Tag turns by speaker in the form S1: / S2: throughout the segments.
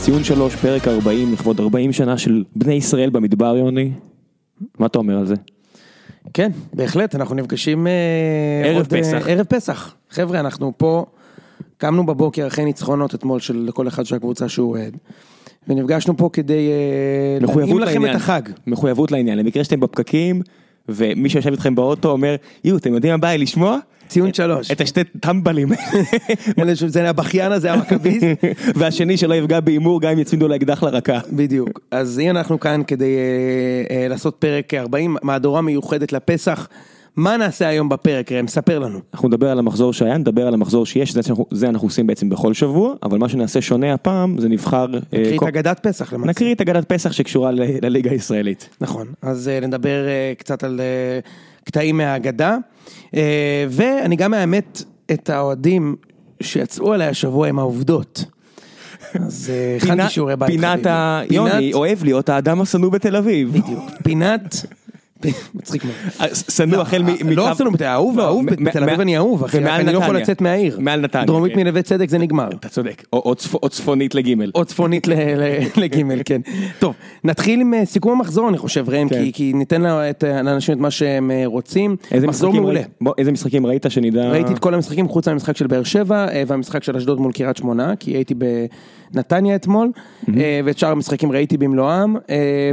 S1: ציון שלוש, פרק 40, לכבוד 40 שנה של בני ישראל במדבר, יוני. מה אתה אומר על זה?
S2: כן, בהחלט, אנחנו נפגשים... אה,
S1: ערב
S2: עוד, אה,
S1: פסח.
S2: ערב פסח. חבר'ה, אנחנו פה, קמנו בבוקר אחרי ניצחונות אתמול של כל אחד של הקבוצה שהוא אוהד, ונפגשנו פה כדי אה,
S1: מחויבות
S2: לכם
S1: לעניין.
S2: את החג.
S1: מחויבות לעניין, למקרה שאתם בפקקים, ומי שיושב איתכם באוטו אומר, יו, אתם יודעים מה בא לי לשמוע?
S2: ציון שלוש.
S1: את השתי טמבלים.
S2: אלה ש- זה הבכיין הזה, המכביסט.
S1: והשני שלא יפגע בהימור גם אם יצמידו לו אקדח לרקה.
S2: בדיוק. אז הנה אנחנו כאן כדי אה, אה, לעשות פרק 40, מהדורה מיוחדת לפסח. מה נעשה היום בפרק, ראם? ספר לנו.
S1: אנחנו נדבר על המחזור שהיה, נדבר על המחזור שיש, זה שאנחנו- זה אנחנו עושים בעצם בכל שבוע, אבל מה שנעשה שונה הפעם זה נבחר... אה,
S2: נקריא את
S1: כל-
S2: אגדת פסח למעשה.
S1: נקריא את אגדת פסח שקשורה ל- לליגה הישראלית.
S2: נכון, אז אה, נדבר אה, קצת על אה, קטעים מההגדה, אה, ואני גם מאמת את האוהדים שיצאו עליי השבוע עם העובדות. אז אה, הכנתי
S1: פינה-
S2: שיעורי בית.
S1: פינת
S2: חביבי.
S1: ה...
S2: פינת-
S1: יוני אוהב להיות האדם השנוא בתל אביב.
S2: בדיוק, פינת... מצחיק מאוד.
S1: אה, שנוא החל מ...
S2: לא
S1: מקו-
S2: עשינו את האהוב, אהוב,
S1: מ-
S2: בתל
S1: מ-
S2: אביב אני אהוב, אחי,
S1: ומעל
S2: אני לא יכול
S1: נתניה.
S2: לצאת מהעיר.
S1: מעל נתניה.
S2: דרומית
S1: כן.
S2: מנווה צדק זה נגמר.
S1: אתה צודק, או- או צפ- או צפונית לגימל.
S2: או צפונית ל- ל- לגימל, כן. טוב, נתחיל עם אה, סיכום המחזור, אני חושב, ראם,
S1: כן.
S2: כי- כי ניתן לה- את, אה, לאנשים את מה שהם אה, רוצים.
S1: איזה
S2: מחזור
S1: משחקים
S2: מעולה.
S1: ראית- אה. בוא, איזה משחקים ראית שנדע?
S2: ראיתי את כל המשחקים חוץ מהמשחק של באר שבע אה, והמשחק של אשדוד מול קריית שמונה, כי הייתי בנתניה אתמול, אה, ואת שאר המשחקים ראיתי במלואם. אה,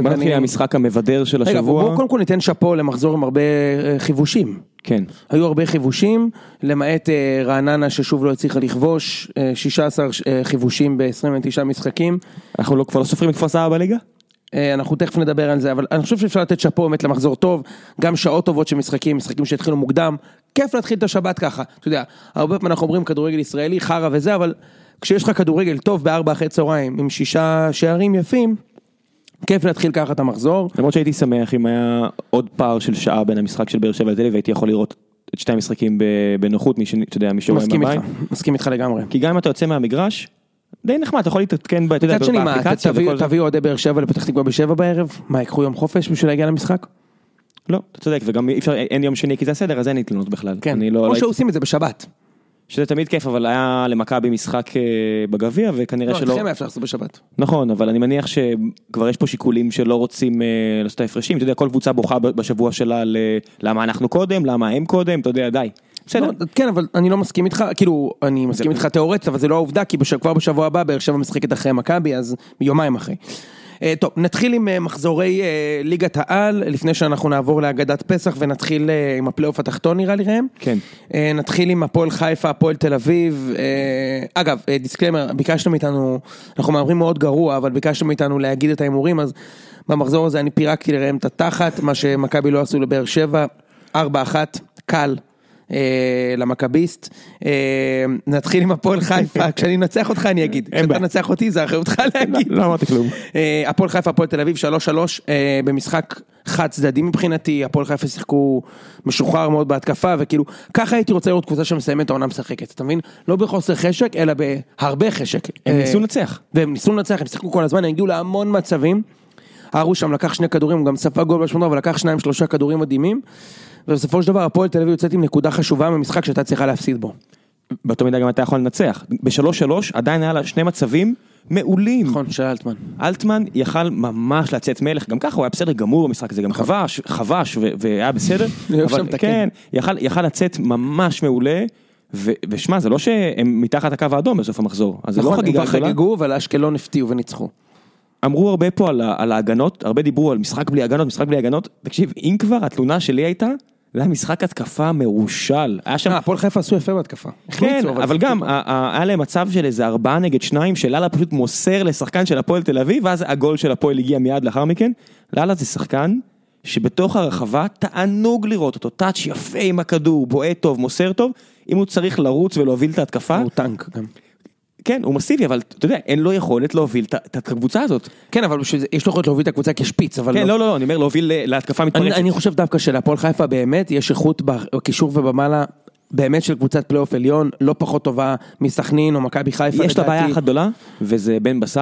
S1: בוא
S2: ואני-
S1: נתחיל מהמשחק המבדר של
S2: רגע,
S1: השבוע.
S2: בואו קודם כל ניתן שאפו למחזור עם הרבה אה, חיבושים.
S1: כן.
S2: היו הרבה חיבושים, למעט אה, רעננה ששוב לא הצליחה לכבוש, אה, 16 אה, חיבושים ב-29 משחקים.
S1: אנחנו לא- כבר לא סופרים את כפר סבא בליגה?
S2: אה, אנחנו תכף נדבר על זה, אבל אני חושב שאפשר לתת שאפו באמת למחזור טוב, גם שעות טובות של משחקים, משחקים שהתחילו מוקדם, כיף להתחיל את השבת ככה, אתה יודע, הרבה פעמים אנחנו אומרים כדורגל ישראלי, חרא וזה, אבל כשיש לך כדורגל טוב בארבע אחרי צהריים, עם שישה שערים יפים, כיף להתחיל ככה את המחזור.
S1: למרות שהייתי שמח אם היה עוד פער של שעה בין המשחק של באר שבע לתל אביב, והייתי יכול לראות את שתי המשחקים ב- בנוחות, מי ש- אתה יודע, מי שרואה
S2: מסכים
S1: מהבית.
S2: איתך, מסכים איתך לגמרי.
S1: כי גם אם אתה יוצא מהמגרש, די נחמד, אתה יכול להתעדכן ב- אתה יודע,
S2: מצד שני, מה, אתה
S1: באפליקציה
S2: תביא-
S1: וכל זה.
S2: תביאו אוהדי באר שבע לפתח תקווה בשבע בערב? מה, יקחו יום חופש בשביל להגיע למשחק?
S1: לא, אתה צודק, וגם אי אפשר, אין יום שני כי זה הסדר, אז אין לי תלונות בכלל. אני לא- לא
S2: או
S1: הייתי-
S2: שעושים את זה בשבת.
S1: שזה תמיד כיף, אבל היה למכבי משחק אה, בגביע, וכנראה
S2: לא,
S1: שלא...
S2: אצלכם היה אפשר לעשות בשבת.
S1: נכון, אבל אני מניח שכבר יש פה שיקולים שלא רוצים אה, לעשות את ההפרשים, אתה יודע, כל קבוצה בוכה ב- בשבוע שלה ל... למה אנחנו קודם, למה הם קודם, אתה יודע, די. בסדר.
S2: לא, כן, אבל אני לא מסכים איתך, כאילו, אני מסכים איתך תיאורטית, אבל זה לא העובדה, כי בש- כבר בשבוע הבא באר שבע משחקת אחרי מכבי, אז יומיים אחרי. אה, טוב, נתחיל עם אה, מחזורי אה, ליגת העל, לפני שאנחנו נעבור לאגדת פסח ונתחיל אה, עם הפלייאוף התחתון נראה לי ראם.
S1: כן.
S2: אה, נתחיל עם הפועל חיפה, הפועל תל אביב. אה, אגב, אה, דיסקלמר, ביקשנו מאיתנו, אנחנו מהמרים מאוד גרוע, אבל ביקשנו מאיתנו להגיד את ההימורים, אז במחזור הזה אני פירקתי לראם את התחת, מה שמכבי לא עשו לבאר שבע, 4-1, קל. אה, למכביסט, אה, נתחיל עם הפועל חיפה, כשאני אנצח אותך אני אגיד, כשאתה
S1: בעיה.
S2: תנצח אותי זה אחריותך להגיד.
S1: לא אמרתי כלום.
S2: אה, הפועל חיפה, הפועל תל אביב, 3-3 אה, במשחק חד צדדי מבחינתי, הפועל חיפה שיחקו משוחרר מאוד בהתקפה, וכאילו, ככה הייתי רוצה לראות קבוצה שמסיימת את העונה משחקת, אתה מבין? לא בחוסר חשק, אלא בהרבה חשק.
S1: הם
S2: אה,
S1: ניסו לנצח.
S2: והם ניסו לנצח, הם שיחקו כל הזמן, הם הגיעו להמון מצבים. ארוש שם לקח שני כדורים, הוא גם ספג גול בשמונה, אבל לקח שניים שלושה כדורים מדהימים. ובסופו של דבר הפועל תל אביב יוצאת עם נקודה חשובה ממשחק שהייתה צריכה להפסיד בו.
S1: באותה מידה גם אתה יכול לנצח. בשלוש שלוש עדיין היה לה שני מצבים מעולים.
S2: נכון, של אלטמן.
S1: אלטמן יכל ממש לצאת מלך, גם ככה הוא היה בסדר גמור במשחק הזה, גם כבש, חבש ו- והיה בסדר,
S2: נכון. אוהב שם
S1: אבל
S2: לתקן.
S1: כן, יכל, יכל לצאת ממש מעולה, ו- ושמע, זה לא שהם מתחת הקו האדום בסוף המחזור, אז זה לא
S2: נכון, הם
S1: חגיגה
S2: כבר
S1: גדולה.
S2: חגגו, אבל אשקלון הפתיעו וניצחו.
S1: אמרו הרבה פה על, ה- על ההגנות, הרבה דיברו על משחק בלי הגנות, משחק בלי הגנות, תקשיב, אם כבר, התלונה שלי הייתה, זה היה משחק התקפה מרושל, היה שם...
S2: אה, הפועל חיפה עשו יפה בהתקפה.
S1: כן,
S2: החמיצו,
S1: אבל גם, ה- ה- היה להם מצב של איזה ארבעה נגד שניים, שלאללה פשוט מוסר לשחקן של הפועל תל אביב, ואז הגול של הפועל הגיע מיד לאחר מכן. לאללה זה שחקן שבתוך הרחבה תענוג לראות אותו, טאץ' יפה עם הכדור, בועט טוב, מוסר טוב. אם הוא צריך לרוץ ולהוביל את ההתקפה,
S2: הוא טנק גם.
S1: כן, הוא מסיבי, אבל אתה יודע, אין לו יכולת להוביל את- את הקבוצה הזאת.
S2: כן, אבל בשביל זה, יש לו יכולת להוביל את הקבוצה כשפיץ, אבל
S1: כן,
S2: לא.
S1: לא, לא, לא, אני אומר להוביל ל- להתקפה
S2: אני,
S1: מתפרצת.
S2: אני חושב דווקא שלהפועל חיפה באמת יש איכות בקישור ובמעלה באמת של קבוצת פלייאוף עליון, לא פחות טובה מסכנין או מכבי חיפה.
S1: יש לה
S2: לדעתי. כן.
S1: בעיה אחת גדולה, וזה בן בסט,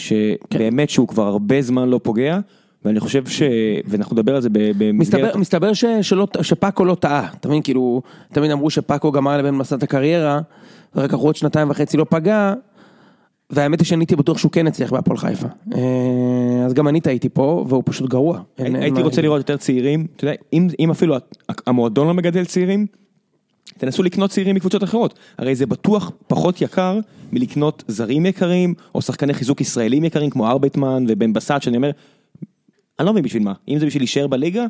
S1: שבאמת שהוא כבר הרבה זמן לא פוגע, ואני חושב ש... ואנחנו נדבר על זה ב- במסגרת...
S2: מסתבר, מסתבר ש, שלא, שפאקו לא טעה, אתה מבין? כאילו, תמיד אמרו שפאקו גמר לבן מסע את הקריירה, ורק אחרי עוד שנתיים וחצי לא פגע, והאמת היא שאני הייתי בטוח שהוא כן הצליח בהפועל חיפה. אה, אז גם אני טעיתי פה, והוא פשוט גרוע. אין- אין
S1: הייתי
S2: כן, מה-
S1: רוצה לראות יותר צעירים, אתה יודע, אם, אם אפילו ה- המועדון לא מגדל צעירים, תנסו לקנות צעירים מקבוצות אחרות, הרי זה בטוח פחות יקר מלקנות זרים יקרים, או שחקני חיזוק ישראלים יקרים כמו ארבייטמן ובן בסט, שאני אומר, אני לא מבין בשביל מה, אם זה בשביל להישאר בליגה,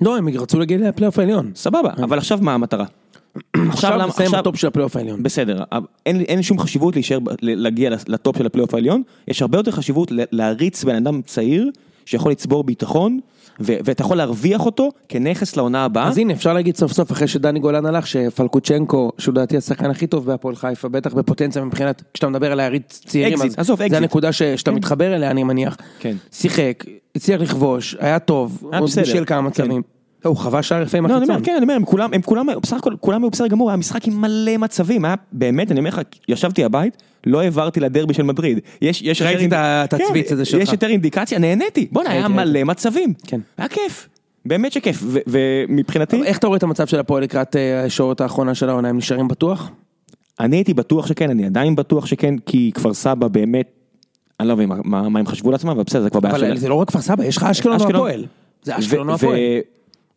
S2: לא, הם רצו להגיע לפלייאוף העליון.
S1: סבבה, אבל עכשיו מה המטרה?
S2: כן. עכשיו
S1: למה-
S2: נסיים
S1: עכשיו- אה?
S2: בטופ של הפלייאוף העליון.
S1: בסדר, אבל אין, אין שום חשיבות להישאר, ב- ל- להגיע לטופ של הפלייאוף העליון, יש הרבה יותר חשיבות ל- להריץ בן אדם צעיר שיכול לצבור ביטחון, ו- ואתה יכול להרוויח אותו כנכס לעונה הבאה.
S2: אז הנה אפשר להגיד סוף סוף אחרי שדני גולן הלך שפלקוצ'נקו שהוא לדעתי השחקן הכי טוב בהפועל חיפה בטח בפוטנציה מבחינת כשאתה מדבר על להריץ צעירים
S1: אקזיט, עזוב,
S2: זה
S1: אקזיט.
S2: הנקודה ש, שאתה מתחבר אליה אני מניח.
S1: כן.
S2: שיחק הצליח לכבוש היה טוב
S1: היה
S2: עוד
S1: בסדר,
S2: בישל כמה
S1: כן.
S2: מצבים. לא, הוא חווה שער יפה עם
S1: לא, אני אומר,
S2: החיצון.
S1: כן, אני אומר, הם כולם, הם כולם, היו- בסך הכל, כולם היו בסדר גמור, היה משחק עם מלא מצבים, היה, באמת, אני אומר לך, ישבתי הבית, לא העברתי לדרבי של מדריד. יש, יש,
S2: ראיתי
S1: יותר
S2: את
S1: אינד-
S2: התצוויץ
S1: כן,
S2: הזה שלך.
S1: יש יותר אינדיקציה, נהניתי, בואנה, היה
S2: ראיתי,
S1: מלא מצבים.
S2: כן.
S1: היה כיף, באמת שכיף, ו- ומבחינתי,
S2: איך אתה רואה את המצב של הפועל לקראת אה, השורת האחרונה של העונה הם נשארים בטוח?
S1: אני הייתי בטוח שכן, אני עדיין בטוח שכן, כי כפר סבא באמת, אני לא מבין מה- מה מה הם חשבו לעצמם, אבל בסדר, זה כבר בעיה
S2: אבל
S1: שלהם.
S2: זה לא רק כפר סבא יש לך אשקלון
S1: אשקלון.
S2: והפועל. זה אשקלון לא
S1: ו- ו-
S2: והפועל.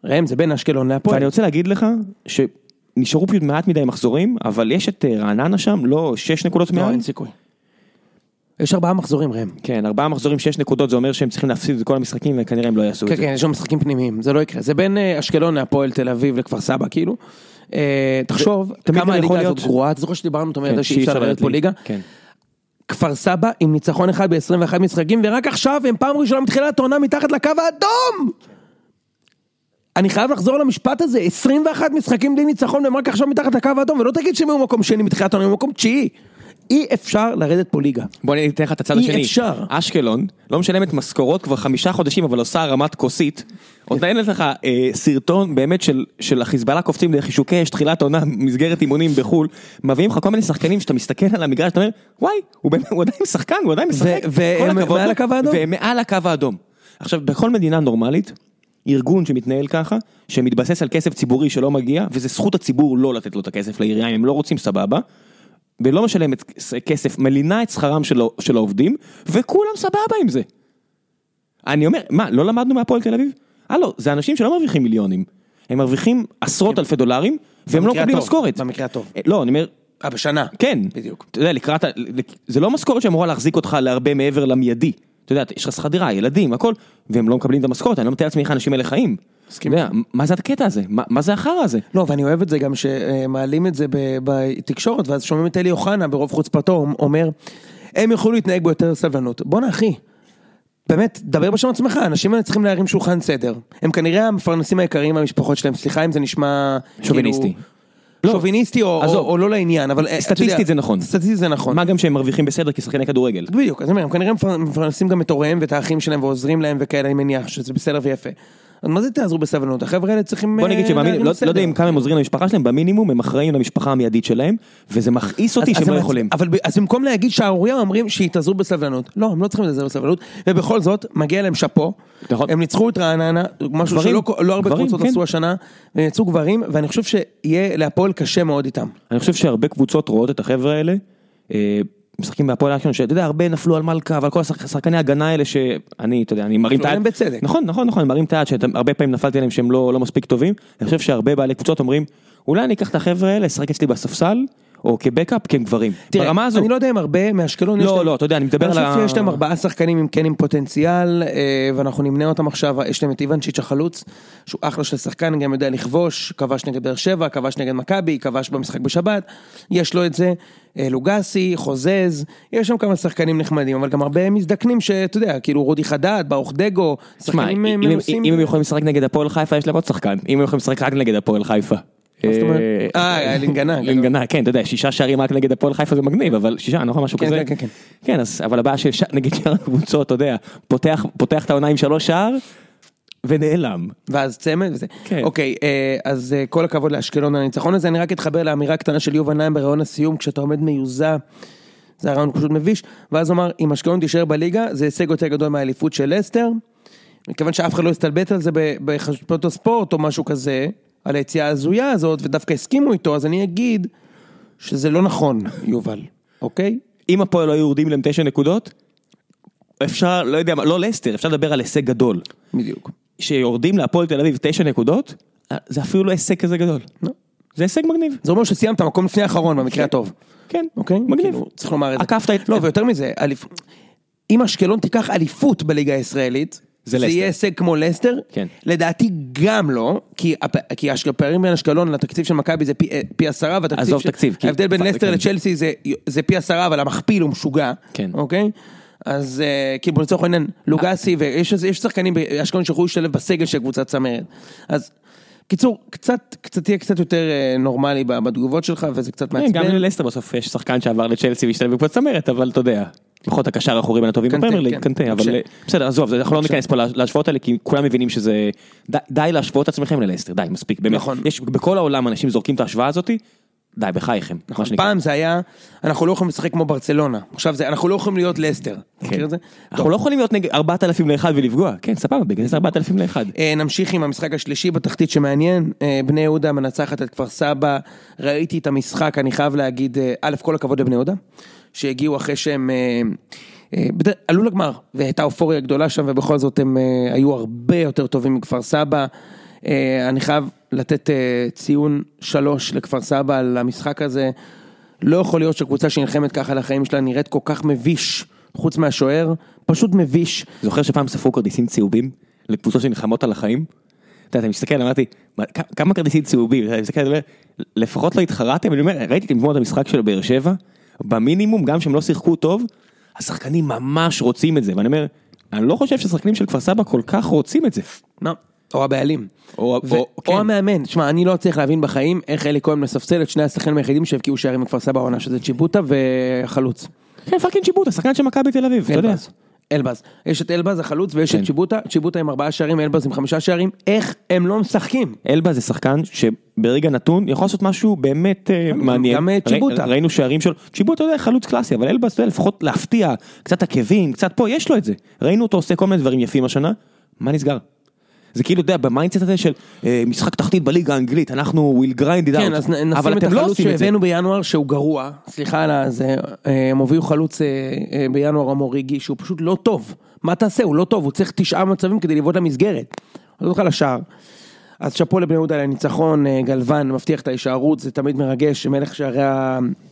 S2: ראם זה בין אשקלון להפועל.
S1: ואני רוצה להגיד לך, שנשארו פשוט מעט מדי מחזורים, אבל יש את אה, רעננה שם, לא שש נקודות
S2: לא,
S1: מעל.
S2: אין סיכוי. יש ארבעה מחזורים ראם.
S1: כן, ארבעה מחזורים, שש נקודות, זה אומר שהם צריכים להפסיד את כל המשחקים, וכנראה הם לא יעשו
S2: כן,
S1: את זה.
S2: כן, יש שם משחקים פנימיים, זה לא יקרה. זה בין אה, אשקלון להפועל תל אביב לכפר סבא, כאילו. אה, תחשוב,
S1: תמיד גם
S2: כמה
S1: יכול
S2: הליגה הזאת
S1: להיות-
S2: גרועה, אתה זוכר שדיברנו, אתה
S1: כן,
S2: אומר שאי אפשר לרדת פה ליגה?
S1: כן.
S2: כפר סבא עם ניצחון אחד ב-21 משחקים, ורק עכשיו הם פעם ראשונה מתחילת העונה מתחת לקו האדום! אני חייב לחזור למשפט הזה, 21 משחקים בלי ניצחון והם רק עכשיו מתחת לקו האדום, ולא תגיד שהם היו מקום שני מתחילת העונה, הם היו מקום תשיעי. אי אפשר לרדת פה ליגה.
S1: בוא אני אתן לך את הצד
S2: אי
S1: השני.
S2: אפשר.
S1: אשקלון לא משלמת משכורות כבר חמישה חודשים, אבל עושה הרמת כוסית. עוד נהנת לך אה, סרטון באמת של, של החיזבאללה קופצים לחישוקי אש, תחילת עונה, מסגרת אימונים בחול. מביאים לך כל מיני שחקנים שאתה מסתכל על המגרש, אתה אומר, וואי, הוא, באמת, הוא עדיין שחקן, הוא עדיין משחק.
S2: ו- והם
S1: כל הכבוד
S2: מעל
S1: לו."
S2: הקו האדום?
S1: והם מעל הקו האדום. עכשיו, בכל מדינה נורמלית, ארגון שמתנהל ככה, שמתבסס על כסף ציבורי שלא מגיע, וזה זכות הציבור לא לתת לו את הכסף לעירייה, אם הם לא רוצים סבבה, ולא משלמת כס- כסף, מלינה את שכרם של, ה- של העובדים, וכולם סבבה עם זה. אני אומר, מה, לא למדנו מהפועל תל אביב? הלו, זה אנשים שלא מרוויחים מיליונים. הם מרוויחים עשרות אלפי דולרים, והם לא
S2: כן. במקרה
S1: מקבלים
S2: הטוב,
S1: משכורת.
S2: במקרה הטוב.
S1: אה, לא, אני אומר,
S2: אה, בשנה.
S1: כן.
S2: בדיוק.
S1: אתה יודע, לקראת, ה- לק- זה לא משכורת שאמורה להחזיק אותך להרבה מעבר למיידי. אתה יודע, יש לך שכר דירה, ילדים, הכל, והם לא מקבלים את המשכורת, אני לא מתאר לעצמי איך האנשים האלה חיים.
S2: מסכים.
S1: אתה יודע, מה זה הקטע הזה? מה, מה זה החרא הזה?
S2: לא, ואני אוהב את זה גם שמעלים את זה ב- בתקשורת, ואז שומעים את אלי אוחנה ברוב חוצפתו אומר, הם יוכלו להתנהג ביותר סבלנות. בואנה אחי, באמת, דבר בשם עצמך, האנשים האלה צריכים להרים שולחן סדר. הם כנראה המפרנסים העיקריים מהמשפחות שלהם, סליחה אם זה נשמע... כאילו,
S1: שוביניסטי. לא.
S2: שוביניסטי או, או,
S1: עזוב.
S2: או לא לעניין, אבל... אה, אתה יודע,
S1: סטטיסטית זה נכון.
S2: סטטיסטית זה נכון.
S1: מה גם שהם מרוויחים בסדר כשחקני כדורגל.
S2: בדיוק, אז אני אומר, הם כנראה מפר- מפרנסים גם את הוריהם ואת האחים שלהם ועוזרים להם וכאלה, אני מניח שזה בסדר ויפה. אז מה זה תעזרו בסבלנות? החבר'ה האלה צריכים...
S1: בוא נגיד
S2: אה,
S1: שבמינימום,
S2: להרים
S1: לא, לא
S2: סדר.
S1: יודע אם כמה הם עוזרים למשפחה שלהם, במינימום הם אחראים למשפחה המיידית שלהם, וזה מכעיס אותי
S2: אז-
S1: שהם
S2: אז
S1: לא
S2: הם-
S1: יכולים.
S2: אבל ב- אז במקום להגיד שערורייה אומרים שיתאזרו בסבלנות. לא, הם לא צריכים להתאזר בסבלנות, ובכל זאת, מגיע להם שאפו.
S1: נכון.
S2: הם ניצחו את רעננה, משהו
S1: גברים,
S2: שלא כל- לא הרבה
S1: גברים,
S2: קבוצות
S1: כן.
S2: עשו השנה, והם יצאו גברים, ואני חושב שיהיה להפועל קשה מאוד איתם.
S1: אני חושב שהרבה קבוצות רואות את החבר'ה האלה, אה, משחקים בהפועל אשקלון, שאתה יודע, הרבה נפלו על מלכה ועל כל השחק- שחקני ההגנה האלה שאני, אתה יודע, אני מרים את
S2: נפלו
S1: היד.
S2: עליהם בצדק.
S1: נכון, נכון, נכון, אני מרים את היד, שהרבה פעמים נפלתי עליהם שהם לא לא מספיק טובים. אני חושב שהרבה בעלי קבוצות אומרים, אולי אני אקח את החבר'ה האלה, אשחק אצלי בספסל, או כבקאפ, כי הם גברים.
S2: תראה,
S1: ברמה הזו,
S2: אני לא יודע אם הרבה מאשקלון יש
S1: לא,
S2: להם-
S1: לא, אתה יודע, אני מדבר על
S2: אני
S1: ה-
S2: חושב שיש להם ארבעה שחקנים עם כן עם פוטנציאל, אה, ואנחנו נמנה אותם עכשיו, אה, יש להם את איוונצ'יץ' החלוץ, שהוא אחלה של שחקן, גם יודע לכבוש, כבש נגד באר שבע, כבש נגד מכבי, כבש במשחק בשבת, יש לו את זה, אה, לוגסי, חוזז, יש שם כמה שחקנים נחמדים, אבל גם הרבה מזדקנים שאתה יודע, כאילו רודי חדד, ברוך דגו,
S1: תשמע,
S2: שחקנים אה,
S1: אם- אם-
S2: מנוסים.
S1: אם הם יכולים לשחק נגד הפועל חיפה, יש להם עוד שחקן. אם הם יכולים לשחק רק נגד הפועל חיפה.
S2: זאת אומרת? אה, לינגנה, גדול.
S1: לינגנה, כן, אתה יודע, שישה שערים רק נגד הפועל חיפה זה מגניב, אבל שישה, נכון, משהו
S2: כן,
S1: כזה.
S2: כן, כן, כן.
S1: כן, אז, אבל הבעיה של, ש- נגיד שאר הקבוצות, אתה יודע, פותח, פותח את העונה עם שלוש שער, ונעלם.
S2: ואז צמד וזה.
S1: כן.
S2: אוקיי, אה, אז אה, כל הכבוד לאשקלון על הניצחון הזה, אני רק אתחבר לאמירה קטנה של יובל נעים בראיון הסיום, כשאתה עומד מיוזע, זה הרעיון פשוט מביש, ואז הוא אמר, אם אשקלון תישאר בליגה, זה הישג יותר גדול מהאליפות של לסטר, מכיוון שאף אחד לא הסתלבט על זה ב- בחשבונות הספורט או משהו כזה, על היציאה ההזויה הזאת, ודווקא הסכימו איתו, אז אני אגיד שזה לא נכון, יובל, אוקיי?
S1: אם הפועל לא היו יורדים להם תשע נקודות, אפשר, לא יודע מה, לא לסטר, אפשר לדבר על הישג גדול.
S2: בדיוק.
S1: שיורדים להפועל תל אביב תשע נקודות, אה, זה אפילו לא הישג כזה גדול.
S2: לא.
S1: זה הישג מגניב.
S2: זה אומר שסיימת מקום לפני האחרון במקרה הטוב.
S1: כן,
S2: אוקיי?
S1: מגניב.
S2: כאילו, צריך לומר את זה.
S1: עקפת את... כן.
S2: לא, ויותר מזה, אליפ- אם אשקלון תיקח אליפות בליגה הישראלית,
S1: זה
S2: זה
S1: לסטר.
S2: יהיה הישג כמו לסטר?
S1: כן.
S2: לדעתי גם לא, כי הפ- כי השק- הפערים בין אשקלון לתקציב של מכבי זה פי- אה, פי עשרה, והתקציב...
S1: עזוב
S2: של-
S1: תקציב, כי-
S2: ההבדל בין
S1: פ-
S2: לסטר
S1: כן.
S2: לצ'לסי זה- זה פי עשרה, אבל המכפיל הוא משוגע.
S1: כן.
S2: אוקיי? אז אה, כאילו לצורך העניין,
S1: אה.
S2: לוגסי, ויש יש שחקנים באשקלון שיכולו להשתלב בסגל של קבוצת צמרת. אז... קיצור, קצת, קצת תהיה קצת יותר אה, נורמלי ב- בתגובות שלך, וזה קצת
S1: כן,
S2: אה, מעצבן.
S1: גם ללסטר בסוף יש שחקן שעבר לצ'לסי והשתלב בקבוצת צמרת, אבל אתה יודע. לפחות הקשר האחורי בין הטובים
S2: קנטה,
S1: בפרמייר ליג,
S2: כן.
S1: קנטה, אבל
S2: בבקשה.
S1: אה, בסדר, עזוב, זה- אנחנו לא ניכנס פה להשוואות האלה, כי כולם מבינים שזה... די- די להשוות את עצמכם ללסטר, די, מספיק, באמת.
S2: נכון.
S1: יש בכל העולם אנשים זורקים את ההשוואה הזאת, די, בחייכם, מה שנקרא.
S2: נכון. פעם זה היה, אנחנו לא יכולים לשחק כמו ברצלונה. עכשיו זה, אנחנו לא יכולים להיות לסטר.
S1: כן.
S2: אתה מכיר את זה?
S1: אנחנו לא יכולים להיות נגד 4,000 ל-1 ולפגוע, כן, סבבה, בגלל זה 4,000 ל-1.
S2: אה, נמשיך עם המשחק השלישי בתחתית שמעניין. אה, בני יהודה מנצחת את כפר סבא. ראיתי את המשחק, אני חייב להגיד, אה, א', כל הכבוד לבני יהודה, שהגיעו אחרי שהם אה, אה, בד- עלו לגמר, והייתה אופוריה גדולה שם, ובכל זאת הם אה, היו הרבה יותר טובים מכפר סבא. אה, אני חייב לתת אה, ציון שלוש לכפר סבא על המשחק הזה. לא יכול להיות שקבוצה שנלחמת ככה על החיים שלה נראית כל כך מביש, חוץ מהשוער, פשוט מביש.
S1: זוכר שפעם ספרו כרטיסים צהובים לקבוצות שנלחמות על החיים? אתה יודע, אתה מסתכל, אמרתי, "מה, כ- כמה כרטיסים צהובים? אתה מסתכל, אתה אומר, לפחות לא התחרתם, אני אומר, ראיתי אתמול את המשחק של באר שבע, במינימום, גם שהם לא שיחקו טוב, השחקנים ממש רוצים את זה, ואני אומר, אני לא חושב שהשחקנים של כפר סבא כל כך רוצים את זה.
S2: מה? או הבעלים.
S1: או-
S2: ו-
S1: או- כן.
S2: או המאמן. תשמע, אני לא צריך להבין בחיים איך אלי כהן מספסל את שני השחקנים היחידים שהבקיעו שערים מכפר סבא העונה, שזה צ'יבוטה וחלוץ.
S1: כן, פאקינג שיבוט, השחקן של מכבי תל אביב, אתה יודע.
S2: אלבז. אלבז. יש את אלבז החלוץ ויש
S1: כן.
S2: את צ'יבוטה, צ'יבוטה עם ארבעה שערים, אלבז עם חמישה שערים, איך הם לא משחקים?
S1: אלבה זה שחקן שברגע נתון יכול לעשות משהו באמת אה, מעניין.
S2: גם, אה, צ'יבוטה.
S1: ראי- ראינו שערים שלו, צ'יבוטה אתה יודע, חלוץ קלאסי, אבל אלבה אתה יודע, לפחות להפתיע, קצת עקבים, קצת פה, יש לו את זה. ראינו אותו עושה כל מיני דברים יפים השנה, מה נסגר? זה כאילו, אתה יודע, במיינדסט הזה של אה, משחק תחתית בליגה האנגלית, אנחנו will grind it out,
S2: כן, אז נ-
S1: לא, אבל
S2: נשים את
S1: אתם לא
S2: החלוץ
S1: עושים את זה.
S2: שהבאנו בינואר שהוא גרוע, סליחה על הזה, אה, הם הביאו חלוץ אה, אה, בינואר המוריגי שהוא פשוט לא טוב. מה תעשה? הוא לא טוב, הוא צריך תשעה מצבים כדי לבעוט למסגרת. עזוב אותך לשער. אז שאפו לבני יהודה על הניצחון, אה, גלוון מבטיח את ההישארות, זה תמיד מרגש, מלך שערי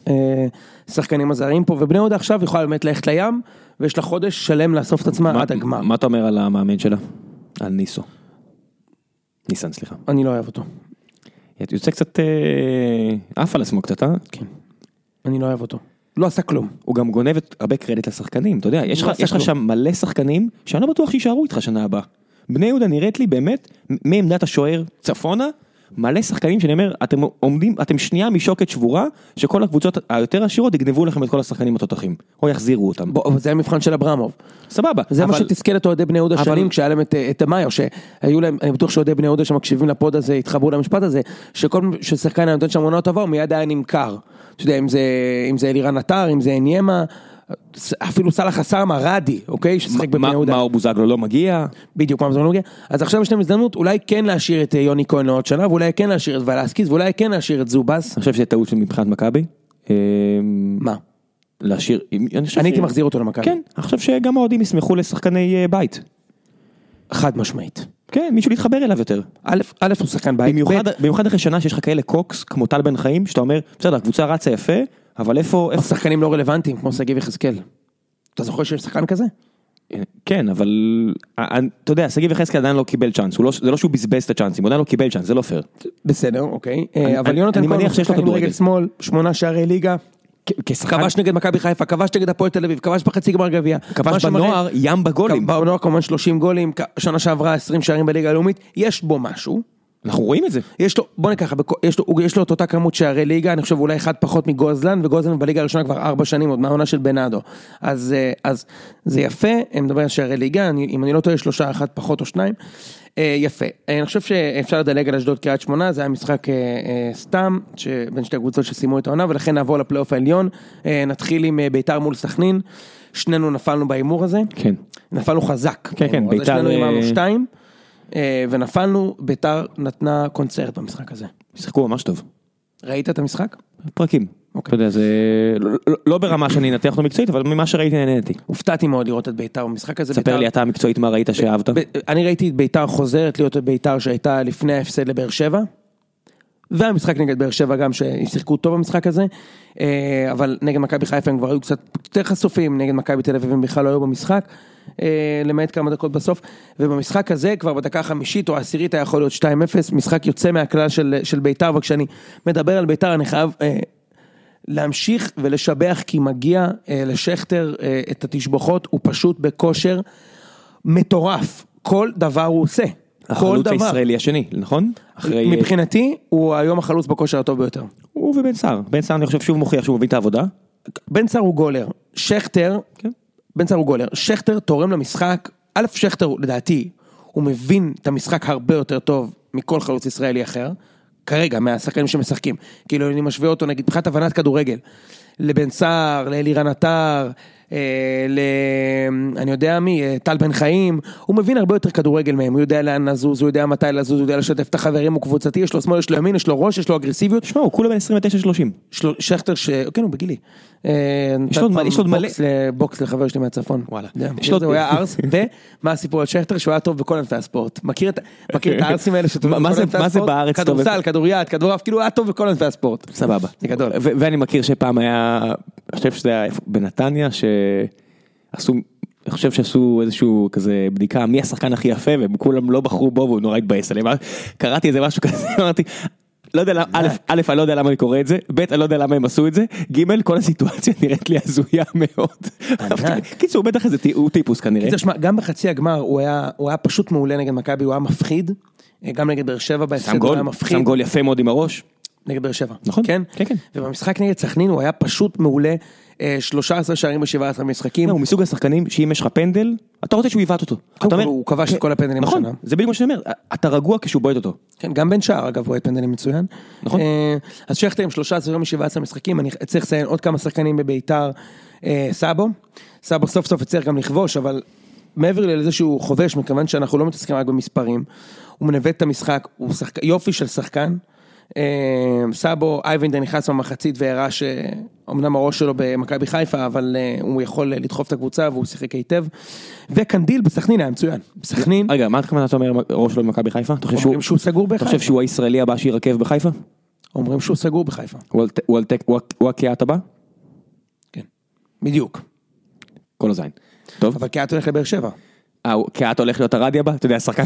S2: אה, השחקנים הזרים פה, ובני יהודה עכשיו יכולה באמת ללכת לים, ויש לה חודש שלם לאסוף את עצמה עד הגמר.
S1: מה אתה אומר על המאמן שלה? על ניסו. ניסן, סליחה.
S2: אני לא אוהב אותו.
S1: יוצא קצת אה, עף על עצמו קצת, אה?
S2: כן. אני לא אוהב אותו. לא עשה כלום.
S1: הוא גם גונב את- הרבה קרדיט לשחקנים, אתה יודע, יש לך-
S2: לא עשה
S1: יש לך
S2: כלום.
S1: שם מלא שחקנים שאני לא בטוח שיישארו איתך שנה הבאה. בני יהודה נראית לי באמת, מ- מעמדת השוער צפונה, מלא שחקנים שאני אומר, אתם עומדים, אתם שנייה משוקת שבורה, שכל הקבוצות היותר עשירות יגנבו לכם את כל השחקנים התותחים, או יחזירו אותם.
S2: בוא, אבל זה המבחן של אברמוב.
S1: סבבה,
S2: זה מה
S1: אבל-
S2: שתסכל את אוהדי בני יהודה
S1: אבל-
S2: שנים כשהיה להם את, את מאיו, שהיו להם, אני בטוח שאוהדי בני יהודה שמקשיבים לפוד הזה התחברו למשפט הזה, שכל פעם ששחקן היה נותן שם עונה טובה הוא מיד היה נמכר. אתה יודע, אם זה, אם זה אלירן עטר, אם זה עניימה, אפילו סאלח עסאמה, ראדי, אוקיי? ששיחק
S1: מה-
S2: בבני יהודה.
S1: מאור בוזגלו לא מגיע,
S2: בדיוק מה זה מגיע. אז עכשיו יש להם הזדמנות אולי כן להשאיר את אה, יוני כהן לעוד שנה, ואולי כן להשאיר את ולסקיס, ואולי כן להשאיר את זובס.
S1: אני חושב שזה טעות של מבחינת מכבי. אה,
S2: מה?
S1: להשאיר, אני חושב
S2: אני הייתי
S1: ש-
S2: מחזיר אותו למכבי.
S1: כן, אני חושב שגם האוהדים ישמחו לשחקני אה, בית.
S2: חד משמעית.
S1: כן, מישהו להתחבר אליו יותר.
S2: א', א', הוא שחקן בית.
S1: במיוחד,
S2: ב',
S1: במיוחד אחרי שנה שיש לך כאלה קוקס כמו טל בן חיים שאתה אומר בסדר הקבוצה רצה יפה אבל איפה איפה
S2: שחקנים לא רלוונטיים כמו שגיב יחזקאל. אתה זוכר שיש שחקן כזה?
S1: כן אבל אה, אה, אתה יודע שגיב יחזקאל עדיין לא קיבל צ'אנס הוא לא זה לא שהוא בזבז את הצ'אנסים הוא עדיין לא קיבל צ'אנס זה לא פייר.
S2: בסדר, אוקיי.
S1: אני-
S2: אה, אבל
S1: אני-
S2: יונתן
S1: אני
S2: כהן
S1: מניח
S2: הוא
S1: שיש לו
S2: שחקן עם
S1: כדורגל.
S2: רגל שמאל, שמונה שערי ליגה,
S1: כשחקן
S2: כבש נגד מכבי חיפה, כבש נגד הפועל תל אביב, כבש בחצי גמר גביע. מה
S1: כבש
S2: שמראה-
S1: בנוער ים בגולים
S2: בנוער כמובן 30 גולים, כ- שנה שעברה 20 שערים בליגה הלאומית, יש בו משהו.
S1: אנחנו רואים את זה.
S2: יש לו, בוא נקח, בכ- יש לו, הוא- יש לו את אותה כמות שערי ליגה, אני חושב אולי אחד פחות מגוזלן, וגוזלן בליגה הראשונה כבר ארבע שנים, עוד מהעונה של בנאדו. אז, אה, אז זה יפה, אני מדבר על שערי ליגה, אני, אם אני לא טועה שלושה, אחד פחות או שניים. אה, יפה, אה, אני חושב שאפשר לדלג על אשדוד קריית שמונה, זה היה משחק אה, אה, סתם, ש... בין שתי הקבוצות שסיימו את העונה, ולכן נעבור לפלייאוף העליון. אה, נתחיל עם אה, ביתר מול סכנין, שנינו נפלנו בהימור הזה.
S1: כן.
S2: נפלנו חזק.
S1: כן, כן,
S2: אז
S1: ביתר,
S2: שנינו
S1: אה,
S2: הימרנו שתיים, אה, ונפלנו, ביתר נתנה קונצרט במשחק הזה.
S1: שיחקו ממש טוב.
S2: ראית את המשחק?
S1: פרקים. אתה יודע, זה לא- לא- לא ברמה שאני אנתח אותו מקצועית, אבל ממה שראיתי נהניתי.
S2: הופתעתי מאוד לראות את ביתר במשחק הזה.
S1: ספר
S2: ביתר-
S1: לי אתה מקצועית מה ראית שאהבת.
S2: ב- אני ראיתי את ביתר חוזרת להיות ביתר שהייתה לפני ההפסד לבאר שבע. והמשחק נגד באר שבע גם שהם שיחקו טוב במשחק הזה. אה, אבל נגד מכבי חיפה הם כבר היו קצת יותר חשופים, נגד מכבי תל אביב הם בכלל לא היו במשחק. אה, למעט כמה דקות בסוף. ובמשחק הזה כבר בדקה החמישית או העשירית היה יכול להיות 2-0. משחק יוצא מהכלל של, של ביתר וכשאני מדבר על ביתר אני חייב... אה, להמשיך ולשבח כי מגיע אה, לשכטר אה, את התשבחות, הוא פשוט בכושר מטורף. כל דבר הוא עושה. כל
S1: החלוץ
S2: דבר.
S1: הישראלי השני, נכון? אחרי...
S2: מבחינתי, הוא היום החלוץ בכושר הטוב ביותר.
S1: הוא ובן סער. בן סער אני חושב שהוא מוכיח שהוא מבין את העבודה.
S2: בן סער הוא גולר, שכטר,
S1: כן.
S2: בן סער הוא גולר, שכטר תורם למשחק, א', שכטר לדעתי, הוא מבין את המשחק הרבה יותר טוב מכל חלוץ ישראלי אחר, כרגע, מהשחקנים שמשחקים. כאילו, אני משווה אותו נגיד, מבחינת הבנת כדורגל, לבן סער, לאלירן עטר, אה, ל... אני יודע מי, אה, טל בן חיים, הוא מבין הרבה יותר כדורגל מהם, הוא יודע לאן לזוז, הוא יודע מתי לזוז, הוא יודע לשתף את החברים, הוא קבוצתי, יש לו שמאל, יש לו ימין, יש לו ראש, יש לו אגרסיביות,
S1: שמע, הוא כולה בן 29-30.
S2: של- שכטר ש... כן, הוא בגילי. אה, נתן
S1: עוד מלא-
S2: פעם
S1: יש עוד מלא-
S2: בוקס ל- בוקס לחבר שלי מהצפון.
S1: וואלה.
S2: אתה יודע,
S1: יש עוד-
S2: זה, הוא היה ארס, ומה הסיפור על שכטר? שהוא היה טוב בכל ענפי הספורט. מכיר את מכיר את הארסים האלה שאתה
S1: אוקיי. מה- מה זה- מה זה בארץ אוקיי. טוב?
S2: כדורסל, כדוריד, כדורעף, כאילו הוא היה טוב בכל ענפי הספורט.
S1: סבבה.
S2: זה גדול.
S1: ו- ואני מכיר שפעם היה, אני חושב שזה היה איפה- בנתניה, שעשו, אני חושב שעשו איזשהו כזה בדיקה מי השחקן הכי יפה, והם כולם לא בחרו בו והוא נורא התבאס עליהם. ואז קראתי איזה משהו כזה, אמרתי, לא יודע למה, א', א', אני לא יודע למה אני קורא את זה, ב', אני לא יודע למה הם עשו את זה, ג', כל הסיטואציה נראית לי הזויה מאוד.
S2: ענק.
S1: קיצור, הוא בטח איזה טי- הוא טיפוס כנראה.
S2: קיצר, שמע, גם בחצי הגמר הוא היה הוא היה פשוט מעולה נגד מכבי, הוא היה מפחיד. אה, גם נגד באר שבע
S1: שם
S2: בהפסד הוא
S1: גול,
S2: היה
S1: שם
S2: מפחיד.
S1: גול יפה מאוד עם הראש.
S2: נגד באר שבע.
S1: נכון.
S2: כן?
S1: כן, כן.
S2: ובמשחק נגד סכנין הוא היה פשוט מעולה. אה, 13 שערים ב-17 משחקים.
S1: לא, הוא מסוג השחקנים שאם יש לך פנדל, אתה רוצה שהוא יבעט אותו. אתה
S2: כל,
S1: אומר-
S2: הוא כבש את כל הפנדלים
S1: נכון,
S2: השנה.
S1: זה בדיוק מה שאני אומר, אתה רגוע כשהוא בועט אותו.
S2: כן, גם בן שער אגב הוא היה פנדלים מצוין.
S1: נכון.
S2: אה, אז שכטר עם 13 מ-17 משחקים, אני צריך לציין עוד כמה שחקנים בביתר, אה, סאבו. סאבו סוף סוף הצליח גם לכבוש, אבל מעבר לזה שהוא חובש, מכיוון שאנחנו לא מתעסקים רק במספרים, הוא מנווט את המשחק, הוא שחק... יופי של שחקן. אה, סאבו, אייבנדר נכנס במחצית והראה שאומנם הראש שלו במכבי חיפה, אבל אה, הוא יכול אה, לדחוף את הקבוצה והוא שיחק היטב. וקנדיל בסכנין היה מצוין. בסכנין,
S1: רגע, מה הכוונה אתה אומר ראש לא במכבי חיפה? אתה חושב שהוא-
S2: אומרים שהוא סגור
S1: אתה חושב
S2: בחיפה.
S1: שהוא הישראלי הבא שירכב בחיפה?
S2: אומרים שהוא סגור בחיפה.
S1: הוא על- הוא על תק- הוא ה- הוא הקיאט הבא?
S2: כן. בדיוק.
S1: כל הזין. טוב,
S2: אבל קיאט הולך לבאר שבע.
S1: אה, הוא- קיאט הולך להיות הרדי הבא? אתה יודע, השחקן...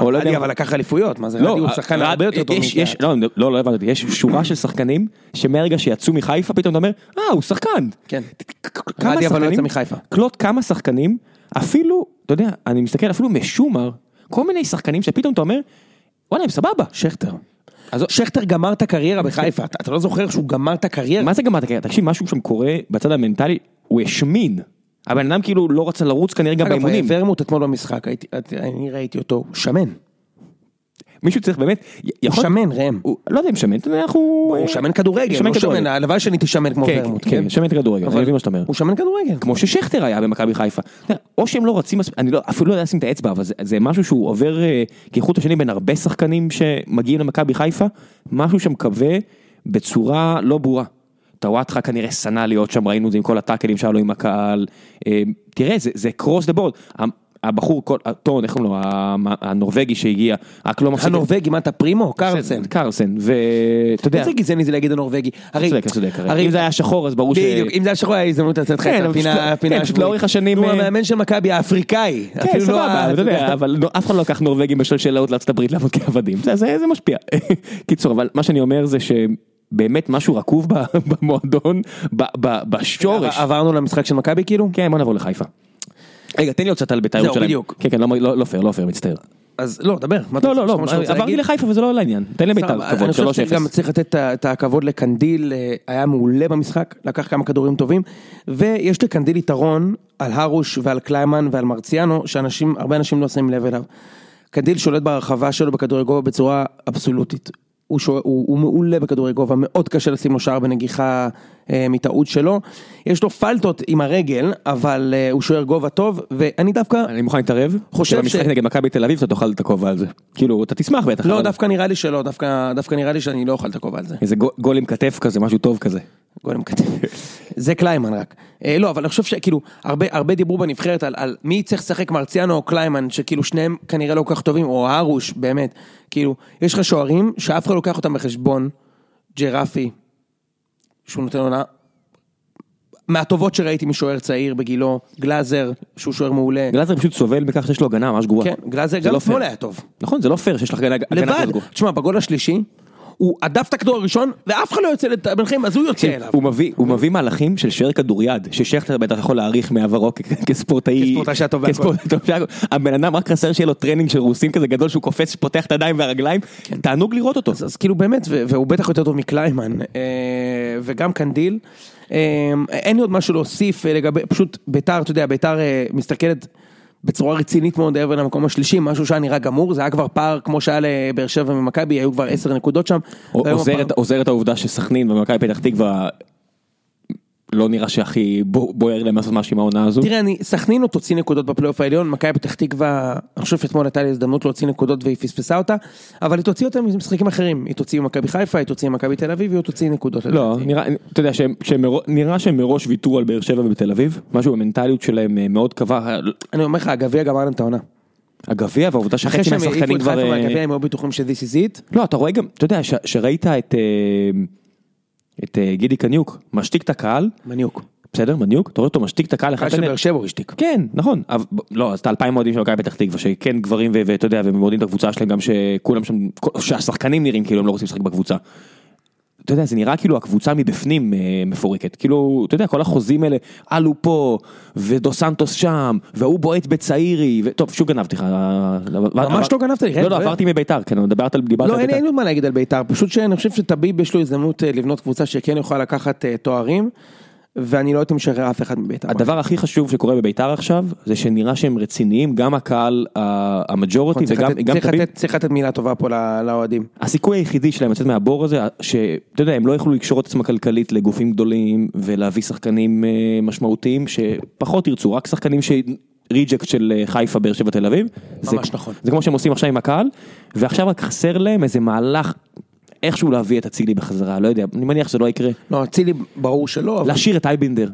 S1: או לא יודע
S2: רדי
S1: מה.
S2: אבל לקח אליפויות, מה זה
S1: לא,
S2: רדי הוא
S1: אה,
S2: שחקן
S1: רד-
S2: הרבה יותר טוב
S1: יש- יש- לא, לא, לא הבנתי, יש שורה של שחקנים שמהרגע שיצאו מחיפה פתאום אתה אומר, אה, הוא שחקן.
S2: כן.
S1: כמה
S2: רדי אבל לא
S1: שחקנים-
S2: יצא מחיפה.
S1: קלוט כמה שחקנים, אפילו, אתה יודע, אני מסתכל אפילו משומר, כל מיני שחקנים שפתאום אתה אומר, וואלה, הם סבבה.
S2: שכטר.
S1: אז
S2: שכטר גמר את הקריירה בחיפה, אתה- אתה לא זוכר שהוא גמר את הקריירה?
S1: מה זה גמר את הקריירה? תקשיב, משהו שם קורה בצד המנטלי, הוא השמין. הבן אדם כאילו לא רצה לרוץ כנראה גם
S2: אגב,
S1: באימונים.
S2: ורמוט אתמול במשחק, הייתי- אני ראיתי אותו, הוא שמן.
S1: מישהו צריך באמת, י-
S2: הוא
S1: יכול...
S2: שמן, ראם.
S1: הוא לא יודע אם שמן, אתה יודע, אנחנו...
S2: הוא שמן כדורגל,
S1: שמן
S2: לא שמן,
S1: כדורגל.
S2: הלוואי שאני תשמן כמו
S1: כן,
S2: ורמוט,
S1: כן, כן, שמן כדורגל,
S2: אבל
S1: אני מבין מה שאתה אומר.
S2: הוא שמן כדורגל.
S1: כמו ששכטר היה במכבי חיפה. אתה יודע, או שהם לא רצים, מספיק- אני לא, אפילו לא יודע לשים את האצבע, אבל זה, זה משהו שהוא עובר אה, כחוט השני בין הרבה שחקנים שמגיעים למכבי חיפה, משהו שם כבה בצורה לא ברורה. טוואטחה כנראה שנא להיות שם, ראינו את זה עם כל הטאקלים שהיה לו עם הקהל. אה, תראה, זה, זה קרוס דה בורד. הבחור, כל- הטון, איך קוראים לו, המ- הנורבגי שהגיע, רק לא מפסיק...
S2: הנורבגי, מה אתה פרימו? קרלסן.
S1: קרסן, ואתה יודע,
S2: איזה גזעני זה להגיד הנורבגי? הרי-
S1: צודק, צודק, הרי
S2: הרי
S1: אם זה היה שחור אז ברור ש...
S2: בדיוק, אם זה היה שחור היה הזדמנות לצאת לך
S1: כן,
S2: את
S1: אבל פשוט-
S2: הפינה
S1: כן,
S2: הפינה
S1: פשוט לאורך השנים,
S2: הוא
S1: אה,
S2: המאמן של מכבי האפריקאי.
S1: כן,
S2: אפילו לא ה-
S1: סבבה, אתה יודע, אבל לא- אף אחד לא לקח נורבגים בשלשלאות לארצות הברית לעבוד כעבדים, זה- זה זה משפיע. קיצור, אבל מה שאני אומר זה שבאמת משהו רקוב ב- במועדון, ב- ב- בשורש.
S2: עברנו למשחק של מכבי כאילו?
S1: כן, בוא נעבור לחיפה. רגע, תן לי עוד קצת על בית"ר
S2: זהו,
S1: ירושלים.
S2: בדיוק.
S1: כן, כן, לא- לא לא פייר, לא פייר, מצטער.
S2: אז לא, דבר. מה אתה
S1: לא,
S2: רוצה?
S1: לא, לא,
S2: יש לך משהו שאתה רוצה
S1: עברתי
S2: להגיד?
S1: לחיפה וזה לא לעניין. תן לבית"ר
S2: סבבה,
S1: כבוד,
S2: אני חושב
S1: 3-0.
S2: שגם צריך לתת את ה- את הכבוד לקנדיל, אה, היה מעולה במשחק, לקח כמה כדורים טובים, ויש לקנדיל יתרון על הרוש ועל קליימן ועל מרציאנו, שאנשים, הרבה אנשים לא שמים לב אליו. קנדיל שולט ברחבה שלו בכדורי גובה בצורה אבסולוטית. הוא- הוא, שוע, הוא, הוא מעולה בכדורי גובה, מאוד קשה לשים לו שער בנגיחה אה, מטעות שלו. יש לו פלטות עם הרגל, אבל אה, הוא שוער גובה טוב, ואני דווקא...
S1: אני מוכן להתערב,
S2: חושב
S1: שבמשחק
S2: ש-
S1: נגד מכבי תל אביב אתה תאכל את הכובע על זה. כאילו, אתה תשמח בטח.
S2: לא,
S1: אבל-
S2: דווקא נראה לי שלא, דווקא, דווקא נראה לי שאני לא אוכל את הכובע על זה.
S1: איזה גול- גול עם כתף כזה, משהו טוב כזה.
S2: גול עם כתף. זה קליימן רק. אה, לא, אבל אני חושב שכאילו, הרבה, הרבה דיברו בנבחרת על, על מי צריך לשחק, מרציאנו או קליימן, שכאילו שניהם כנראה לא כל כך טובים, או הרוש, באמת. כאילו, יש לך שוערים שאף אחד לא לוקח אותם בחשבון, ג'רפי, שהוא נותן עונה, מהטובות שראיתי משוער צעיר בגילו, גלאזר, שהוא שוער מעולה.
S1: גלאזר פשוט סובל מכך שיש לו הגנה ממש גרועה.
S2: כן, גלאזר
S1: זה
S2: גם
S1: לא
S2: אתמול
S1: פייר.
S2: היה טוב.
S1: נכון, זה לא פייר שיש לך הגנה הגנה
S2: לבד, כן,
S1: כזאת גרועה.
S2: תשמע, בגול השלישי, הוא הדף את הכדור הראשון, ואף אחד לא יוצא לבינכם, אז הוא יוצא
S1: כן,
S2: אליו.
S1: הוא מביא, הוא מביא מהלכים של שוער כדוריד, ששכטר בטח יכול להעריך מעברו כ- כספורטאי.
S2: כספורטאי שהיה טוב בהכל.
S1: כספורטאי טוב בהכל. הבן אדם רק חסר שיהיה לו טרנינג של רוסים כזה גדול שהוא קופץ, פותח את הידיים והרגליים, תענוג לראות אותו.
S2: כן. אז, אז כאילו באמת, ו- והוא בטח יותר טוב מקליימן, אה, וגם קנדיל. אה, אין לי עוד משהו להוסיף אה, לגבי, פשוט ביתר, אתה יודע, ביתר אה, מסתכלת בצורה רצינית מאוד עבר למקום השלישי, משהו שהיה נראה גמור, זה היה כבר פער כמו שהיה לבאר שבע ומכבי, היו כבר עשר נקודות שם.
S1: או-
S2: והיום
S1: עוזרת-
S2: הפער-
S1: עוזרת העובדה שסכנין ומכבי פתח תקווה לא נראה שהכי בו- בוער להם לעשות משהו עם העונה הזו.
S2: תראה, אני, סכנין לא תוציא נקודות בפלייאוף העליון, מכבי פתח תקווה, אני חושב שאתמול הייתה לי הזדמנות להוציא נקודות והיא פספסה אותה, אבל היא תוציא אותה ממשחקים אחרים, היא תוציא ממכבי חיפה, היא תוציא ממכבי תל אביב, היא תוציא נקודות.
S1: לא, נראה, אתה יודע, שהם, שהם, מרו- נראה שהם מראש ויתרו על באר שבע ותל אביב, משהו במנטליות שלהם אה, מאוד קבע,
S2: אני אומר לך, הגביע גמר להם את העונה.
S1: הגביע והעובדה
S2: אחרי
S1: שחצי
S2: שהם העיפו
S1: מהשחקנים
S2: את
S1: כבר...
S2: חיפה
S1: אה,
S2: מהגביע הם היו בטוחים ש-this is it.
S1: לא, אתה רואה גם, אתה יודע, ש, שראית את, אה, את אה, גידי קניוק, משתיק את הקהל,
S2: מניוק.
S1: בסדר, מניוק, אתה רואה אותו משתיק את הקהל,
S2: אחרי
S1: אחת
S2: שבאר שבע הוא השתיק.
S1: כן, נכון, אבל, לא, אז את האלפיים אוהדים של מכבי פתח תקווה, שכן גברים ו- ואתה יודע, והם אוהדים את הקבוצה שלהם גם שכולם שם, כל- שהשחקנים נראים כאילו הם לא רוצים לשחק בקבוצה. אתה יודע, זה נראה כאילו הקבוצה מבפנים אה, מפורקת, כאילו, אתה יודע, כל החוזים האלה, אלו פה, ודו סנטוס שם, והוא בועט בצעירי, ו... טוב, שוב גנבתי לך. אה,
S2: ממש לא גנבת לי,
S1: לא, לא,
S2: אה,
S1: עברתי מביתר, כן, אבל דיברת על דיברת
S2: לא,
S1: על
S2: אין
S1: ביתר.
S2: אין לי מה להגיד על בית"ר, פשוט שאני חושב שטביב יש לו הזדמנות אה, לבנות קבוצה שכן יכולה לקחת אה, תוארים, ואני לא הייתי משחרר אף אחד מבית"ר.
S1: הדבר הכי חשוב שקורה בביתר עכשיו, זה שנראה שהם רציניים, גם הקהל ה- המג'ורטי
S2: נכון, צריך
S1: וגם
S2: לתת-
S1: גם
S2: צריך
S1: תביב.
S2: לתת- צריך לתת מילה טובה פה לא- לאוהדים.
S1: הסיכוי היחידי שלהם לצאת מהבור הזה, שאתה יודע, הם לא יכלו לקשור את עצמם כלכלית לגופים גדולים ולהביא שחקנים אה, משמעותיים שפחות ירצו, רק שחקנים שריג'קט של אה, חיפה, באר שבע, תל אביב.
S2: ממש
S1: זה,
S2: נכון.
S1: זה כמו שהם עושים עכשיו עם הקהל, ועכשיו רק חסר להם איזה מהלך איכשהו להביא את אצילי בחזרה, לא יודע, אני מניח שזה לא יקרה.
S2: לא, אצילי ברור שלא, אבל
S1: להשאיר את אייבינדר.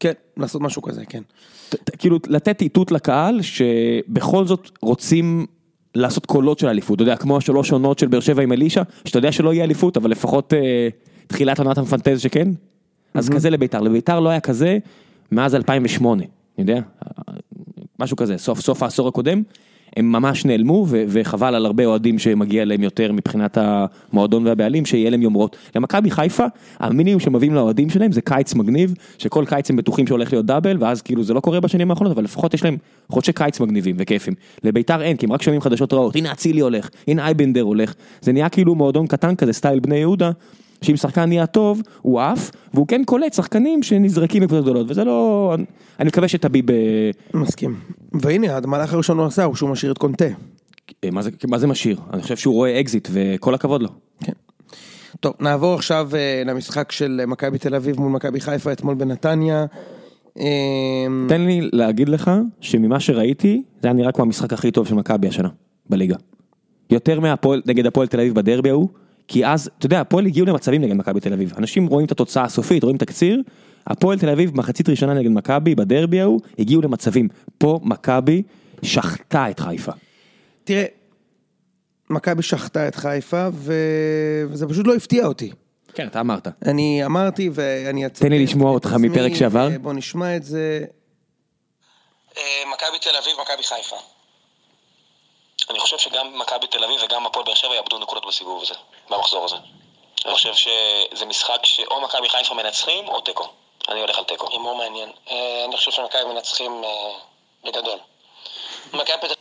S2: כן, לעשות משהו כזה, כן.
S1: ת- ת- כאילו לתת איתות לקהל שבכל זאת רוצים לעשות קולות של אליפות, אתה יודע, כמו השלוש עונות של באר שבע עם אלישע, שאתה יודע שלא יהיה אליפות, אבל לפחות אה, תחילת עונת המפנטז שכן, אז כזה לביתר, לביתר לא היה כזה מאז 2008, אני יודע, אה, משהו כזה, סוף סוף העשור הקודם, הם ממש נעלמו ו- וחבל על הרבה אוהדים שמגיע להם יותר מבחינת המועדון והבעלים, שיהיה להם יומרות. למכבי חיפה, המינימום שמביאים לאוהדים שלהם זה קיץ מגניב, שכל קיץ הם בטוחים שהולך להיות דאבל, ואז כאילו זה לא קורה בשנים האחרונות, אבל לפחות יש להם חודשי קיץ מגניבים וכיפים. לביתר אין, כי הם רק שומעים חדשות רעות, הנה אצילי הולך, הנה אייבנדר הולך, זה נהיה כאילו מועדון קטן כזה, סטייל בני יהודה. שאם שחקן נהיה טוב, הוא עף, והוא כן קולט שחקנים שנזרקים מקבוצות גדולות, וזה לא... אני מקווה שתביב אה,
S2: מסכים. והנה, המהלך הראשון הוא עשה, הוא שהוא משאיר את קונטה.
S1: אה, מה זה, מה זה משאיר? אני חושב שהוא רואה אקזיט וכל הכבוד לו.
S2: כן. טוב, נעבור עכשיו אה, למשחק של מכבי תל אביב מול מכבי חיפה אתמול בנתניה. אה,
S1: תן לי להגיד לך שממה שראיתי זה היה נראה כמו המשחק הכי טוב של מכבי השנה בליגה. יותר מהפועל נגד הפועל תל אביב בדרבי ההוא, כי אז אתה יודע הפועל הגיעו למצבים נגד מכבי תל אביב. אנשים רואים את התוצאה הסופית רואים את הקציר. הפועל תל אביב מחצית ראשונה נגד מכבי בדרבי ההוא הגיעו למצבים. פה מכבי שחטה את חיפה.
S2: תראה, מכבי שחטה את חיפה, ו... וזה פשוט לא הפתיע אותי.
S1: כן אתה אמרת.
S2: אני אמרתי ואני אצטט.
S1: תן לי לשמוע אותך
S2: את עצמי,
S1: מפרק שעבר.
S2: בוא נשמע את זה.
S3: אה, מכבי תל אביב, מכבי חיפה. אני חושב שגם מכבי תל אביב וגם הפועל באר שבע יאבדו נקודות בסיבוב הזה, במחזור הזה. אני חושב שזה משחק שאו מכבי חיפה מנצחים או תיקו. אני הולך על תיקו. הימור מעניין. אה, אני חושב שמכבי מנצחים בגדול. אה, מכבי פתח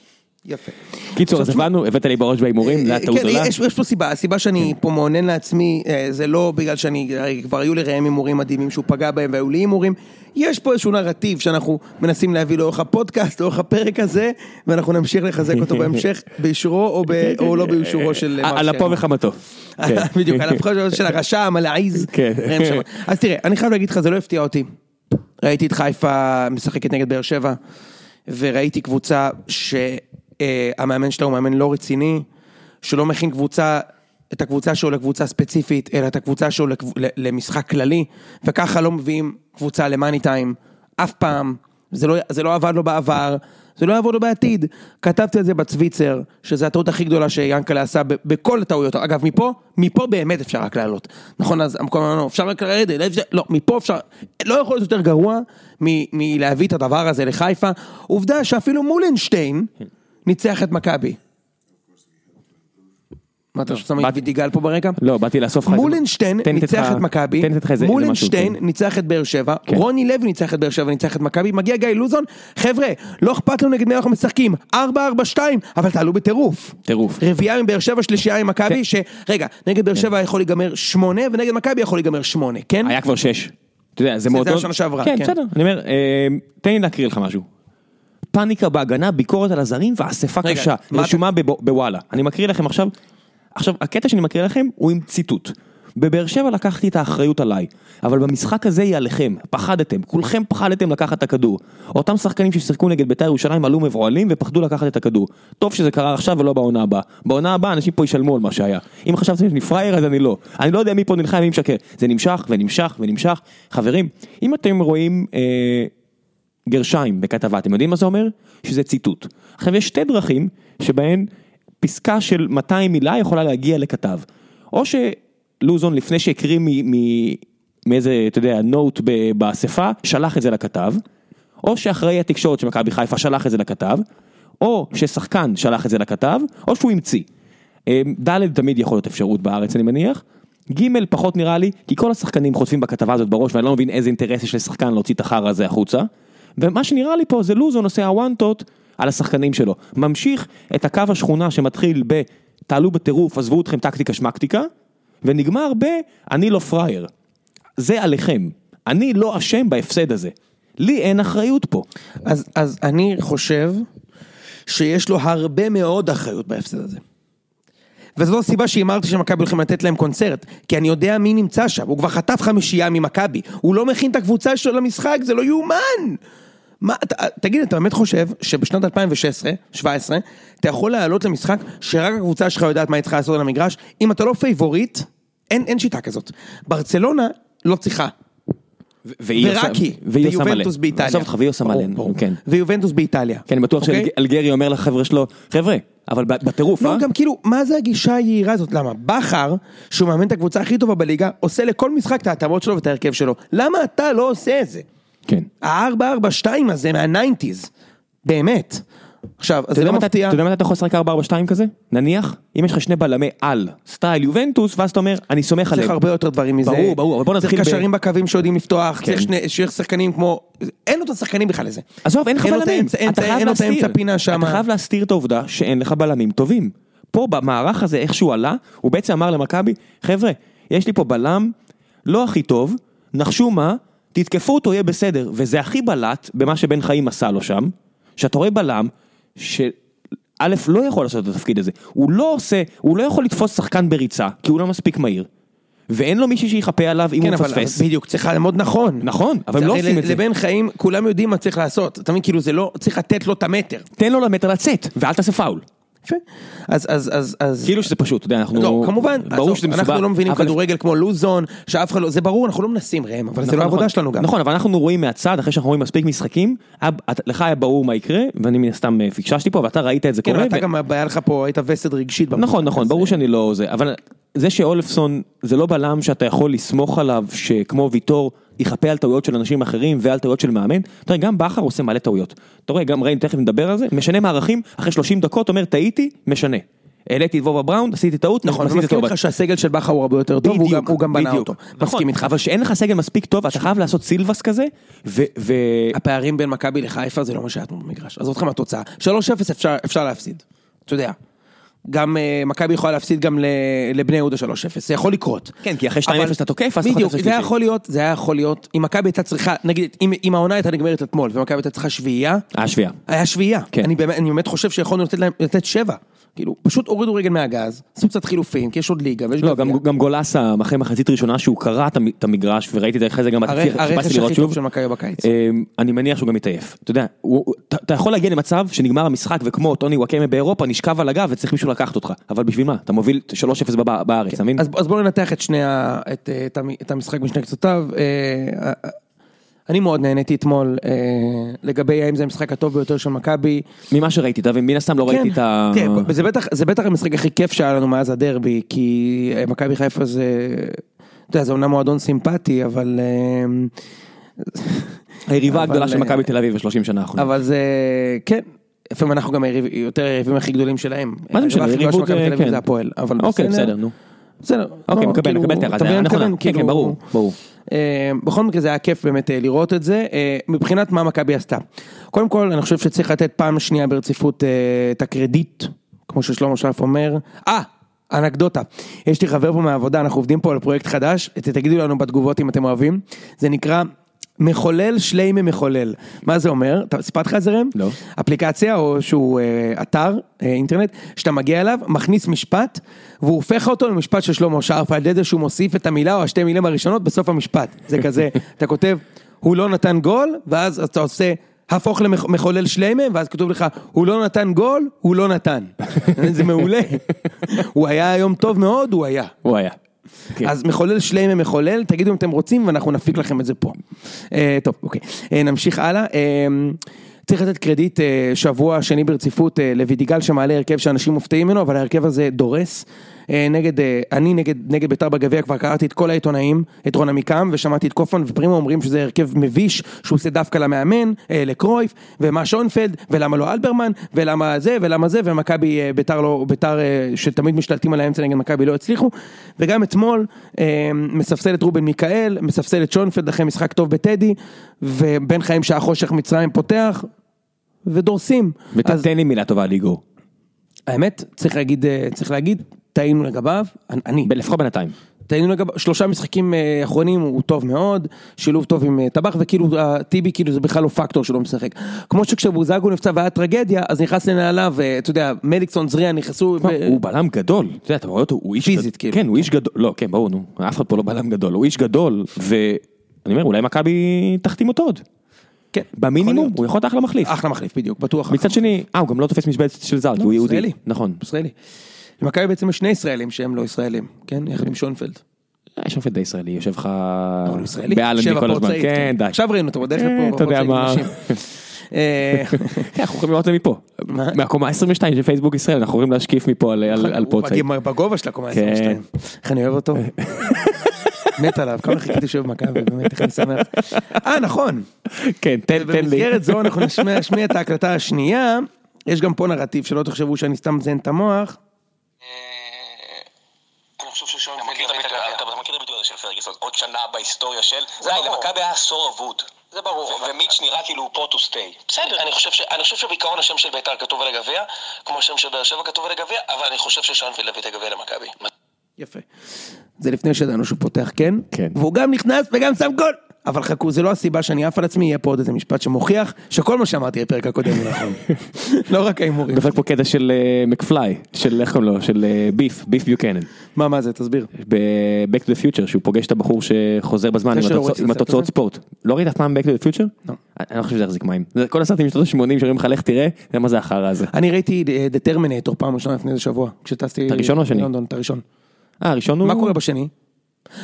S2: יפה.
S1: קיצור, אז
S2: עכשיו,
S1: הבנו, הבאת לי בראש בהימורים, זה כן. היה טעות
S2: כן,
S1: גדולה.
S2: יש, יש פה סיבה, הסיבה שאני פה מעונן לעצמי, אה, זה לא בגלל שאני, הרי כבר היו לי ראם הימורים מדהימים שהוא פגע בהם והיו לי הימורים, יש פה איזשהו נרטיב שאנחנו מנסים להביא לאורך הפודקאסט, לאורך הפרק הזה, ואנחנו נמשיך לחזק אותו בהמשך, באישורו או, ב, או לא באישורו של...
S1: אה, על
S2: מר
S1: אפו
S2: שרמן.
S1: וחמתו. כן.
S2: בדיוק, על הבחירות של הרשם, על העיז.
S1: כן.
S2: ראם שרמן. אז תראה, אני חייב להגיד לך, זה לא הפתיע אותי. ראיתי את חיפה משחקת נגד באר שבע, וראיתי קבוצה שהמאמן שלה הוא מאמן לא רציני, שלא מכין קבוצה, את הקבוצה שלו לקבוצה ספציפית, אלא את הקבוצה שלו לקב- ל- למשחק כללי, וככה לא מביאים קבוצה למאני טיים, אף פעם. זה לא, זה לא עבד לו בעבר, זה לא יעבוד לו בעתיד. כתבתי את זה בצוויצר, שזה הטעות הכי גדולה שיאנקלה עשה ב- בכל הטעויות. אגב, מפה, מפה באמת אפשר רק לעלות. נכון, אז המקום אמרנו, אפשר רק לרדת, לא, אפשר- לא, מפה אפשר, לא יכול להיות יותר גרוע מ- מלהביא את הדבר הזה לחיפה. עובדה שאפילו מולנשטיין ניצח את מכבי. מה אתה שם את וידיגל פה ברקע?
S1: לא, באתי לאסוף לך. איזה-
S2: מולנשטיין
S1: תן לי לתת
S2: ניצח
S1: לך-
S2: את מכבי,
S1: תן לי לתת לך איזה איזה משהו. כן.
S2: מולנשטיין ניצח את באר שבע, רוני לוי ניצח את באר שבע, ניצח את מכבי, מגיע גיא לוזון, חבר'ה, לא אכפת לנו נגד מי אנחנו משחקים, 4-4-2, אבל תעלו בטירוף.
S1: טירוף.
S2: רביעייה עם באר שבע, שלישייה עם
S1: כן.
S2: מכבי, ש... רגע, נגד באר שבע יכול להיגמר 8, ונגד מכבי יכול להיגמר 8, כן?
S1: היה כבר שש. אתה יודע, זה מאוד
S2: זה
S1: טוב.
S2: השנה שעברה,
S1: כן,
S2: כן.
S1: בסדר. אני אומר, אה, תן לי להקריא לך משהו. פאניקה בהגנה, ביקורת על הזרים ואספה
S2: רגע,
S1: קשה.
S2: מה
S1: רשומה בב- בוואלה. אני מקריא לכם עכשיו. עכשיו, הקטע שאני מקריא לכם הוא עם ציטוט. בבאר שבע לקחתי את האחריות עליי, אבל במשחק הזה היא עליכם, פחדתם, כולכם פחדתם לקחת את הכדור. אותם שחקנים ששיחקו נגד בית"ר ירושלים עלו מבוהלים ופחדו לקחת את הכדור. טוב שזה קרה עכשיו ולא בעונה הבאה. בעונה הבאה אנשים פה ישלמו על מה שהיה. אם חשבתם שאני פראייר אז אני לא. אני לא יודע מי פה נלחם ומי משקר. זה נמשך ונמשך ונמשך. חברים, אם אתם רואים... אה, גרשיים בכתבה, אתם יודעים מה זה אומר? שזה ציטוט. עכשיו יש שתי דרכים שבהן פסקה של 200 מילה יכולה להגיע לכתב. או שלוזון לפני שהקריא מ- מ- מאיזה, אתה יודע, נוט ב- באספה, שלח את זה לכתב, או שאחראי התקשורת של מכבי חיפה שלח את זה לכתב, או ששחקן שלח את זה לכתב, או שהוא המציא. אה, ד' תמיד יכול להיות אפשרות בארץ אני מניח. ג' פחות נראה לי, כי כל השחקנים חוטפים בכתבה הזאת בראש ואני לא מבין איזה אינטרס יש לשחקן להוציא את החרא הזה החוצה. ומה שנראה לי פה זה לוזון עושה הוואנטות על השחקנים שלו. ממשיך את הקו השכונה שמתחיל ב תעלו בטירוף, עזבו אתכם טקטיקה שמקטיקה, ונגמר ב אני לא פראייר. זה עליכם. אני לא אשם בהפסד הזה. לי אין אחריות פה.
S2: אז, אז אני חושב שיש לו הרבה מאוד אחריות בהפסד הזה. וזו הסיבה שהימרתי שמכבי הולכים לתת להם קונצרט, כי אני יודע מי נמצא שם, הוא כבר חטף חמישייה ממכבי, הוא לא מכין את הקבוצה שלו למשחק, זה לא יאומן! מה, ת, תגיד, אתה באמת חושב שבשנת 2016-2017 אתה יכול לעלות למשחק שרק הקבוצה שלך יודעת מה היא צריכה לעשות על המגרש? אם אתה לא פייבוריט, אין, אין שיטה כזאת. ברצלונה לא צריכה, ורק היא, ויובנטוס באיטליה.
S1: עזוב אותך, והיא עושה
S2: ברור,
S1: מלא.
S2: ברור.
S1: כן.
S2: ויובנטוס באיטליה.
S1: כי אני בטוח
S2: אוקיי?
S1: שאלגרי אומר לחבר'ה שלו, חבר'ה, אבל ב- בטירוף, אה?
S2: לא, גם כאילו, מה זה הגישה היהירה הזאת? למה? בכר, שהוא מאמן את הקבוצה הכי טובה בליגה, עושה לכל משחק את ההתאמות שלו ואת ההרכב שלו. למה אתה לא עושה את זה?
S1: כן.
S2: ה-442 הזה מהניינטיז. באמת. עכשיו, אז
S1: אתה
S2: זה
S1: יודע
S2: לא
S1: מתי- אתה
S2: מפתיע.
S1: יודע מתי אתה יכול לשחק 4-4-2 כזה? נניח, אם יש לך שני בלמי על, סטייל יובנטוס, ואז אתה אומר, אני סומך עליהם.
S2: צריך הרבה יותר דברים מזה.
S1: ברור, ברור, אבל בוא נתחיל ב-
S2: צריך קשרים בקווים שיודעים לפתוח,
S1: כן.
S2: צריך שני- שיהיה שחקנים כמו... אין לו את השחקנים בכלל לזה.
S1: עזוב, אין לך
S2: אין לו את
S1: בלמים.
S2: האמצע-
S1: אתה
S2: אין-
S1: חייב
S2: אין לו את
S1: להסתיר.
S2: האמצע פינה שם.
S1: אתה חייב להסתיר את העובדה שאין לך בלמים טובים. פה במערך הזה, איך שהוא עלה, הוא בעצם אמר למכבי, חבר'ה, יש לי פה בלם לא הכי טוב, נחשו מה, תתקפו אותו, יהיה בסדר. וזה הכי בלט במה שבן חיים עשה לו שם, שאתה רואה בלם ש... א', לא יכול לעשות את התפקיד הזה, הוא לא עושה, הוא לא יכול לתפוס שחקן בריצה, כי הוא לא מספיק מהיר, ואין לו מישהו שיחפה עליו אם
S2: כן,
S1: הוא
S2: אבל
S1: מפספס.
S2: בדיוק, צריך ללמוד נכון.
S1: נכון, אבל הם לא
S2: הרי
S1: עושים את זה.
S2: לבן חיים, כולם יודעים מה צריך לעשות. אתה מבין, כאילו זה לא, צריך לתת לו את המטר.
S1: תן לו למטר לצאת, ואל תעשה פאול.
S2: יפה. אז, אז, אז, אז...
S1: כאילו שזה פשוט, אתה יודע, אנחנו...
S2: לא, כמובן,
S1: ברור
S2: עזוב,
S1: שזה מסובך.
S2: אנחנו לא מבינים
S1: אבל-
S2: כדורגל כמו לוזון, שאף אחד לא, זה ברור, אנחנו לא מנסים ראם, אבל זה
S1: נכון,
S2: לא העבודה
S1: נכון.
S2: שלנו גם.
S1: נכון, אבל אנחנו רואים מהצד, אחרי שאנחנו רואים מספיק משחקים, אה, את- לך היה ברור מה יקרה, ואני מן הסתם אה, פיקששתי פה, ואתה ראית את זה
S2: כן,
S1: קורה.
S2: אבל אתה
S1: ו-
S2: גם, היה לך פה, היית וסד רגשית. במשחק.
S1: נכון, נכון,
S2: אז- אה,
S1: ברור שאני לא זה, אבל זה שאולפסון זה לא בלם שאתה יכול לסמוך עליו שכמו ויטור יכפה על טעויות של אנשים אחרים ועל טעויות של מאמן, אתה רואה, גם בכר עושה מלא טעויות. אתה רואה, גם ראינו, תכף נדבר על זה, משנה מערכים, אחרי 30 דקות אומר טעיתי, משנה. העליתי את וובה בראון, עשיתי טעות,
S2: נכון, אני
S1: עשיתי
S2: מסכים
S1: טעות.
S2: איתך שהסגל של בכר הוא הרבה יותר טוב, הוא גם- הוא גם בנה
S1: בדיוק.
S2: אותו.
S1: נכון,
S2: מסכים איתך.
S1: אבל שאין לך סגל מספיק טוב, אתה חייב לעשות סילבס כזה, ו... ו...
S2: הפערים בין מכבי לחיפה זה לא מה שהיה אתמול במגרש. עזוב אותך מהתוצאה. 3-0 אפשר- אפשר להפסיד. אתה יודע. גם אה, מכבי יכולה להפסיד גם ל- לבני יהודה 3-0, זה יכול לקרות.
S1: כן, כי אחרי 2-0
S2: אבל-
S1: אתה תוקף, אז אתה
S2: בדיוק,
S1: חוטף
S2: זה היה
S1: שלישי.
S2: יכול להיות, זה היה יכול להיות, אם מכבי הייתה צריכה, נגיד, אם- אם העונה הייתה נגמרת אתמול, ומכבי הייתה צריכה שביעייה,
S1: אה, שביעה.
S2: היה שביעייה.
S1: כן.
S2: אני באמת, אני באמת חושב שיכולנו לתת להם, לתת שבע. כאילו, פשוט הורידו רגל מהגז, עשו קצת חילופים, כי יש עוד ליגה ויש
S1: לא,
S2: גביע.
S1: גם, גם גולסה, אחרי מחצית ראשונה שהוא קרע את המ- את המגרש, וראיתי את זה אחרי זה גם
S2: הר-
S1: בתקציר,
S2: הרכש
S1: חיפשתי
S2: הכי
S1: לראות
S2: טוב
S1: שוב.
S2: של מכבי בקיץ.
S1: אמ, אני מניח שהוא גם מתעייף. אתה יודע, הוא- הוא- אתה- אתה יכול להגיע למצב שנגמר המשחק וכמו טוני וואקמה באירופה, נשכב על הגב וצריך מישהו לקחת אותך. אבל בשביל מה? אתה מוביל 3-0 בב- בארץ, אתה מבין?
S2: כן, אז, אז בואו ננתח את שני ה... את, אה, את, המ- את המשחק משני קצותיו. אה, אה, אני מאוד נהניתי אתמול אה, לגבי האם זה המשחק הטוב ביותר של מכבי.
S1: ממה שראיתי, אתה מבין? מן הסתם לא
S2: כן,
S1: ראיתי את ה...
S2: תראה, זה בטח, זה בטח המשחק הכי כיף שהיה לנו מאז הדרבי, כי אה, מכבי חיפה זה... אתה יודע, זה אומנם מועדון סימפטי, אבל... אה,
S1: היריבה
S2: אבל,
S1: הגדולה של
S2: אה,
S1: מכבי תל אביב ב-30 שנה האחרונה.
S2: אבל זה... כן. לפעמים אנחנו גם היריב, יותר היריבים הכי גדולים שלהם.
S1: מה זה משנה,
S2: אה, היריבה הכי גדולה
S1: יריבות
S2: של מכבי
S1: זה...
S2: תל אביב
S1: כן.
S2: זה הפועל, אבל
S1: אוקיי, בסדר, נו.
S2: בסדר.
S1: אוקיי,
S2: לא,
S1: מקבל,
S2: כאילו,
S1: מקבל את ההערה,
S2: אתה
S1: זה
S2: מבין מה אני
S1: נכונה.
S2: מתכוון?
S1: כן, כן,
S2: כאילו,
S1: ברור, ברור.
S2: אה, בכל מקרה זה היה כיף באמת אה, לראות את זה. אה, מבחינת מה מכבי עשתה. קודם כל, אני חושב שצריך לתת פעם שנייה ברציפות אה, את הקרדיט, כמו ששלמה שלף אומר. אה! אנקדוטה, יש לי חבר פה מהעבודה, אנחנו עובדים פה על פרויקט חדש, ת- תגידו לנו בתגובות אם אתם אוהבים, זה נקרא מחולל שליימי מחולל. מה זה אומר? אתה- סיפרתי לך את זה ראם?
S1: לא.
S2: אפליקציה או שהוא אה, אתר אה, אינטרנט שאתה מגיע אליו מכניס משפט והוא הופך אותו למשפט של שלמה שרף על ידי זה שהוא מוסיף את המילה או השתי מילים הראשונות בסוף המשפט זה כזה אתה כותב הוא לא נתן גול ואז אתה עושה. הפוך למחולל שלמה, ואז כתוב לך, הוא לא נתן גול, הוא לא נתן. זה מעולה. הוא היה היום טוב מאוד, הוא היה.
S1: הוא היה. כן.
S2: אז מחולל שליימה מחולל, תגידו אם אתם רוצים ואנחנו נפיק לכם את זה פה. אה, טוב, אוקיי. אה, נמשיך הלאה. אה, צריך לתת קרדיט אה, שבוע שני ברציפות אה, לוידיגל שמעלה הרכב שאנשים מופתעים ממנו, אבל ההרכב הזה דורס. אה, נגד, אה, אני נגד, נגד ביתר בגביע כבר קראתי את כל העיתונאים, את רון עמיקם, ושמעתי את קופמן ופרימו אומרים שזה הרכב מביש, שהוא עושה דווקא למאמן, אה, לקרויף, ומה שונפלד, ולמה לא אלברמן, ולמה זה, ולמה זה, ומכבי, אה, ביתר לא, ביתר אה, שתמיד משתלטים על האמצע נגד מכבי לא הצליחו, וגם אתמול אה, מספסל את רובן מיכאל, מספסל את שונפלד אחרי משחק טוב בטדי, ובן חיים שעה חושך מצרים פותח, ודורסים. אז-
S1: ותתן לי מילה טובה על איגור.
S2: האמת, צריך להגיד, אה, צריך להגיד, טעינו לגביו, אני- אני,
S1: ב- לפחות בינתיים.
S2: טעינו לגביו, שלושה משחקים אה, אחרונים הוא טוב מאוד, שילוב טוב עם אה, טבח, וכאילו אה, טיבי כאילו זה בכלל לא פקטור שלא משחק. כמו שכשבוזגו נפצע והיה טרגדיה, אז נכנס לנעליו, אה, אתה יודע, מליקסון, זריע נכנסו,
S1: מה,
S2: ב-
S1: הוא בלם גדול, אתה יודע, אתה רואה אותו, הוא איש
S2: פיזית,
S1: גד-
S2: כאילו.
S1: כן, הוא איש גדול, לא, כן, ברור, נו, אף אחד פה לא בלם גדול, הוא איש גדול, ואני אומר, אולי מכבי תחתים אותו עוד,
S2: כן, יכול
S1: במינימום,
S2: להיות.
S1: הוא יכול להיות אחלה מחליף.
S2: אחלה מחליף בדיוק, בטוח.
S1: מצד שני, אה, הוא גם לא תופס משבצת של זר, כי הוא יהודי.
S2: ישראלי.
S1: נכון.
S2: ישראלי. למכבי בעצם יש שני ישראלים שהם לא ישראלים, כן? יחד עם שונפלד.
S1: אה, יש שופט די ישראלי, יושב לך...
S2: אבל לא, הוא ישראלי.
S1: באלנבי
S2: שבע
S1: כל הזמן,
S2: פורצאית,
S1: כן, די.
S2: עכשיו ראינו אותו, בדרך
S1: כן,
S2: כלל פה,
S1: אתה יודע מה.
S2: פורצאית עם נשים. אה,
S1: כן, אנחנו יכולים לראות את זה מפה.
S2: מה? נכון,
S1: מהקומה 22 של פייסבוק ישראל, אנחנו יכולים להשקיף מפה על- על על
S2: הוא
S1: פורצאית.
S2: מגיע בגובה של הקומה
S1: כן.
S2: 22. איך אני אוהב אותו. מת עליו, כמה חיכיתי שהוא יהיה במכבי, באמת, איך אני שמח. אה, נכון.
S1: כן, תן תן לי.
S2: במסגרת זו אנחנו נשמע נשמיע את ההקלטה השנייה. יש גם פה נרטיב, שלא תחשבו שאני סתם מזיין את המוח.
S3: אה, אני חושב ששון אתה מכיר את הביטוי הזה של פרגוסון, עוד שנה בהיסטוריה של... זה ברור. למכבי היה עשור אבוד. זה ברור. ומיץ' נראה כאילו הוא פה to stay. בסדר, אני חושב ש- אני חושב שבעיקרון השם של בית"ר כתוב על הגביע, כמו השם של באר שבע כתוב על הגביע, אבל אני חושב ששונפלד הביא את הגביע למכבי.
S2: יפה. זה לפני שידענו שהוא פותח, כן?
S1: כן.
S2: והוא גם נכנס וגם שם גול. אבל חכו, זה לא הסיבה שאני עף על עצמי, יהיה פה עוד איזה משפט שמוכיח שכל מה שאמרתי בפרק הקודם הוא נכון. לא רק ההימורים.
S1: דופק פה קטע של אה, מקפליי, של איך קוראים לו, של אה, ביף, ביף ביוקנן.
S2: מה, מה זה? תסביר.
S1: ב-Back to the Future שהוא פוגש את הבחור שחוזר בזמן עם
S2: זה שלא
S1: התוצאות-
S2: ראיתי
S1: עם
S2: את הסרט
S1: התוצאות
S2: הזה.
S1: ספורט. לא ראית אף פעם Back to the Future?
S2: לא.
S1: אני לא חושב שזה יחזיק מים. זה כל הסרטים משנות ה-80 שאומרים לך לך תראה, זה מה זה החרא הזה.
S2: אני ראיתי דה טרמינטור פעם ראשונה לפני איזה שבוע, כשטסתי
S1: את הראשון או השני?
S2: ללונדון, את הראשון.
S1: אה הראשון הוא...
S2: מה קורה בשני?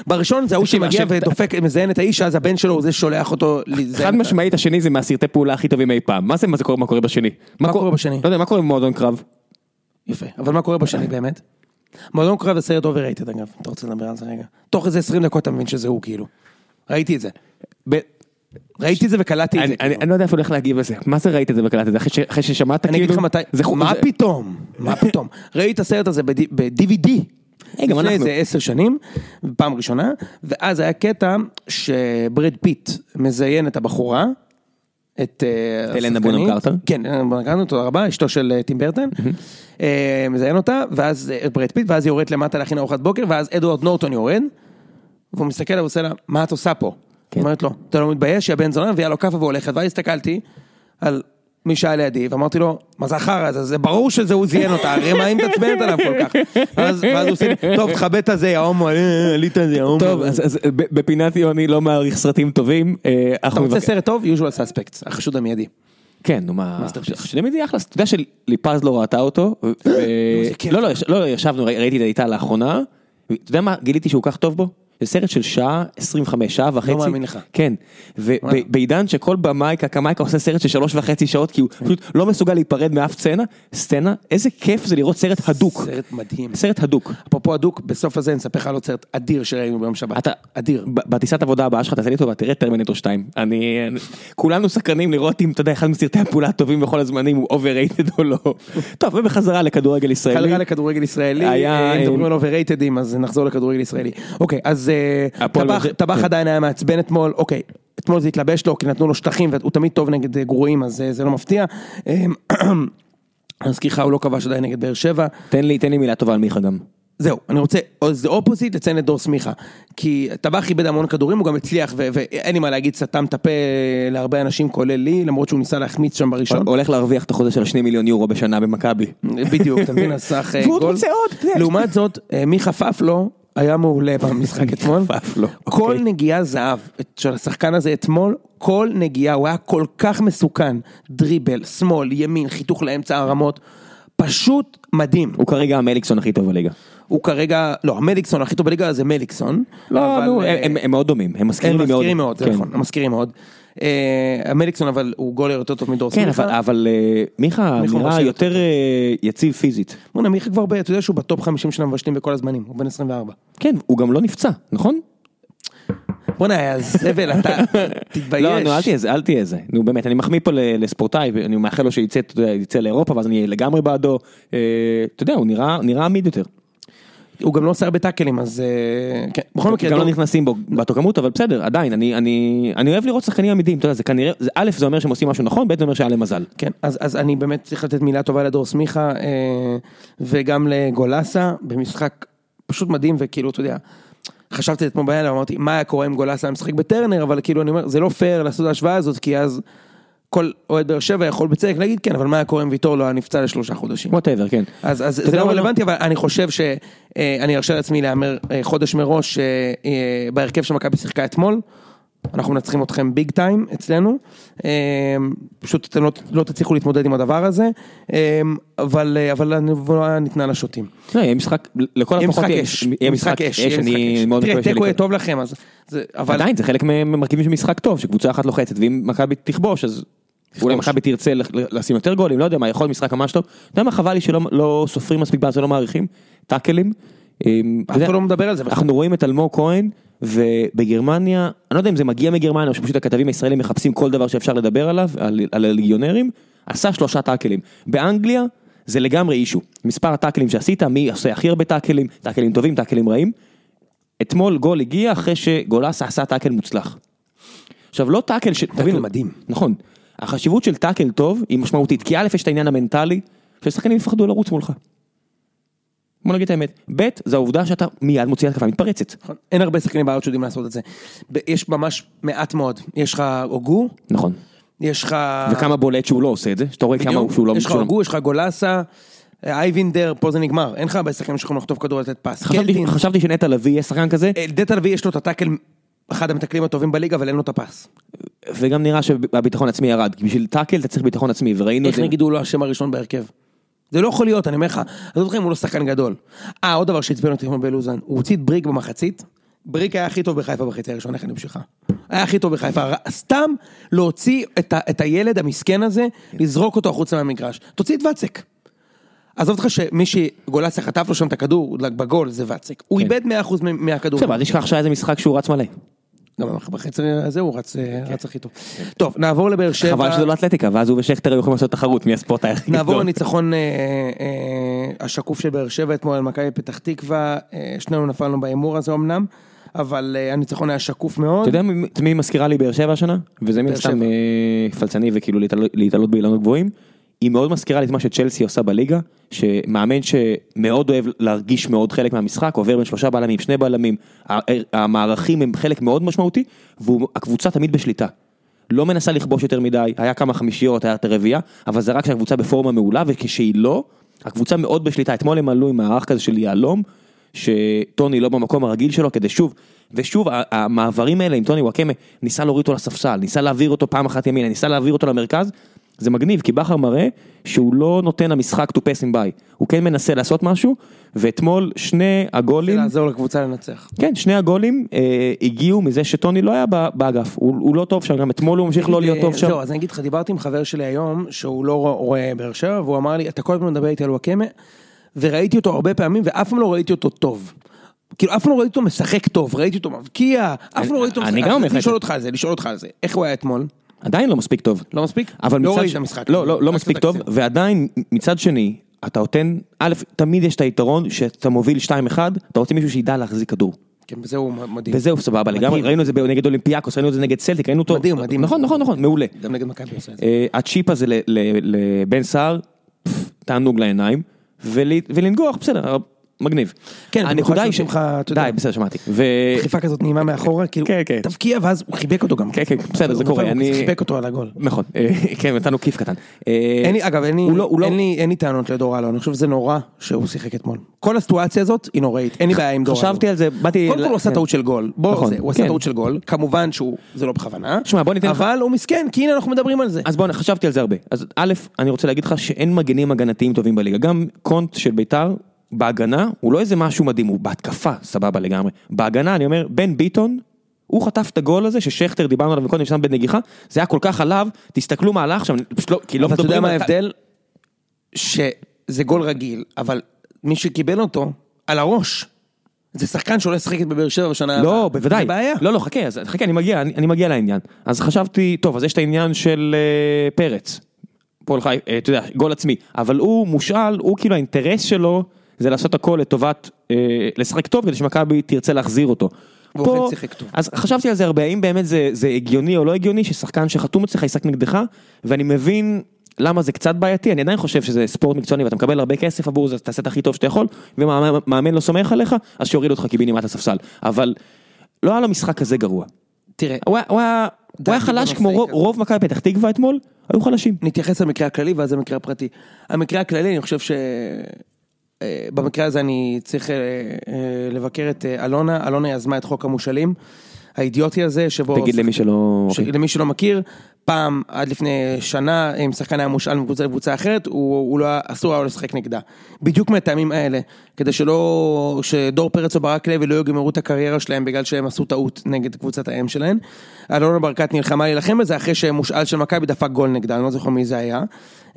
S2: בראשון זה ההוא
S1: תקשיב,
S2: שמגיע
S1: השם-
S2: ודופק, מזיין את האיש, אז הבן שלו הוא זה ששולח אותו לזיין.
S1: חד משמעית השני זה מהסרטי פעולה הכי טובים אי פעם. מה זה מה זה קורה מה קורה בשני?
S2: מה קורה בשני?
S1: לא יודע מה קורה במועדון קרב?
S2: יפה, אבל מה קורה בשני באמת? לא מועדון קרב זה סרט אוברייטד אגב, אתה רוצה לדבר על זה רגע? תוך איזה 20 דקות אתה מבין שזה הוא כאילו. ראיתי את זה. ב- ראיתי את זה וקלטתי את
S1: אני
S2: זה.
S1: אני-
S2: כאילו.
S1: אני לא יודע אפילו איך להגיב לזה. מה זה ראית את זה וקלטת את זה? אחרי ש- אחרי ששמעת כאילו?
S2: אני אגיד לך מתי,
S1: זה חו-
S2: מה
S1: זה-
S2: פתאום? מה פתאום? ראיתי את הסרט הזה ב-D- ב-DVD.
S1: היי, גם
S2: לפני
S1: אנחנו.
S2: איזה עשר שנים, פעם ראשונה, ואז היה קטע שברד פיט מזיין את הבחורה, את אה,
S1: אלנה
S2: השחקנית.
S1: בונם קרטר.
S2: כן, אלנה בונם קרטר, תודה רבה, אשתו של אה, טים ברטן. אה, מזיין אותה, ואז אה, ברד פיט, ואז היא יורדת למטה להכין ארוחת בוקר, ואז אדוארד נורטון יורד, והוא מסתכל עליו ועושה לה, מה את עושה פה?
S1: כן.
S2: היא אומרת לו, אתה לא מתבייש, יא בן זונה, מביאה לו כאפה והולכת, ואז הסתכלתי על מי שהיה לידי, ואמרתי לו, מה זה החרא הזה, זה ברור שזה הוא זיין אותה, הרי מה היא מתעצבנת עליו כל כך? ואז ואז הוא עושה לי, טוב, תכבד את הזה, יא הומו, אה, עלית על זה, יא הומו.
S1: טוב, אז אז ב- בפינת יוני לא מעריך סרטים טובים. אה,
S2: אתה
S1: אנחנו
S2: רוצה
S1: מבקש-
S2: סרט טוב? usual suspects, החשוד המיידי.
S1: כן, נו מה...
S2: מאסטרפיס.
S1: שתמיד יהיה אחלה, אתה יודע שליפז לא ראתה אותו. ו-
S2: זה כיף.
S1: לא, לא, יש- לא, לא, ישבנו, ראי- ראיתי את איתה לאחרונה. אתה יודע מה גיליתי שהוא כל כך טוב בו? זה סרט של שעה, 25 שעה וחצי.
S2: לא מאמין לך.
S1: כן.
S2: וואלה.
S1: ובעידן שכל במאי, קקמייקה עושה סרט של שלוש וחצי שעות, כי הוא
S2: כן.
S1: פשוט לא מסוגל להיפרד מאף סצנה, סצנה, איזה כיף זה לראות סרט הדוק.
S2: סרט מדהים.
S1: סרט הדוק.
S2: אפרופו הדוק, בסוף הזה אני אספר לך על עוד סרט אדיר שראינו ביום שבת.
S1: אתה
S2: אדיר.
S1: ב- בטיסת עבודה הבאה שלך תעשה לי טובה תראה טרמינטור 2 אני אני- כולנו סקרנים לראות אם אתה יודע אחד מסרטי הפעולה הטובים בכל הזמנים הוא overrated או לא. טוב ובחזרה לכדורגל ישראלי.
S2: חזרה לכדורגל ישראלי,
S1: היה,
S2: אה, אם
S1: אה,
S2: מדברים על אוברייטדים אז נחזור לכדורגל ישראלי. אוקיי, אז אה,
S1: הפועל
S2: טבח-
S1: באר-
S2: טבח
S1: כן.
S2: עדיין היה מעצבן אתמול, אוקיי, אתמול זה התלבש לו כי נתנו לו שטחים והוא תמיד טוב נגד אה, גרועים אז אה, זה לא מפתיע. אה, להזכיר לך הוא לא כבש עדיין נגד באר שבע.
S1: תן לי תן לי מילה טובה על מיכה גם.
S2: זהו, אני רוצה, או זה אופוזיט, לציין את דור סמיכה. כי טבח איבד המון כדורים, הוא גם הצליח, ו- ואין לי מה להגיד, סתם את הפה להרבה אנשים, כולל לי, למרות שהוא ניסה להחמיץ שם בראשון.
S1: הולך להרוויח את החוזה של השני מיליון יורו בשנה במכבי.
S2: בדיוק, אתה מבין, אז סך אה, גול.
S1: והוא עוד רוצה עוד, אתה יודע.
S2: לעומת זאת, אה, מיכה פפלו היה מעולה במשחק אתמול.
S1: פפלו,
S2: כל
S1: אוקיי.
S2: נגיעה זהב את- של השחקן הזה אתמול, כל נגיעה, הוא היה כל כך מסוכן. דריבל, שמאל, ימין, חיתוך לאמצע הרמות. פשוט מדהים.
S1: הוא כרגע המליקסון הכי טוב בליגה.
S2: הוא כרגע, לא, המליקסון הכי טוב בליגה זה מליקסון. אבל,
S1: אבל,
S2: אה,
S1: לא, הם- הם- הם מאוד דומים הם מזכירים
S2: הם
S1: לי מאוד.
S2: מזכירים מאוד, זה
S1: כן.
S2: נכון, הם מזכירים מאוד. אה, המליקסון אבל הוא גולר יותר טוב מדורסון.
S1: כן אבל אבל אה, מיכה
S2: מיכה הוא
S1: נראה
S2: משאיר
S1: יותר אה, יציב פיזית.
S2: בוא'נה, מיכה כבר, ב- אתה יודע שהוא בטופ 50 של המבשלים בכל הזמנים, הוא בן 24.
S1: כן הוא גם לא נפצע נכון?
S2: בוא'נה, יא זבל, אתה תתבייש.
S1: לא, נו, אל תהיה זה, אל תהיה זה. נו, באמת, אני מחמיא פה ל- לספורטאי, ואני מאחל לו שיצא, אתה יודע, יצא לאירופה, ואז אני אהיה לגמרי בעדו. אה, אתה יודע, הוא נראה נראה עמיד יותר.
S2: הוא גם לא עושה הרבה טאקלים, אז... אה, כן, בכל מקרה,
S1: גם לא
S2: דור-
S1: נכנסים בו באותו כמות, אבל בסדר, עדיין, אני- אני אני אוהב לראות שחקנים עמידים, אתה יודע, זה כנראה, זה- א', זה אומר שהם עושים משהו נכון, ב', זה אומר שהיה להם מזל.
S2: כן, אז, אז אני באמת צריך לתת מילה טובה לדור סמיכה אה, וגם לגולסה במשחק פשוט מדהים וכאילו אתה יודע, חשבתי אתמול בערב אמרתי מה היה קורה אם גולסה היה משחק בטרנר אבל כאילו אני אומר זה לא פייר לעשות את ההשוואה הזאת כי אז כל אוהד באר שבע יכול בצדק להגיד כן אבל מה היה קורה אם ויטור לא היה נפצע לשלושה חודשים.
S1: ווטאבר, כן.
S2: אז, אז
S1: יודע
S2: זה לא
S1: מה?
S2: רלוונטי, אבל אני חושב שאני ארשה לעצמי להמר אה, חודש מראש אה, אה, בהרכב שמכבי שיחקה אתמול. אנחנו מנצחים אתכם ביג טיים אצלנו. אה, פשוט אתם לא, לא תצליחו להתמודד עם הדבר הזה, אה, אבל, אה, אבל הנבואה ניתנה לשוטים.
S1: לא, יהיה משחק, לכל
S2: יהיה
S1: הפחות
S2: משחק
S1: יש.
S2: אש,
S1: יהיה משחק אש, אני מאוד
S2: תראה,
S1: מקווה
S2: תיקו
S1: שלקראת-
S2: יהיה טוב לכם, אז... זה, אבל
S1: עדיין, זה חלק מהמרכיבים של משחק טוב, שקבוצה אחת לוחצת, ואם מכבי תכבוש, אז אולי מכבי תרצה לח- לשים יותר גולים, לא יודע מה, יכול משחק ממש טוב. אתה יודע מה חבל לי שלא לא סופרים מספיק בעד ולא מעריכים? טאקלים. אמ, אתה
S2: אף
S1: יודע,
S2: אחד לא מדבר על זה. בכלל.
S1: אנחנו רואים את אלמוג כהן, ובגרמניה, אני לא יודע אם זה מגיע מגרמניה, או שפשוט הכתבים הישראלים מחפשים כל דבר שאפשר לדבר עליו, על על הליגיונרים, עשה שלושה טאקלים. באנגליה זה לגמרי אישו. מספר הטאקלים שעשית, מי עושה הכי הרבה טאקלים, טאקלים טובים, טאקלים רעים. אתמול גול הגיע אחרי שגולס עשה טאקל מוצלח. עכשיו לא טאקל ש... תבין,
S2: מדהים.
S1: נכון. החשיבות של טאקל טוב היא משמעותית, כי א' יש את העניין המנטלי, ששחקנים יפחדו לרוץ מולך. בוא נגיד את האמת. ב' זה העובדה שאתה מיד מוציא התקפה מתפרצת.
S2: נכון. אין הרבה שחקנים בארץ שיודעים לעשות את זה. ב- יש ממש מעט מאוד. יש לך הוגו,
S1: נכון.
S2: יש לך...
S1: וכמה בולט שהוא לא עושה את זה, שאתה רואה כמה
S2: אה. בדיוק.
S1: הוא שהוא לא...
S2: יש לך
S1: שהוא לא-
S2: הוגו, יש לך גולסה, אייבינדר, פה זה נגמר. אין לך הרבה שחקנים שיכולים לחטוף כדור לתת פס.
S1: חשבתי-
S2: קלטין,
S1: חשבתי שנטע לביא יהיה שחקן כזה,
S2: דטה לביא יש לו את הטאקל, אחד המטקלים הטובים בליגה, אבל אין לו את הפס.
S1: וגם נראה שהביטחון עצמי ירד, כי בשביל טאקל אתה צריך ביטחון עצמי, וראינו את
S2: איך
S1: זה.
S2: נגיד הוא לא השם הראשון בהרכב? זה לא יכול להיות, אני אומר לך. עזוב אותך אם הוא לא שחקן גדול. אה, עוד דבר שעצבן אותי אתמול בלוזן, הוא הוציא את בריק במחצית. בריק היה הכי טוב בחיפה בחצי הראשון, איך אני בשבילך? היה הכי טוב בחיפה, ר- סתם להוציא את, ה- את הילד המסכן הזה, לזרוק אותו החוצה מהמגרש. תוציא את ואצק. עזוב אותך שמי שגולסיה חטף לו שם את הכדור בגול זה ואצק. הוא
S1: כן.
S2: איבד 100% מ- מהכדור.
S1: בסדר, אל תשכח שהיה איזה משחק שהוא רץ מלא.
S2: גם בחצי הזה הוא רץ, אה, רץ הכי טוב. טוב, נעבור לבאר שבע.
S1: כן. חבל שזה לא אתלטיקה, ואז הוא ושכטר היו יכולים לעשות תחרות מי הספורטאי הכי טוב.
S2: נעבור לניצחון אה, אה, השקוף של באר שבע אתמול על מכבי פתח תקווה, אה, שנינו נפלנו בהימור הזה אמנם, אבל אה, הניצחון היה שקוף מאוד.
S1: אתה יודע מי- את מי היא מזכירה לי באר שבע השנה? וזה מן
S2: נכון. באר
S1: הסתם
S2: שבע.
S1: אה, פלצני וכאילו להתעל- להתעלות באילנות גבוהים. היא מאוד מזכירה לי את מה שצ'לסי עושה בליגה, שמאמן שמאוד אוהב להרגיש מאוד חלק מהמשחק, עובר בין שלושה בלמים, שני בלמים, ה- המערכים הם חלק מאוד משמעותי, והקבוצה תמיד בשליטה. לא מנסה לכבוש יותר מדי, היה כמה חמישיות, היה את הרביעייה, אבל זה רק כשהקבוצה בפורמה מעולה, וכשהיא לא, הקבוצה מאוד בשליטה. אתמול הם עלו עם מערך כזה של יהלום, שטוני לא במקום הרגיל שלו, כדי שוב, ושוב, ה- המעברים האלה עם טוני וואקמה, ניסה להוריד אותו לספסל, ניסה להעביר אותו פעם אחת ימינה, ניסה להעביר אותו למרכז, זה מגניב, כי בכר מראה שהוא לא נותן למשחק to pass him by, הוא כן מנסה לעשות משהו, ואתמול שני הגולים...
S2: לעזור לקבוצה לנצח.
S1: כן, שני הגולים אה, הגיעו מזה שטוני לא היה ב- באגף, הוא, הוא לא טוב שם, גם אתמול הוא המשיך לא להיות טוב
S2: אה,
S1: שם.
S2: לא, אז אני אגיד לך, דיברתי עם חבר שלי היום, שהוא לא רוא- רואה באר שבע, והוא אמר לי, אתה כל הזמן מדבר איתי על וואקמה, וראיתי אותו הרבה פעמים, ואף פעם לא ראיתי אותו טוב. כאילו, אף פעם לא ראיתי אותו משחק טוב, ראיתי אותו מבקיע, אף פעם לא ראיתי אותו
S1: אני
S2: משחק.
S1: גם
S2: אז
S1: אומר לך את
S2: לשאול
S1: זה.
S2: אותך על זה, לשאול אותך על זה. איך הוא היה אתמול?
S1: עדיין לא מספיק טוב.
S2: לא מספיק?
S1: אבל
S2: לא
S1: מצד
S2: ראיתי
S1: ש-
S2: את המשחק.
S1: לא, לא, לא
S2: רק
S1: מספיק
S2: את
S1: טוב,
S2: התקציר.
S1: ועדיין, מצד שני, אתה נותן, א', תמיד יש את היתרון שאתה מוביל 2-1, אתה רוצה מישהו שידע להחזיק כדור.
S2: כן, וזה הוא מדהים.
S1: וזהו, סבבה לגמרי, ראינו את זה נגד אולימפיאקוס, ראינו את זה נגד צלטיק, ראינו אותו.
S2: מדהים, מדהים.
S1: נכון, נכון, נכון, מעולה.
S2: גם נגד מכבי הוא עושה את זה.
S1: אה, הצ'יפ הזה ל- ל- לבן סער, פף, תענוג לעיניים, ול- ולנגוח, בסדר, מגניב.
S2: כן, במיוחד
S1: הנקודה היא
S2: שנותנים לך, אתה יודע.
S1: די, בסדר, שמעתי. ו-
S2: דחיפה כזאת נעימה מאחורה, כאילו,
S1: אה, כן, כן.
S2: תבקיע, ואז הוא חיבק אותו גם.
S1: כן, כן, בסדר, זה
S2: הוא נפל,
S1: קורה,
S2: הוא
S1: אני-
S2: חיבק אותו על הגול.
S1: נכון, אה, כן, נתנו כיף קטן. אה,
S2: אין לי, אגב, אין לי,
S1: הוא לא- הוא לא-
S2: אין לי, אין לי טענות לדור אלון, אני חושב שזה נורא שהוא שיחק אתמול. כל הסיטואציה הזאת היא נוראית, אין לי בעיה עם דור אלון.
S1: חשבתי על זה, באתי... כן.
S2: קודם כל הוא עשה טעות של גול, בוא,
S1: נכון,
S2: זה, הוא עשה
S1: כן.
S2: טעות של גול, כמובן שהוא, זה לא בכוונה,
S1: שמע, בוא ניתן לך-
S2: אבל הוא מסכן, כי הנה אנחנו מדברים על זה.
S1: אז בוא'נה, חשבתי על זה הרבה. אז א', אני רוצה להגיד לך שאין מגנים הגנתיים טובים בליגה. גם קונט של ביתר, בהגנה, הוא לא איזה משהו מדהים, הוא בהתקפה, סבבה לגמרי. בהגנה, אני אומר, בן ביטון, הוא חטף את הגול הזה ששכטר, דיברנו עליו קודם, שם בנגיחה, זה היה כל כך עליו, תסתכלו מה הלך שם, פשוט לא, כי לא
S2: אבל אתה יודע
S1: מדברים
S2: מה
S1: על-
S2: ההבדל? שזה גול רגיל, אבל מי שקיבל אותו, על הראש. זה שחקן שעולה לשחק בבאר שבע בשנה הבאה.
S1: לא, בוודאי.
S2: זה בעיה.
S1: לא, לא, חכה, אז, חכה, אני מגיע, אני, אני מגיע לעניין. אז חשבתי, טוב, אז יש את העניין של אה, פרץ. פועל חי, אה, אתה יודע, גול עצמי. אבל הוא מושאל, הוא כאילו האינטרס שלו זה לעשות הכל לטובת, אה, לשחק טוב כדי שמכבי תרצה להחזיר אותו.
S2: והוא
S1: פה-
S2: אכן שיחק טוב.
S1: אז חשבתי על זה הרבה, האם באמת זה, זה הגיוני או לא הגיוני ששחקן שחתום אצלך ישחק נגדך, ואני מבין למה זה קצת בעייתי, אני עדיין חושב שזה ספורט מקצועני ואתה מקבל הרבה כסף עבור זה, אז תעשה את הכי טוב שאתה יכול, ומאמן לא סומך עליך, אז שיוריד אותך קיבינימט לספסל. אבל לא היה לו משחק כזה גרוע.
S2: תראה,
S1: הוא היה- הוא היה הוא היה
S2: דעתי
S1: חלש
S2: בנושא
S1: כמו רוב-
S2: כזה.
S1: רוב מכבי פתח תקווה אתמול, היו חלשים.
S2: נתייחס למקרה הכללי ואז למקרה הפרטי. המקרה הכללי, אני חושב שבמקרה הזה אני צריך אה, אה, לבקר את אה, אלונה. אלונה יזמה את חוק המושאלים, האידיוטי הזה, שבו...
S1: תגיד למי שלא...
S2: ש... למי שלא מכיר, פעם, עד לפני שנה, אם שחקן היה מושאל מקבוצה לקבוצה אחרת, הוא, הוא לא, היה- אסור היה לו לשחק נגדה. בדיוק מהטעמים האלה, כדי שלא, שדור פרץ או ברק לוי לא יגמרו את הקריירה שלהם בגלל שהם עשו טעות נגד קבוצת האם שלהם. אלונה ברקת נלחמה להילחם בזה אחרי שמושאל של מכבי דפק גול נגדה, אני לא זוכר מי זה היה.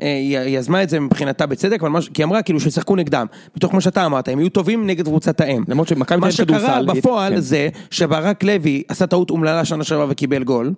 S2: אה, היא היא יזמה את זה מבחינתה בצדק, אבל מה, ש- כי היא אמרה כאילו שישחקו נגדם, מתוך מה שאתה אמרת, הם יהיו טובים נגד קבוצת האם.
S1: למרות שמכבי
S2: מה
S1: תל אביב
S2: שקרה
S1: כדורסל-
S2: בפועל
S1: כן.
S2: זה... זה שברק לוי עשה טעות אומללה שנה שעברה וקיבל גול.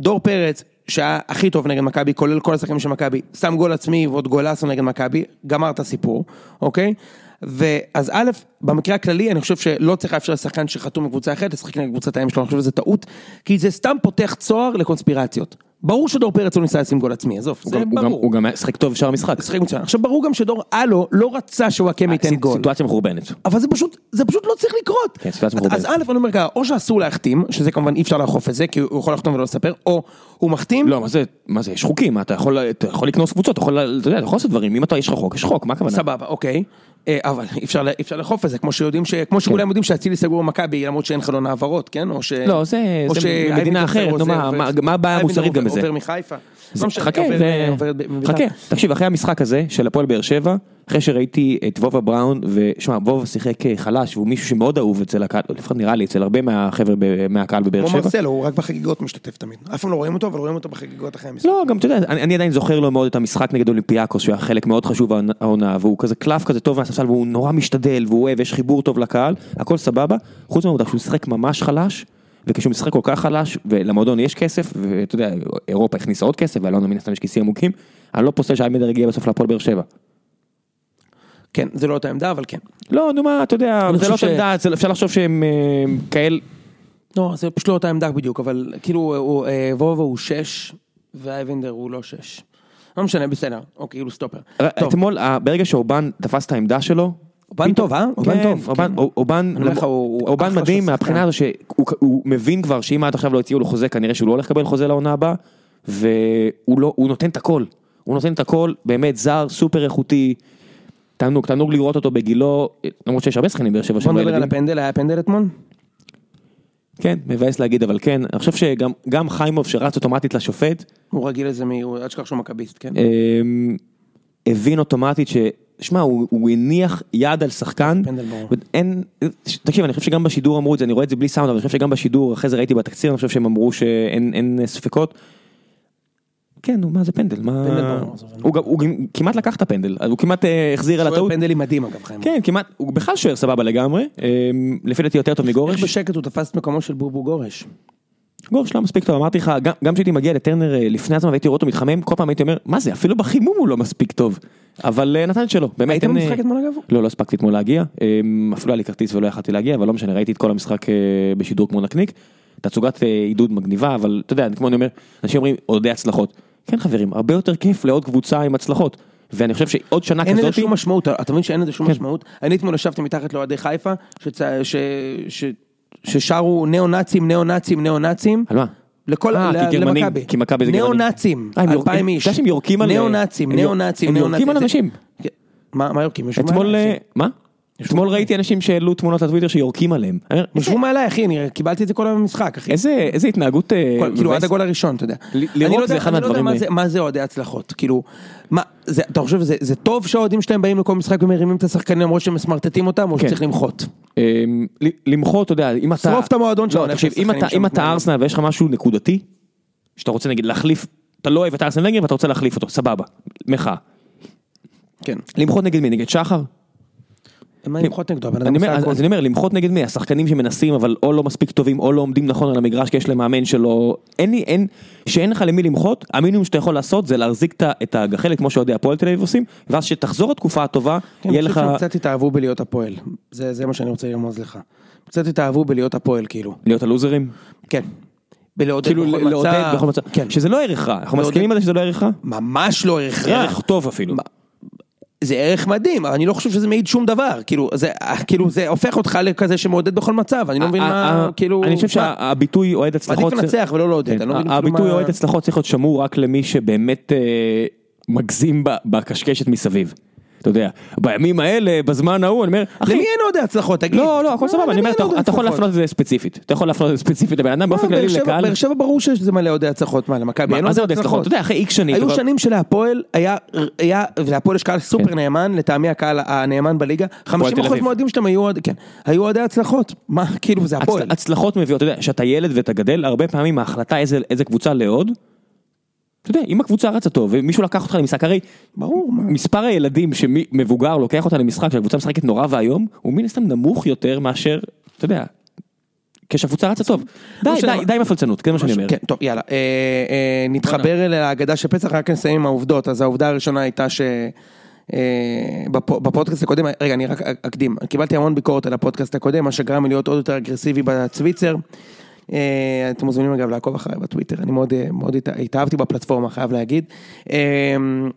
S2: דור פרץ, שהיה הכי טוב נגד מכבי, כולל כל השחקנים של מכבי, שם גול עצמי ועוד גולסו נגד מכבי, גמר את הסיפור, אוקיי? ואז א', במקרה הכללי אני חושב שלא צריך לאפשר לשחקן שחתום מקבוצה אחרת לשחק נגד קבוצת האם שלו, אני חושב שזה טעות, כי זה סתם פותח צוהר לקונספירציות. ברור שדור פרץ לא ניסה לשים גול עצמי, עזוב,
S1: הוא
S2: זה
S1: גם- הוא גם-
S2: ברור.
S1: הוא גם היה שחק טוב בשאר המשחק. אה,
S2: משחק מצוין. עכשיו ברור גם שדור אלו לא רצה שוואקמה ייתן גול.
S1: סיטואציה מחורבנת.
S2: אבל זה פשוט, זה פשוט לא צריך לקרות.
S1: כן, סיטואציה
S2: אז- אז א', אני אומר ככה, או שאסור להחתים, שזה כמובן אי אפשר לאכוף את זה, כי הוא יכול לחתום ולא לספר, או הוא מחתים,
S1: לא, מה זה, מה זה, יש חוקים, אתה יכול, אתה יכול לקנוס קבוצות, אתה יכול, אתה יודע, אתה יכול לעשות דברים, אם אתה, יש לך חוק, יש חוק, מה הכוונה?
S2: סבבה, אוקיי. אה, אבל אי אפשר, אי אפשר לאכוף את זה, כמו שיודעים, ש...
S1: כן.
S2: כמו שכולם יודעים שאצילי סגור במכבי, למרות שאין חלון העברות, כן? או ש...
S1: לא, זה-
S2: או
S1: זה
S2: שאייבינדר
S1: מדינה אחרת,
S2: עוזר,
S1: נו, מה-
S2: עוזב.
S1: מה- מה הבעיה
S2: אייבינדר
S1: המוסרית גם
S2: עובר-
S1: בזה?
S2: עובר מחיפה.
S1: זה-
S2: לא משנה,
S1: חכה,
S2: עובר-
S1: זה-
S2: עובר ב- בביתר.
S1: חכה, תקשיב, אחרי המשחק הזה של הפועל באר שבע, אחרי שראיתי את וובה בראון, ושמע, וובה שיחק אה, חלש, והוא מישהו שמאוד אהוב אצל הקהל, לפחות נראה לי, אצל הרבה מהחבר'ה ב- מהקהל בבאר
S2: כמו
S1: שבע.
S2: מרסלו, הוא רק בחגיגות משתתף תמיד. אף פעם לא רואים אותו, אבל רואים אותו בחגיגות אחרי המשחק.
S1: לא, גם אתה יודע, אני, אני עדיין זוכר לו מאוד את המשחק נגד אולימפיאקוס, שהיה חלק מאוד חשוב העונה- העונה, והוא כזה קלף כזה טוב מהספסל, והוא נורא משתדל, והוא אוהב, יש חיבור טוב לקהל, הכל סבבה, חוץ מהעובדה שהוא שיחק ממש חלש, וכשהוא משחק כל כך חלש, ולמועדון יש כסף, ואתה יודע, אירופה הכניסה עוד כסף, ואלונה מן הסתם יש כיסים עמוקים, אני לא פוסל שאיימדר הגיע בסוף להפועל באר שבע.
S2: כן, זה לא אותה עמדה, אבל כן.
S1: לא, נו מה, אתה יודע,
S2: אני
S1: זה לא
S2: חושב ש-
S1: עמדה, זה- אפשר לחשוב שהם אה, כאל...
S2: לא, זה פשוט לא אותה עמדה בדיוק, אבל כאילו, הוא- הוא, אה, וובו הוא שש, ואייבנדר הוא לא שש. לא משנה, בסדר. אוקיי, כאילו סטופר. טוב,
S1: אתמול, אה, ברגע שאורבן תפס את העמדה שלו...
S2: אובן
S1: פתאום-
S2: טוב, אה? אובן
S1: כן,
S2: טוב,
S1: אובן-
S2: כן.
S1: אוב- אובן,
S2: אני אומר לך, הוא- הוא
S1: אובן
S2: אחלה של
S1: מדהים
S2: שחקן.
S1: מהבחינה הזו שהוא הוא מבין כבר שאם עד עכשיו לא הציעו לו חוזה, כנראה שהוא לא הולך לקבל חוזה לעונה הבאה, והוא לא, הוא נותן את הכל. הוא נותן את הכל, באמת זר, סופר איכותי. תענוג, תענוג לראות אותו בגילו, למרות שיש הרבה שחקנים באר שבע
S2: בוא
S1: שהם לא
S2: נדבר על
S1: ילדים.
S2: הפנדל, היה פנדל אתמול?
S1: כן, מבאס להגיד, אבל כן, אני חושב שגם גם חיימוב שרץ אוטומטית לשופט,
S2: הוא רגיל לזה, מ- הוא- אל תשכח שהוא מכביסט, כן?
S1: אמ, הבין אוטומטית ש... שמע, הוא, הוא הניח יד על שחקן.
S2: פנדל ברור.
S1: אין, תקשיב, אני חושב שגם בשידור אמרו את זה, אני רואה את זה בלי סאונד, אבל אני חושב שגם בשידור, אחרי זה ראיתי בתקציר, אני חושב שהם אמרו שאין אין ספקות. כן, נו, מה זה פנדל? מה...
S2: פנדל ברור, זה
S1: הוא, גם, הוא גם כמעט לקח את הפנדל, אז הוא כמעט אה, החזיר על
S2: הוא
S1: הטעות.
S2: פנדלים מדהים אגב, חיים.
S1: כן, כמעט, הוא בכלל שוער סבבה לגמרי, אמ, לפי דעתי יותר טוב
S2: איך
S1: מגורש.
S2: בשקט הוא תפס את מקומו של בובו גורש.
S1: גורש לא מספיק טוב, אמרתי לך, גם- גם כשהייתי מגיע לטרנר אה, לפני הזמן והייתי רואה אותו מתחמם, כל פעם הייתי אומר, מה זה, אפילו בחימום הוא לא מספיק טוב. אבל אה, נתן את שלו, באמת.
S2: הייתם
S1: אין, אה,
S2: במשחק אתמול אגב?
S1: לא, לא הספקתי אתמול להגיע, אמ, אפילו היה לי כרטיס ולא יכלתי להגיע, אבל לא משנה, ראיתי את כל המשחק אה, בשידור כמו נקניק. תצוגת אה, עידוד מגניבה, אבל אתה יודע, כמו אני אומר, אנשים אומרים, אוהדי הצלחות. כן חברים, הרבה יותר כיף לעוד קבוצה עם הצלחות. ואני חושב שעוד שנה
S2: אין לזה
S1: כזאת, כן.
S2: שום משמעות, אתה מבין שאין לזה שום משמעות? אני אתמול ישבתי מתחת לאוהדי חיפה, שצ- ש- ש- ששרו ניאו נאצים, ניאו נאצים, ניאו נאצים.
S1: על מה?
S2: לכל,
S1: אה,
S2: ל-
S1: כי גרמנים,
S2: למכבי.
S1: כי מכבי זה גרמנים.
S2: ניאו נאצים,
S1: אה, הם יורקים-
S2: אלפיים איש.
S1: אתה יודע שהם יורקים על-
S2: ניאו נאצים,
S1: הם
S2: ניאו
S1: יור-
S2: נאצים,
S1: הם
S2: ניאו
S1: יורקים
S2: נאצים.
S1: על אנשים.
S2: זה- כן. מה מה יורקים? ישבו
S1: אתמול,
S2: מעליי,
S1: אה,
S2: אחי.
S1: מה? אתמול ראיתי אנשים שהעלו תמונות לטוויטר שיורקים עליהם. אני אומר,
S2: ישבו מעליי אחי, אני קיבלתי את זה כל המשחק אחי.
S1: איזה איזה התנהגות אה,
S2: כל- כאילו
S1: מבאסת.
S2: עד הגול הראשון, אתה יודע.
S1: ל-
S2: אני לא
S1: לראות
S2: יודע-
S1: זה אחד
S2: אני לא יודע
S1: מהדברים-
S2: מה זה- מה זה אוהדי הצלחות, כאילו, מה, זה- אתה חושב שזה זה טוב שהאוהדים שלהם באים לכל משחק ומרימים את השחקנים למרות שהם מסמרטטים אותם, או
S1: כן.
S2: שצריך למחות?
S1: אמ, ל- למחות, אתה יודע, אם אתה...
S2: שרוף את המועדון שלנו,
S1: לא, תקשיב,
S2: איך
S1: אם אתה-
S2: השחקנים
S1: אם
S2: שם
S1: אתה
S2: מתנהלים.
S1: ארסנל ויש לך משהו נקודתי, שאתה רוצה נגיד להחליף, אתה לא אוהב את ארסנל ונגר ואתה רוצה להחליף אותו, סבבה, מחאה.
S2: כן.
S1: למחות נגד מי? נגד שחר?
S2: מה למחות נגדו? הבן אדם
S1: אני אומר,
S2: עושה
S1: אז
S2: הכל.
S1: אז אני אומר, למחות נגד מי? השחקנים שמנסים אבל או לא מספיק טובים או לא עומדים נכון על המגרש כי יש להם מאמן שלא... אין לי, אין... שאין לך למי למחות, המינימום שאתה יכול לעשות זה להחזיק את ה- את הגחלת כמו שאוהדי הפועל תל אביב עושים, ואז שתחזור התקופה הטובה,
S2: כן,
S1: יהיה
S2: אני חושב
S1: לך...
S2: שהם קצת התאהבו בלהיות הפועל. זה זה מה שאני רוצה לרמוז לך. קצת התאהבו בלהיות הפועל, כאילו.
S1: להיות הלוזרים?
S2: כן. בלעודד
S1: כאילו
S2: בכל מצב.
S1: לעודד בכל מצב,
S2: כן.
S1: שזה לא ערך רע, אנחנו
S2: לעודד.
S1: מסכימים על זה שזה לא ערך רע?
S2: ממש לא ערך רע.
S1: ערך טוב אפילו.
S2: זה ערך מדהים, אבל אני לא חושב שזה מעיד שום דבר. כאילו, זה- כאילו, זה הופך אותך לכזה שמעודד בכל מצב. אני לא מבין מה,
S1: ה-
S2: כאילו...
S1: אה, אני חושב
S2: מה,
S1: שהביטוי אוהד הצלחות, כן,
S2: עדיף לנצח ולא לעודד. אני לא מבין
S1: ה-
S2: כאילו
S1: הביטוי
S2: מה-
S1: אוהד הצלחות צריך להיות שמור רק למי שבאמת אה, מגזים ב- בקשקשת מסביב. אתה יודע, בימים האלה, בזמן ההוא, אני אומר, אחי,
S2: למי אין עוד הצלחות? תגיד.
S1: לא, לא, הכל
S2: מה,
S1: סבבה, אני
S2: למי
S1: אומר,
S2: אין
S1: אתה
S2: עוד
S1: אתה יכול
S2: הצלחות?
S1: להפנות את זה ספציפית, אתה יכול להפנות את זה ספציפית לבן אדם באופן
S2: לא, באר
S1: כללי
S2: שבע-
S1: לקהל,
S2: באר שבע ברור שיש זה מלא אוהדי הצלחות, מה למכבי
S1: מה-
S2: אין
S1: מה זה אוהדי הצלחות? אתה יודע, אחרי איקס שנים,
S2: היו
S1: אתה-
S2: שנים שלהפועל היה, היה, ולהפועל יש קהל סופר נאמן, לטעמי הקהל הנאמן בליגה, 50%
S1: כן. תל אביב.
S2: מהאוהדים שלהם היו אוהד- כן, היו אוהדי הצלחות, מה, כאילו זה הפועל.
S1: הצ- הצלחות מביאות, אתה יודע, כשאתה ילד ואתה גדל, הרבה פעמים ההחלטה איזה איזה קבוצה לאהוד, אתה יודע, אם הקבוצה רצה טוב, ומישהו לקח אותך למשחק, הרי
S2: ברור, מה.
S1: מספר הילדים שמבוגר לוקח אותה למשחק שהקבוצה משחקת נורא ואיום הוא מן הסתם נמוך יותר מאשר אתה יודע. כשהקבוצה רצה טוב. די
S2: לא
S1: די
S2: שאני-
S1: די עם הפלצנות זה מה שאני אומר.
S2: כן, טוב, יאללה. אה, אה, נתחבר אל האגדה של פסח, רק נסיים עם העובדות. אז העובדה הראשונה הייתה ש... אה, בפו- בפודקאסט הקודם, רגע, אני רק אקדים. קיבלתי המון ביקורת על הפודקאסט הקודם, מה שגרם לי להיות עוד יותר אגרסיבי בצוויצר. אה, אתם מוזמנים אגב לעקוב אחריי בטוויטר, אני מאוד, אה, מאוד הת- התאהבתי בפלטפורמה, חייב להגיד. אה,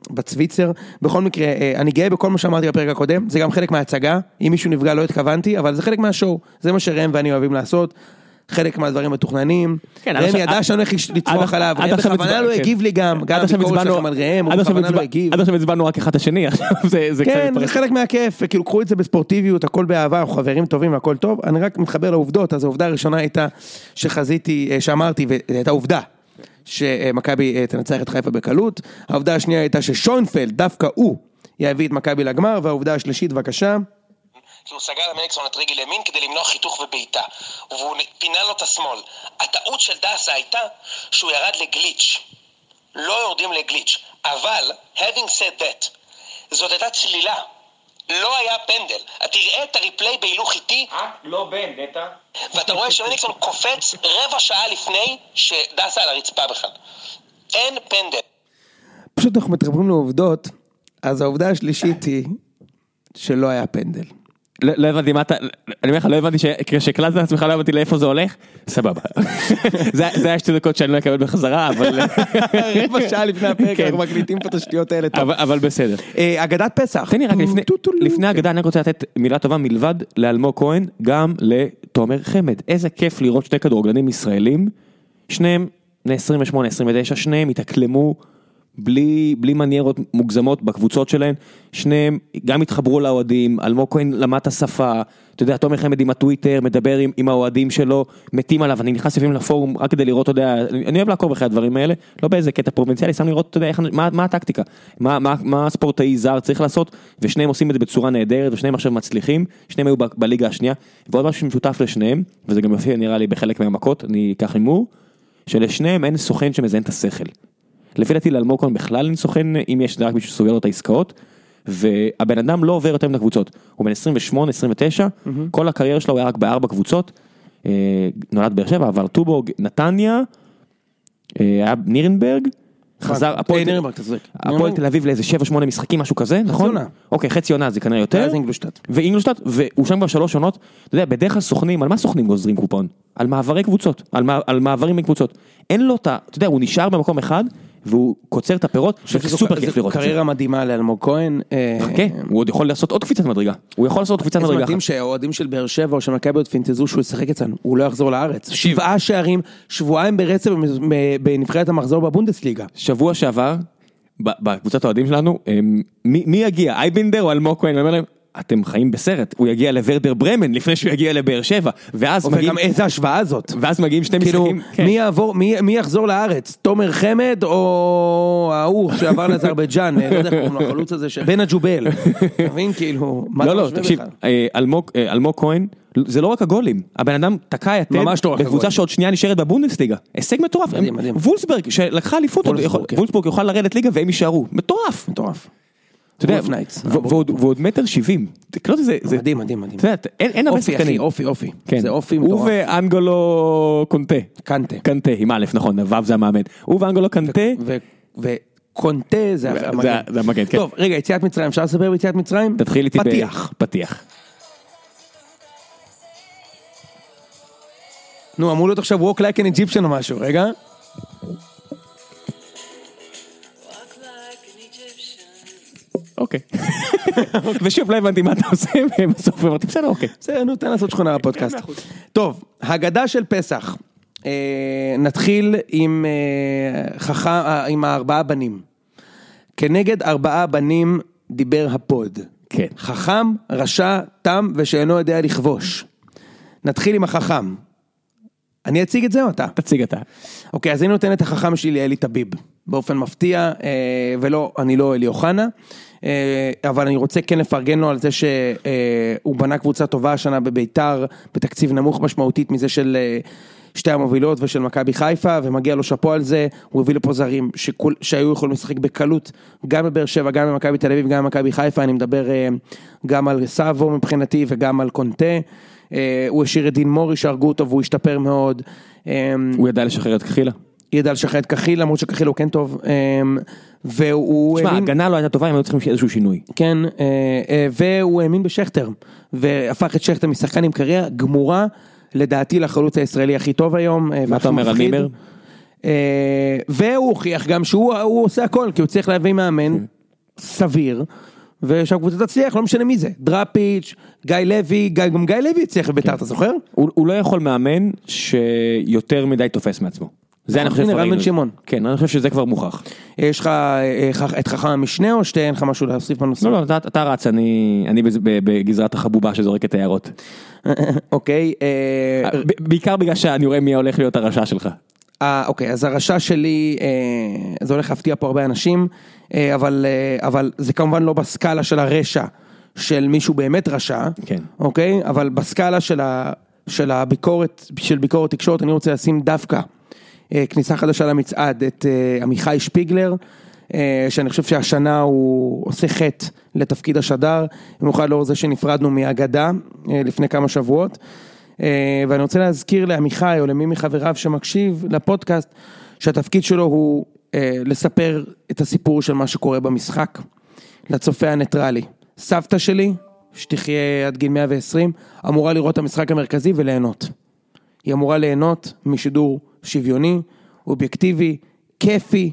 S2: בצוויצר. בכל מקרה, אה, אני גאה בכל מה שאמרתי בפרק הקודם, זה גם חלק מההצגה, אם מישהו נפגע לא התכוונתי, אבל זה חלק מהשואו, זה מה שראם ואני אוהבים לעשות. חלק מהדברים מתוכננים,
S1: כן, עד
S2: ראם
S1: עכשיו-
S2: ידע
S1: עד-
S2: שאני הולך לש- לצרוח
S1: עד-
S2: עליו,
S1: עד
S2: ראם
S1: עכשיו
S2: בכוונה
S1: הצבע-
S2: לא
S1: כן.
S2: הגיב לי גם, גם
S1: עד עכשיו
S2: לביקורת
S1: הצבענו-
S2: שלכם על ראם, הוא
S1: עד עכשיו
S2: בכוונה לא
S1: הצבע-
S2: הגיב.
S1: עד עכשיו הצבענו רק אחד את השני עכשיו זה זה קצת
S2: כן, זה
S1: מתפרץ.
S2: חלק מהכיף, וכאילו קחו את זה בספורטיביות, הכל באהבה, אנחנו חברים טובים והכל טוב, אני רק מתחבר לעובדות, אז העובדה הראשונה הייתה שחזיתי, אה, שאמרתי, והייתה עובדה, שמכבי אה, תנצח את חיפה בקלות, העובדה השנייה הייתה ששוינפלד, דווקא הוא, יביא את מכבי לגמר, והעובדה השלישית, בבקשה,
S3: כי הוא סגר למליקסון את רגל ימין כדי למנוע חיתוך ובעיטה, והוא פינה לו את השמאל. הטעות של דסה הייתה שהוא ירד לגליץ'. לא יורדים לגליץ', אבל, having said that, זאת הייתה צלילה. לא היה פנדל. תראה את הריפליי בהילוך איטי,
S4: את לא בן, נטע.
S3: ואתה רואה שמליקסון קופץ רבע שעה לפני שדסה על הרצפה בכלל. אין פנדל.
S2: פשוט אנחנו מתחברים לעובדות, אז העובדה השלישית היא שלא היה פנדל.
S1: לא לא הבנתי מה אתה, אני אומר לך, לא הבנתי שכשהקלטת את עצמך לא הבנתי לאיפה זה הולך, סבבה. זה זה היה שתי דקות שאני לא אקבל בחזרה, אבל...
S2: רבע שעה לפני הפרק
S1: כן.
S2: אנחנו מקליטים פה את השטויות האלה טוב.
S1: אבל- אבל בסדר.
S2: אה, אגדת פסח.
S1: תן לי רק לפני,
S2: טו-טו-טו-טו.
S1: לפני הגדה אני רק רוצה לתת מילה טובה מלבד לאלמוג כהן, גם לתומר חמד. איזה כיף לראות שני כדורגלנים ישראלים, שניהם בני 28-29, שניהם התאקלמו בלי, בלי מניירות מוגזמות בקבוצות שלהם, שניהם גם התחברו לאוהדים, אלמוג כהן למד את השפה, אתה יודע, תומר חמד עם הטוויטר, מדבר עם, עם האוהדים שלו, מתים עליו, אני נכנס לפעמים לפורום רק כדי לראות, אתה יודע, אני, אני אוהב לעקוב אחרי הדברים האלה, לא באיזה קטע פרובינציאלי, סתם לראות, אתה יודע, איך, מה, מה הטקטיקה, מה, מה, מה הספורטאי זר צריך לעשות, ושניהם עושים את זה בצורה נהדרת, ושניהם עכשיו מצליחים, שניהם היו ב, בליגה השנייה, ועוד משהו שמשותף לשניהם, וזה גם יופיע נראה לי בחלק מהמכות, אני אקח הימור, שלשניהם אין סוכן שמזיין את השכל. לפי דעתי לאלמוג כהן בכלל אין סוכן אם יש רק מישהו שסוגר לו את העסקאות. והבן אדם לא עובר יותר מן הקבוצות, הוא בן 28, 29, כל הקריירה שלו הוא היה רק בארבע קבוצות, אה, נולד באר שבע, עבר טובורג, נתניה, אה, היה נירנברג, חזר,
S2: אה,
S1: הפועל-
S2: נירנברג, אתה צודק.
S1: הפועל תל אביב לאיזה 7-8 משחקים, משהו כזה, נכון?
S2: עונה.
S1: אוקיי, חצי עונה זה כנראה יותר.
S2: ואז אינגלשטאט.
S1: ואינגלשטאט, והוא שם כבר שלוש עונות, אתה יודע, בדרך כלל סוכנים, על מה סוכנים גוזרים קופון? על מעברי קבוצות, על, מע, על מעברים בין קבוצות. אין לו את ה... אתה יודע, הוא נשאר במקום אחד, והוא קוצר את הפירות,
S2: אני חושב
S1: שזה
S2: שזו-
S1: סופר
S2: זו
S1: כיף לראות את זה. אוקיי,
S2: קריירה מדהימה לאלמוג כהן. אה,
S1: חכה, הוא עוד יכול לעשות עוד קפיצת מדרגה. הוא יכול לעשות עוד קפיצת
S2: זה
S1: מדרגה אחת.
S2: מדהים שהאוהדים של באר שבע או של מכבי עוד פינטזו שהוא ישחק אצלנו, הוא לא יחזור לארץ. שבעה שערים, שבועיים ברצף במ- בנבחרת המחזור בבונדסליגה.
S1: שבוע שעבר, ב- בקבוצת האוהדים שלנו, הם- מי מי יגיע, אייבינדר או אלמוג כהן? אני אומר להם, אתם חיים בסרט, הוא יגיע לוורדר ברמן לפני שהוא יגיע לבאר שבע, ואז מגיעים-
S2: וגם איזה השוואה זאת.
S1: ואז מגיעים שני
S2: אוקיי, כאילו,
S1: משחקים. כן.
S2: מי יעבור, מי מי יחזור לארץ? תומר חמד או ההוא שעבר לאזרבייג'אן, אה, לא יודע איך קוראים לו, החלוץ הזה, ש- בן הג'ובל. אתה מבין, כאילו, מה אתה
S1: לא, לא,
S2: משווה
S1: תקשיב,
S2: בכלל?
S1: אה, אלמוג אה, אלמוג כהן, זה לא רק הגולים, הבן אדם תקע יתד,
S2: ממש לא רק
S1: בקבוצה
S2: הגולים.
S1: שעוד שנייה נשארת בבונדסליגה, הישג מטורף,
S2: מדהים,
S1: הם-
S2: מדהים.
S1: וולסברג שלקחה אליפות, עוד
S2: וולפסבורג,
S1: יכול-
S2: כן.
S1: וולסבורג יוכל לרדת ליגה והם יישארו, מטורף,
S2: מטורף.
S1: אתה יודע,
S2: וולף נייטס.
S1: ו- ועוד- ועוד מטר שבעים, תקלוט את זה, זה-
S2: אה, מדהים, מדהים, מדהים.
S1: אתה יודע, אין אין הרבה
S2: אופי, אחי,
S1: שחקנים,
S2: אופי, אופי.
S1: לא, כן.
S2: זה אופי
S1: הוא
S2: מטורף.
S1: ואנגולו קונטה,
S2: קנטה.
S1: קנטה עם א' נכון, ו' זה המאמן, הוא ואנגולו קנטה,
S2: ו- וקונטה זה
S1: זה-
S2: המגן.
S1: זה המגן, כן.
S2: טוב, רגע, יציאת מצרים, אפשר לספר ביציאת מצרים?
S1: תתחיל איתי ב-
S2: פתיח.
S1: פתיח,
S2: נו, אמור להיות עכשיו walk like an Egyptian או משהו, רגע.
S4: Walk like an Egyptian.
S1: אוקיי, ושוב לא הבנתי מה אתה עושה, ובסוף אמרתי בסדר אוקיי.
S2: בסדר, נו, תן לעשות שכונה בפודקאסט.
S1: כן,
S2: טוב, הגדה של פסח. אה, נתחיל עם אה, חכם, אה, עם הארבעה בנים. כנגד ארבעה בנים דיבר הפוד.
S1: כן.
S2: חכם, רשע, תם ושאינו יודע לכבוש. נתחיל עם החכם. אני אציג את זה או אתה?
S1: תציג אתה.
S2: אוקיי, אז אני נותן את החכם שלי לאלי טביב, באופן מפתיע, אה, ולא, אני לא אלי אוחנה, אה, אבל אני רוצה כן לפרגן לו על זה שהוא אה, הוא בנה קבוצה טובה השנה בביתר, בתקציב נמוך משמעותית מזה של אה, שתי המובילות ושל מכבי חיפה, ומגיע לו שאפו על זה, הוא הביא לפה זרים שכול, שהיו יכולים לשחק בקלות, גם בבאר שבע, גם במכבי תל אביב, גם במכבי חיפה, אני מדבר אה, גם על סאבו מבחינתי וגם על קונטה. אה, הוא השאיר את דין מורי שהרגו אותו והוא השתפר מאוד. אה,
S1: הוא ידע לשחרר את קחילה.
S2: ידע לשחרר את קחיל, למרות שקחיל הוא כן טוב, אמ, והוא
S1: תשמע,
S2: האמין,
S1: ההגנה לא הייתה טובה, הם היו צריכים איזשהו שינוי.
S2: כן, אה, אה, והוא האמין בשכטר, והפך את שכטר משחקן עם קריירה גמורה, לדעתי לחלוץ הישראלי הכי טוב היום. אה, והכי
S1: אתה אומר על
S2: מפחיד.
S1: נימר?
S2: אה, והוא הוכיח גם שהוא הוא עושה הכל, כי הוא צריך להביא
S1: כן.
S2: מאמן סביר. ושהקבוצה תצליח, לא משנה מי זה, דראפיץ', גיא לוי, גיא- גם גיא לוי הצליח
S1: כן.
S2: בביתר, אתה זוכר?
S1: הוא הוא לא יכול מאמן שיותר מדי תופס מעצמו. זה אני חושב
S2: הנה,
S1: כבר
S2: רן
S1: ראינו
S2: בן
S1: את זה.
S2: שמעון.
S1: כן, אני חושב שזה כבר מוכח.
S2: יש לך אה, ח- את חכם המשנה או שאין לך משהו להוסיף בנושא?
S1: לא, לא, אתה- אתה רץ, אני אני בז- ב- בגזרת החבובה שזורקת הערות.
S2: אה, אוקיי, אה,
S1: ב- בעיקר בגלל שאני רואה מי הולך להיות הרשע שלך.
S2: אה, אוקיי, אז הרשע שלי, אה, זה הולך להפתיע פה הרבה אנשים, אה, אבל, אה, אבל זה כמובן לא בסקאלה של הרשע של מישהו באמת רשע,
S1: כן.
S2: אוקיי? אבל בסקאלה של, ה, של הביקורת, של ביקורת תקשורת, אני רוצה לשים דווקא אה, כניסה חדשה למצעד, את אה, עמיחי שפיגלר, אה, שאני חושב שהשנה הוא עושה חטא לתפקיד השדר, במיוחד לאור זה שנפרדנו מהגדה אה, לפני כמה שבועות. אה, ואני רוצה להזכיר לעמיחי או למי מחבריו שמקשיב לפודקאסט, שהתפקיד שלו הוא אה, לספר את הסיפור של מה שקורה במשחק לצופה הניטרלי. סבתא שלי שתחיה עד גיל 120, אמורה לראות את המשחק המרכזי וליהנות. היא אמורה ליהנות משידור שוויוני, אובייקטיבי, כיפי,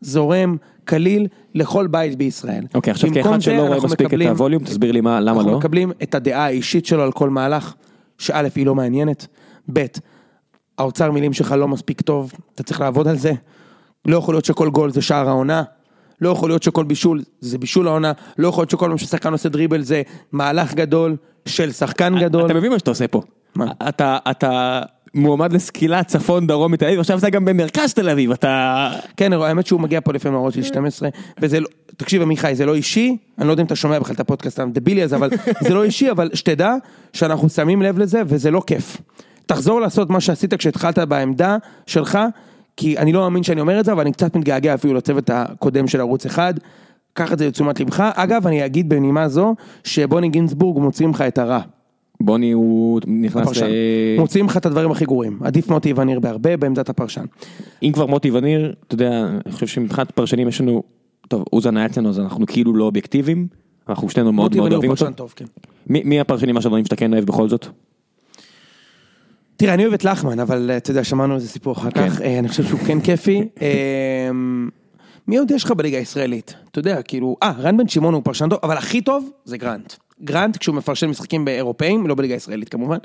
S2: זורם, קליל, לכל בית בישראל.
S1: אוקיי, עכשיו
S2: במקום
S1: כאחד
S2: זה
S1: שלא רואה
S2: אנחנו
S1: מספיק את
S2: מקבלים-
S1: הווליום, תסביר לי מה- למה
S2: אנחנו
S1: לא.
S2: מקבלים את הדעה האישית שלו על כל מהלך, שא' היא לא מעניינת, ב' האוצר מילים שלך לא מספיק טוב, אתה צריך לעבוד על זה. לא יכול להיות שכל גול זה שער העונה, לא יכול להיות שכל בישול זה בישול העונה, לא יכול להיות שכל פעם ששחקן עושה דריבל זה מהלך גדול של שחקן גדול.
S1: אתה מבין מה שאתה עושה פה?
S2: מה?
S1: אתה, אתה מועמד לסקילה צפון, דרום, מתל אביב, עכשיו אתה גם במרכז תל אביב, אתה...
S2: כן, האמת שהוא מגיע פה לפעמים מהראש של 12, וזה לא, תקשיב עמיחי, זה לא אישי, אני לא יודע אם אתה שומע בכלל את הפודקאסט הדבילי הזה, אבל זה לא אישי, אבל שתדע שאנחנו שמים לב לזה, וזה לא כיף. תחזור לעשות מה שעשית כשהתחלת בעמדה שלך, כי אני לא מאמין שאני אומר את זה, אבל אני קצת מתגעגע אפילו לצוות הקודם של ערוץ אחד. קח את זה לתשומת לבך. אגב, אני אגיד בנימה זו, שבוני גינזבורג מוציא ממך את הרע.
S1: בוני הוא נכנס אה, ל...
S2: הפרשן. מוציאים לך את הדברים הכי גרועים. עדיף מוטי וניר בהרבה בעמדת הפרשן.
S1: אם כבר מוטי וניר, אתה יודע, אני חושב שמבחינת פרשנים יש לנו... טוב, אוזן היה אצלנו אז אנחנו כאילו לא אובייקטיביים, אנחנו שנינו מאוד
S2: מוטי
S1: מאוד
S2: וניר הוא
S1: אוהבים אותו.
S2: פרשן טוב, כן.
S1: מי מי הפרשנים השדרנים שאתה כן אוהב בכל זאת?
S2: תראה, אני אוהב את לחמן, אבל אה, אתה יודע, שמענו איזה סיפור אחר כך, אה, אני חושב שהוא כן כיפי. אה, מי עוד יש לך בליגה הישראלית? אתה יודע, כאילו, אה, רן בן שמעון הוא פרשן טוב, אבל הכי טוב זה גרנט. גרנט, כשהוא מפרשן משחקים באירופאים, לא בליגה הישראלית כמובן,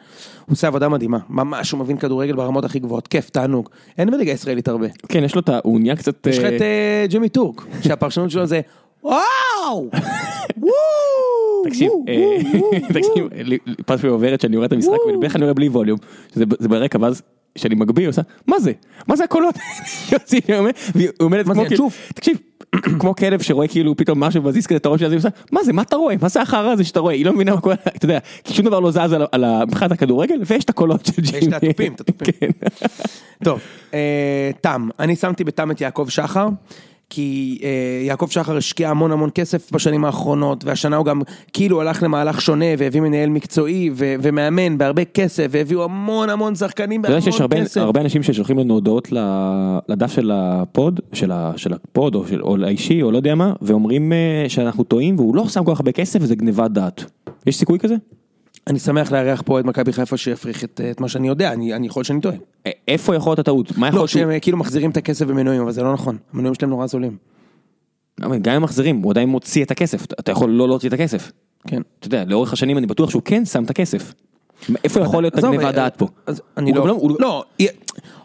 S2: הוא עושה עבודה מדהימה, ממש, הוא מבין כדורגל ברמות הכי גבוהות, כיף, תענוג. אין בליגה הישראלית הרבה.
S1: כן, יש לו את ה... הוא נהיה קצת...
S2: יש לך את אה, ג'ימי טורק, שהפרשנות שלו זה, וואו! וואו!
S1: תקשיב,
S2: וואו,
S1: אה,
S2: וואו, וואו.
S1: תקשיב, לי- לי- פעם שהיא עוברת שאני רואה את המשחק, ואני בדרך כלל אני רואה בלי ווליום, שזה ב- זה ברקע, ואז כשאני מגביר, היא עושה, מה זה? מה זה הקולות? יוצאים, היא עומדת- והיא עומדת
S2: מה
S1: כמו
S2: זה,
S1: כאילו-
S2: הצוף?
S1: תקשיב, כמו כלב שרואה כאילו פתאום משהו מזיז כזה את הראש שלה, אז היא עושה, מה זה, מה אתה רואה? מה זה החרא הזה שאתה רואה? היא לא מבינה מה קורה, אתה יודע, כי שום דבר לא זז על ה- על ה- מבחינת הכדורגל, ויש את הקולות של ג'ימי.
S2: ויש את התופים, את התופים.
S1: כן.
S2: טוב, אה, תם, אני שמתי בתם את יעקב שחר, כי אה, יעקב שחר השקיע המון המון כסף בשנים האחרונות, והשנה הוא גם כאילו הלך למהלך שונה, והביא מנהל מקצועי ו- ומאמן בהרבה כסף, והביאו המון המון שחקנים
S1: אתה
S2: בהמון
S1: יודע שיש הרבה,
S2: כסף.
S1: הרבה אנשים ששולחים לנו הודעות ל- לדף של הפוד, של, ה, של הפוד או, של, או לאישי או לא יודע מה, ואומרים אה, שאנחנו טועים והוא לא שם כל כך הרבה כסף וזה גניבת דעת. יש סיכוי כזה?
S2: אני שמח לארח פה את מכבי חיפה שיפריך את, את מה שאני יודע, אני, אני יכול להיות שאני טועה.
S1: א- איפה יכול להיות הטעות? מה יכול
S2: לא,
S1: להיות שהוא...
S2: שהם אה, כאילו מחזירים את הכסף במנויים, אבל זה לא נכון, המנויים שלהם נורא זולים.
S1: אבל גם אם מחזירים, הוא עדיין מוציא את הכסף, אתה יכול לא להוציא את הכסף.
S2: כן.
S1: אתה יודע, לאורך השנים אני בטוח שהוא כן שם את הכסף. איפה יכול להיות
S2: עזוב,
S1: הגניבת
S2: אה,
S1: דעת פה?
S2: אז אני
S1: הוא גם
S2: לא,
S1: הוא-
S2: לא, אה,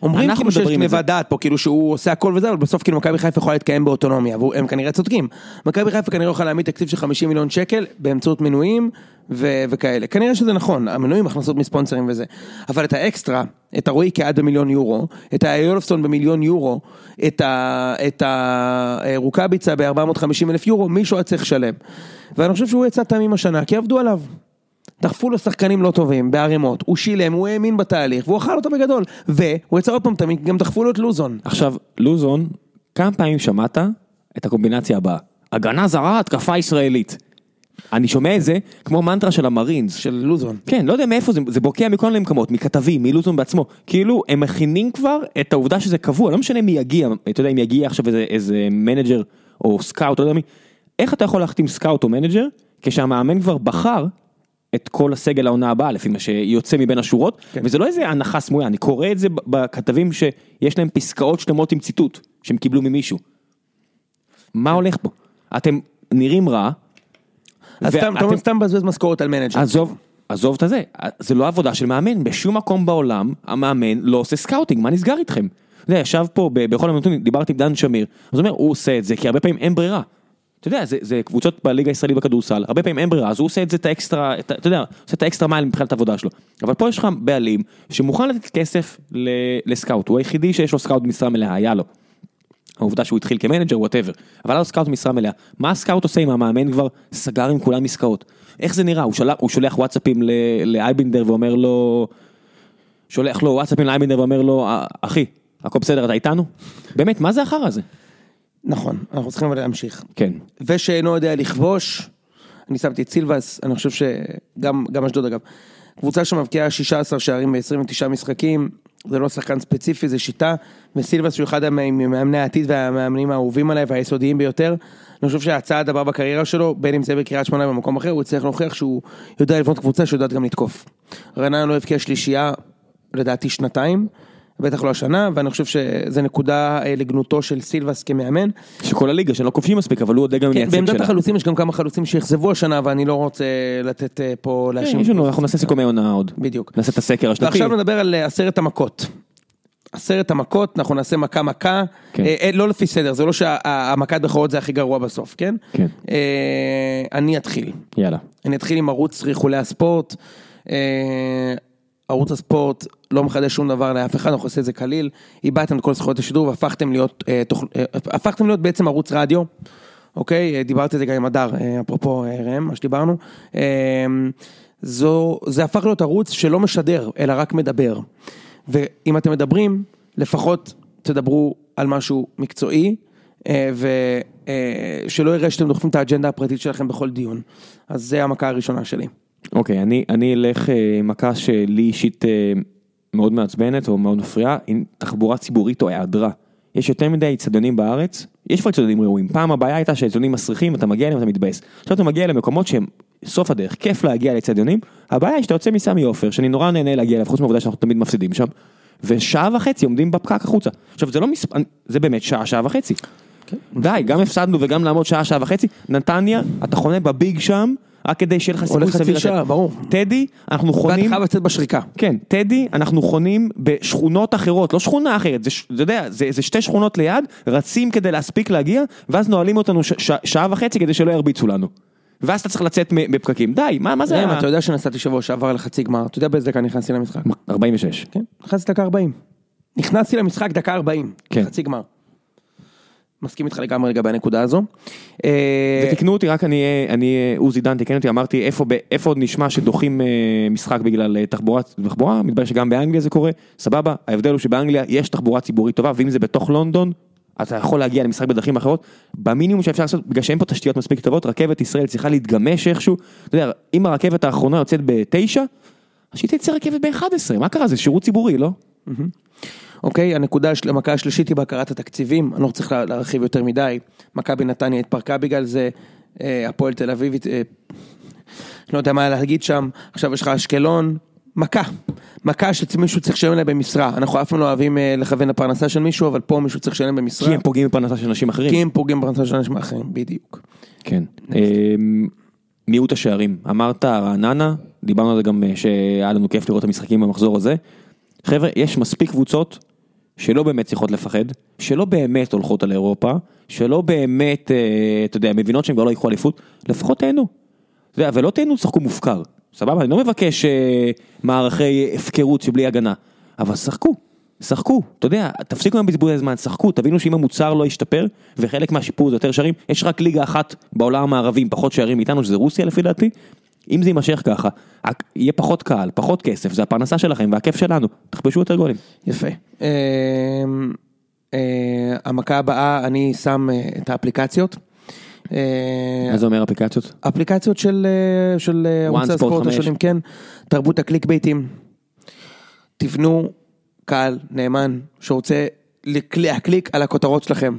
S2: אומרים
S1: אנחנו
S2: כאילו שיש
S1: מדברים על זה.
S2: גניבת דעת פה, כאילו שהוא עושה הכל וזה, אבל בסוף כאילו מכבי חיפה יכולה להתקיים באוטונומיה, והם כנראה צודקים. מכבי חיפה כנראה יכולה להעמיד תקציב של 50 מיליון שקל באמצעות מנויים ו- וכאלה. כנראה שזה נכון, המנויים, הכנסות מספונסרים וזה. אבל את האקסטרה, את הרועי קהד במיליון יורו, את היולפסון במיליון יורו, את ה- את הרוקאביצה ב-450 אלף יורו, מישהו היה צריך לשלם. ואני חושב שהוא יצא תמים השנה, כי עבדו עליו. דחפו לו שחקנים לא טובים בערימות, הוא שילם, הוא האמין בתהליך, והוא אכל אותו בגדול. והוא יצא עוד פעם תמיד, גם דחפו לו את לוזון.
S1: עכשיו, לוזון, כמה פעמים שמעת את הקומבינציה הבאה? הגנה זרה, התקפה ישראלית. אני שומע את זה כמו מנטרה של המרינס.
S2: של לוזון.
S1: כן, לא יודע מאיפה זה, זה בוקע מכל מיני מקומות, מכתבים, מלוזון בעצמו. כאילו, הם מכינים כבר את העובדה שזה קבוע, לא משנה מי יגיע, אתה יודע, אם יגיע עכשיו איזה, איזה מנג'ר או סקאוט, לא יודע מי. איך אתה יכול להחתים סקאוט או מנג'ר, כשהמאמן כבר בחר את כל הסגל העונה הבאה, לפי מה שיוצא מבין השורות, כן. וזה לא איזה הנחה סמויה, אני קורא את זה ב- בכתבים שיש להם פסקאות שלמות עם ציטוט, שהם קיבלו ממישהו. מה הולך פה? אתם נראים רע,
S2: אז סתם, אתה
S1: ואתם-
S2: אומר סתם מבזבז משכורת על מנג'ר.
S1: עזוב, עזוב את הזה, זה לא עבודה של מאמן, בשום מקום בעולם המאמן לא עושה סקאוטינג, מה נסגר איתכם? אתה יודע, ישב פה ב- בכל המנתונים, דיברתי עם דן שמיר, אז הוא אומר, הוא עושה את זה כי הרבה פעמים אין ברירה. אתה יודע, זה, זה קבוצות בליגה הישראלית בכדורסל, הרבה פעמים אין ברירה, אז הוא עושה את זה את האקסטרה, את, ה- אתה יודע, עושה את האקסטרה מייל מבחינת העבודה שלו. אבל פה יש לך בעלים שמוכן לתת כסף ל, לסקאוט, הוא היחידי שיש לו סקאוט משרה מלאה, היה לו. העובדה שהוא התחיל כמנג'ר, וואטאבר, אבל היה לו סקאוט משרה מלאה. מה הסקאוט עושה אם המאמן כבר סגר עם כולם עסקאות? איך זה נראה? הוא, שולח- הוא שולח וואטסאפים ל- לאייבינדר ואומר לו... שולח לו וואטסאפים לאייבינדר ואומר לו, "אה, אחי, הכל בסדר, אתה איתנו? באמת, מה זה החרא הזה?
S2: נכון, אנחנו צריכים אבל להמשיך.
S1: כן.
S2: ושאינו יודע לכבוש, אני שמתי את סילבס, אני חושב שגם גם אשדוד אגב. קבוצה שמבקיעה 16 שערים ב-29 משחקים, זה לא שחקן ספציפי, זה שיטה, וסילבס שהוא אחד ממאמני העתיד והמאמנים האהובים עליי והיסודיים ביותר. אני חושב שהצעד הבא בקריירה שלו, בין אם זה בקריית שמונה או במקום אחר, הוא יצטרך להוכיח שהוא יודע לבנות קבוצה שיודעת גם לתקוף. רנן לא הבקיע שלישייה, לדעתי שנתיים, בטח לא השנה, ואני חושב שזה נקודה אה, לגנותו של סילבס כמאמן.
S1: שכל הליגה שלא כובשים מספיק, אבל הוא עוד גם
S2: כן,
S1: מייצג
S2: בעמדת
S1: שלה.
S2: החלוצים יש גם כמה חלוצים שאכזבו השנה, ואני לא רוצה לתת אה, פה
S1: כן,
S2: להאשים.
S1: יש לנו- אנחנו נעשה סיכומי עונה עוד.
S2: בדיוק.
S1: נעשה את הסקר השנתי.
S2: ועכשיו נדבר על אה, עשרת המכות. עשרת המכות, אנחנו נעשה מכה מכה,
S1: כן.
S2: אה, אה, לא לפי סדר, זה לא שהמכת בכורות זה הכי גרוע בסוף, כן?
S1: כן.
S2: אה, אני אתחיל.
S1: יאללה.
S2: אני אתחיל עם ערוץ ריחולי הספורט. אה, ערוץ הספורט לא מחדש שום דבר לאף אחד, אנחנו עושים את זה קליל. איבדתם את כל זכויות השידור והפכתם להיות, אה, תוכ... אה, הפכתם להיות בעצם ערוץ רדיו. אוקיי, אה, דיברתי על זה גם עם הדר, אה, אפרופו אה, ראם, מה שדיברנו. אה, זו, זה הפך להיות ערוץ שלא משדר, אלא רק מדבר. ואם אתם מדברים, לפחות תדברו על משהו מקצועי, ושלא אה, יראה שאתם דוחפים את האג'נדה הפרטית שלכם בכל דיון. אז זה המכה הראשונה שלי.
S1: אוקיי, אני, אני אלך אה, מכה שלי אישית אה, מאוד מעצבנת או מאוד מפריעה, עם תחבורה ציבורית או היעדרה. יש יותר מדי איצטדיונים בארץ, יש כבר איצטדיונים ראויים. פעם הבעיה הייתה שהאיצטדיונים מסריחים, אתה מגיע אליהם ואתה מתבאס. עכשיו אתה מגיע למקומות שהם סוף הדרך, כיף להגיע לאיצטדיונים. הבעיה היא שאתה יוצא מסמי עופר, שאני נורא נהנה להגיע אליו, חוץ מהעובדה שאנחנו תמיד מפסידים שם, ושעה וחצי עומדים בפקק החוצה. עכשיו זה לא מספ... זה באמת שעה, שעה וחצי. די, גם הפסדנו וגם לעמוד שעה, שעה וחצי. נתניה, אתה חונה בביג שם, רק כדי שיהיה לך סיכוי
S2: הולך חצי
S1: סביר.
S2: שעה,
S1: לתת.
S2: ברור.
S1: טדי, אנחנו
S2: ואתה
S1: חונים...
S2: חייב לצאת בשריקה.
S1: כן, טדי, אנחנו חונים בשכונות אחרות, לא שכונה אחרת, זה, ש- אתה יודע, זה, זה שתי שכונות ליד, רצים כדי להספיק להגיע, ואז נועלים אותנו ש, ש, שעה וחצי כדי שלא ירביצו לנו. ואז אתה צריך לצאת מ- מפקקים, די, מה, מה זה
S2: ראם,
S1: ה-
S2: אתה יודע שנסעתי שבוע שעבר לחצי גמר, אתה יודע באיזה דקה נכנסתי למשחק?
S1: 46.
S2: כן, נכנסתי דקה 40. נכנסתי למשחק דקה 40,
S1: כן.
S2: חצי גמר. מסכים איתך לגמרי לגבי הנקודה הזו. אה,
S1: ותיקנו אותי, רק אני אהיה- אני אהיה עוזי דן תיקן אותי, אמרתי איפה ב- איפה עוד נשמע שדוחים אה, משחק בגלל אה, תחבורה, תחבורה, מתברר שגם באנגליה זה קורה, סבבה, ההבדל הוא שבאנגליה יש תחבורה ציבורית טובה, ואם זה בתוך לונדון, אתה יכול להגיע למשחק בדרכים אחרות, במינימום שאפשר לעשות, בגלל שאין פה תשתיות מספיק טובות, רכבת ישראל צריכה להתגמש איכשהו, אתה יודע, אם הרכבת האחרונה יוצאת בתשע, אז שהיא תצא רכבת ב-11, מה קרה? זה שירות ציבורי, לא?
S2: אוקיי, הנקודה, השל- המכה השלישית היא בהכרת התקציבים, אני לא צריך לה- להרחיב יותר מדי, מכבי נתניה התפרקה בגלל זה, אה, הפועל תל אביב, הת- אה, לא יודע מה להגיד שם, עכשיו יש לך אשקלון, מכה, מכה שמישהו צריך לשלם להם במשרה, אנחנו אף פעם לא אוהבים אה, לכוון לפרנסה של מישהו, אבל פה מישהו צריך לשלם במשרה,
S1: כי הם פוגעים בפרנסה של אנשים אחרים.
S2: לא. כי הם פוגעים בפרנסה של אנשים אחרים, בדיוק.
S1: כן. אמ, מיעוט השערים, אמרת רעננה, דיברנו על זה גם אה, שהיה לנו כיף לראות את המשחקים במחזור הזה. חבר'ה, יש מספיק קבוצות שלא באמת צריכות לפחד, שלא באמת הולכות על אירופה, שלא באמת, אה, אתה יודע, מבינות שהן כבר לא ייקחו אליפות, לפחות תהנו. אתה יודע, ולא לא תהנו, תשחקו מופקר. סבבה? אני לא מבקש אה, מערכי הפקרות שבלי הגנה, אבל שחקו. שחקו, אתה יודע, תפסיקו עם בזבוז הזמן, שחקו, תבינו שאם המוצר לא ישתפר, וחלק מהשיפור זה יותר שערים, יש רק ליגה אחת בעולם המערבי עם פחות שערים מאיתנו, שזה רוסיה לפי דעתי, אם זה יימשך ככה, הק- יהיה פחות קהל, פחות כסף, זה הפרנסה שלכם והכיף שלנו, תכבשו יותר גולים.
S2: יפה. אמ, אה, המכה הבאה, אני שם אה, את האפליקציות. אה,
S1: מה זה אומר אפליקציות?
S2: אפליקציות של, אה, של אה, ערוץ
S1: One Sport
S2: הספורט
S1: חמש.
S2: השונים, כן, תרבות הקליק בייטים. תבנו קהל נאמן שרוצה לק- להקליק על הכותרות שלכם.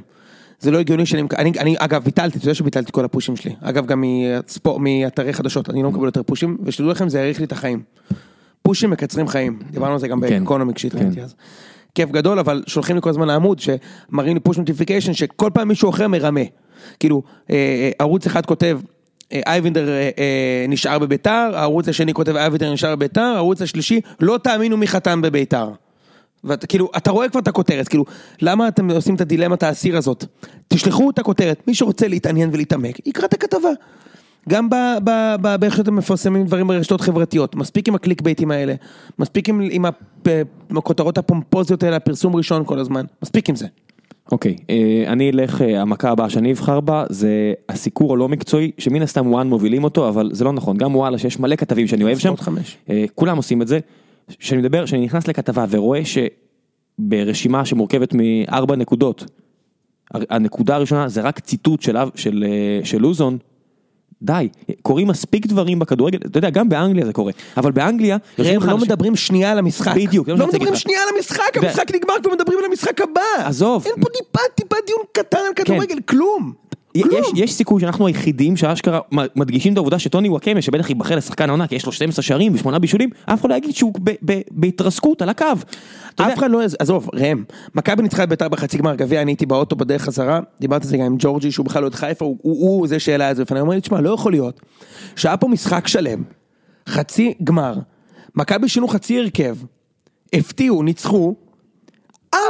S2: זה לא הגיוני שאני, מק- אני, אני אגב ביטלתי, אתה יודע שביטלתי את כל הפושים שלי, אגב גם מספור, מאתרי חדשות, אני לא מקבל יותר פושים, ושתדעו לכם זה האריך לי את החיים. פושים מקצרים חיים, דיברנו על זה גם
S1: כן.
S2: באקונומי כשהתראיתי
S1: כן.
S2: אז. כיף גדול, אבל שולחים לי כל הזמן לעמוד שמראים לי פוש נוטיפיקיישן שכל פעם מישהו אחר מרמה. כאילו, אה, אה, ערוץ אחד כותב, אה, אייבינדר אה, אה, נשאר בביתר, הערוץ השני כותב אייבינדר נשאר בביתר, הערוץ השלישי, לא תאמינו מי חתם בביתר. ואתה כאילו, אתה רואה כבר את הכותרת, כאילו, למה אתם עושים את הדילמת האסיר הזאת? תשלחו את הכותרת, מי שרוצה להתעניין ולהתעמק, יקרא את הכתבה. גם ב- ב- ב- באיך שאתם מפרסמים דברים ברשתות חברתיות, מספיק עם הקליק בייטים האלה, מספיק עם, עם הפ- עם הכותרות הפומפוזיות האלה, הפרסום ראשון כל הזמן, מספיק עם זה.
S1: אוקיי, אה, אני אלך, אה, המכה הבאה שאני אבחר בה זה הסיקור הלא מקצועי, שמן הסתם וואן מובילים אותו, אבל זה לא נכון, גם וואלה שיש מלא כתבים שאני אוהב שם,
S2: עוד חמש.
S1: אה, כולם עושים את זה, כשאני מדבר, כשאני נכנס לכתבה ורואה שברשימה שמורכבת מארבע נקודות, הר- הנקודה הראשונה זה רק ציטוט של, אב- של, אה, של לוזון, די, קורים מספיק דברים בכדורגל, אתה יודע, גם באנגליה זה קורה, אבל באנגליה... יושבים
S2: הם
S1: לך
S2: לא
S1: אנשים-
S2: מדברים שנייה על המשחק.
S1: בדיוק, זה מה
S2: לא
S1: שאני רוצה
S2: מדברים
S1: להגיד לך.
S2: שנייה על המשחק,
S1: ו-
S2: המשחק נגמר כבר מדברים על המשחק הבא.
S1: עזוב. כן.
S2: אין פה טיפה, טיפה דיון קטן על כדורגל, כלום. כלום.
S1: יש, יש סיכוי שאנחנו היחידים שאשכרה מ- מדגישים את העובדה שטוני וואקמה שבטח ייבחר לשחקן העונה כי יש לו 12 שערים ושמונה בישולים אף אחד לא יגיד שהוא ב, ב, בהתרסקות על הקו. אתה יודע-
S2: אף אחד לא, יז- עזוב, ראם, מכבי ניצחה את ביתר בחצי גמר גביע, אני הייתי באוטו בדרך חזרה, דיברתי על זה גם עם ג'ורג'י שהוא בכלל לא את חיפה, הוא, הוא, הוא זה שהעלה את זה בפניי, הוא אומר לי, תשמע, לא יכול להיות, שהיה פה משחק שלם, חצי גמר, מכבי שינו חצי הרכב, הפתיעו, ניצחו,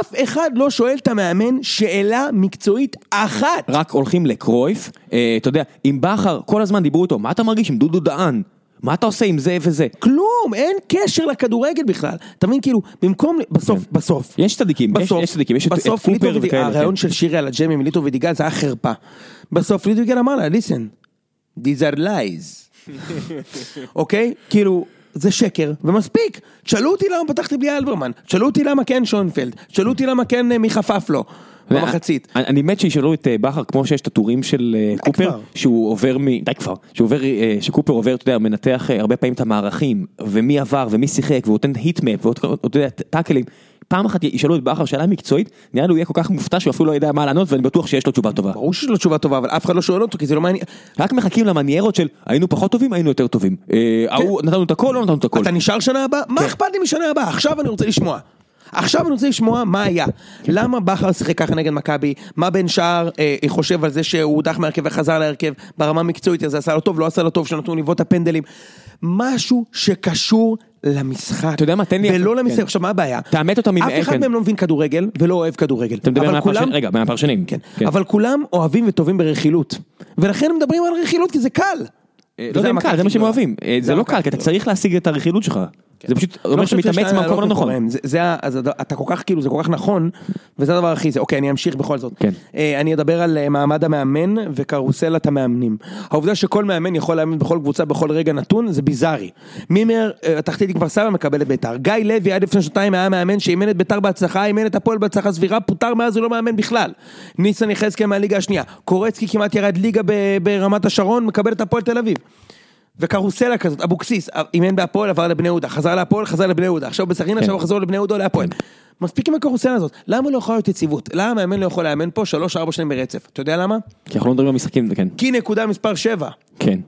S2: אף אחד לא שואל את המאמן שאלה מקצועית אחת.
S1: רק הולכים לקרויף, אה, אתה יודע, עם בכר כל הזמן דיברו איתו, מה אתה מרגיש עם דודו דהן? מה אתה עושה עם זה וזה?
S2: כלום, אין קשר לכדורגל בכלל. אתה מבין, כאילו, במקום,
S1: כן.
S2: בסוף, בסוף.
S1: יש צדיקים, יש-
S2: בסוף,
S1: יש צדיקים, יש את- את
S2: בסוף
S1: קופר
S2: ליטו ודיגל,
S1: וכאלה,
S2: הרעיון
S1: כן.
S2: של שירי על הג'מי מליטו ודיגל זה היה חרפה. בסוף ליטו ודיגל אמר לה, listen, these are lies. אוקיי? כאילו, זה שקר, ומספיק. תשאלו אותי למה פתחתי בלי אלברמן, תשאלו אותי למה כן שונפלד, תשאלו אותי למה כן אה, מיכה פפלו, לא במחצית.
S1: אני- אני מת שישאלו את אה, בכר כמו שיש את הטורים של אה, קופר
S2: כבר.
S1: שהוא עובר מ... די כבר. שהוא עובר, אה, שקופר עובר, אתה יודע, מנתח אה, הרבה פעמים את המערכים ומי עבר ומי שיחק והוא נותן היטמפ ועוד כל- אתה יודע, ט- טאקלים. פעם אחת ישאלו את בכר שאלה מקצועית נראה לי הוא יהיה כל כך מופתע שהוא אפילו לא ידע מה לענות ואני בטוח שיש לו תשובה טובה.
S2: ברור שיש לו תשובה טובה, אבל אף אחד לא שואל אותו, כי זה לא מעניין.
S1: רק מחכים למניירות של היינו פחות טובים היינו יותר טובים. אה, ההוא נתנו את הכל לא נתנו את הכל.
S2: כן.
S1: כן.
S2: אתה נשאר שנה הבאה? מה אכפת לי משנה הבאה? עכשיו אני רוצה לשמוע. עכשיו אני רוצה לשמוע מה היה.
S1: כן.
S2: למה בכר שיחק ככה נגד מכבי? מה בן שער אה, חושב על זה שהוא הודח מהרכב וחזר להרכב ברמה המקצועית, אז זה עשה לו טוב, לא עשה לו טוב, שנתנו לבעוט את הפנדלים. משהו שקשור למשחק.
S1: אתה יודע מה, תן לי-
S2: ולא למשחק.
S1: כן.
S2: עכשיו, מה הבעיה?
S1: תעמת אותם עם
S2: אף אחד
S1: אקן.
S2: מהם לא מבין כדורגל ולא אוהב כדורגל.
S1: כן. אתה מדבר
S2: אבל
S1: מהפרשנים-
S2: כולם-
S1: רגע, מהפרשנים.
S2: כן. אבל כולם אוהבים וטובים ברכילות. ולכן הם מדברים על רכילות כי זה קל.
S1: אה,
S2: וזה
S1: לא יודע אם
S2: המכה
S1: קל, זה
S2: הכי
S1: מה שהם
S2: גדולה.
S1: אוהבים. אה, זה לא
S2: המכה
S1: קל,
S2: הכי
S1: כי אתה
S2: גדולה.
S1: צריך להשיג את הרכילות שלך. זה פשוט אומר שאתה
S2: לא חושב שיש
S1: מתאמץ
S2: טענה
S1: מהמקום הלא נכון.
S2: מקומם. זה- זה ה- אז אתה- אתה כל כך כאילו זה כל כך נכון וזה הדבר הכי זה אוקיי אני אמשיך בכל זאת.
S1: כן.
S2: אה, אני אדבר על אה, מעמד המאמן וקרוסלת המאמנים. העובדה שכל מאמן יכול לאמן בכל קבוצה בכל רגע נתון זה ביזארי. מימר אה, תחתית כפר סבא מקבל את ביתר. גיא לוי עד לפני שנתיים היה מאמן שאימן את ביתר בהצלחה אימן את הפועל בהצלחה סבירה פוטר מאז הוא לא מאמן בכלל. ניסן יחזקאל מהליגה השנייה. קורצקי כמעט ירד ליגה ב- ברמת השרון מקבל את הפועל תל אביב. וקרוסלה כזאת, אבוקסיס, אימן בהפועל עבר לבני יהודה, חזר להפועל, חזר לבני יהודה, עכשיו בסכנין, עכשיו הוא חזר לבני יהודה או להפועל. מספיק עם הקרוסלה הזאת, למה לא יכולה להיות יציבות? למה מאמן לא יכול לאמן פה שלוש ארבע שנים ברצף? אתה יודע למה?
S1: כי אנחנו לא מדברים על משחקים, כן.
S2: כי נקודה מספר שבע,
S1: כן.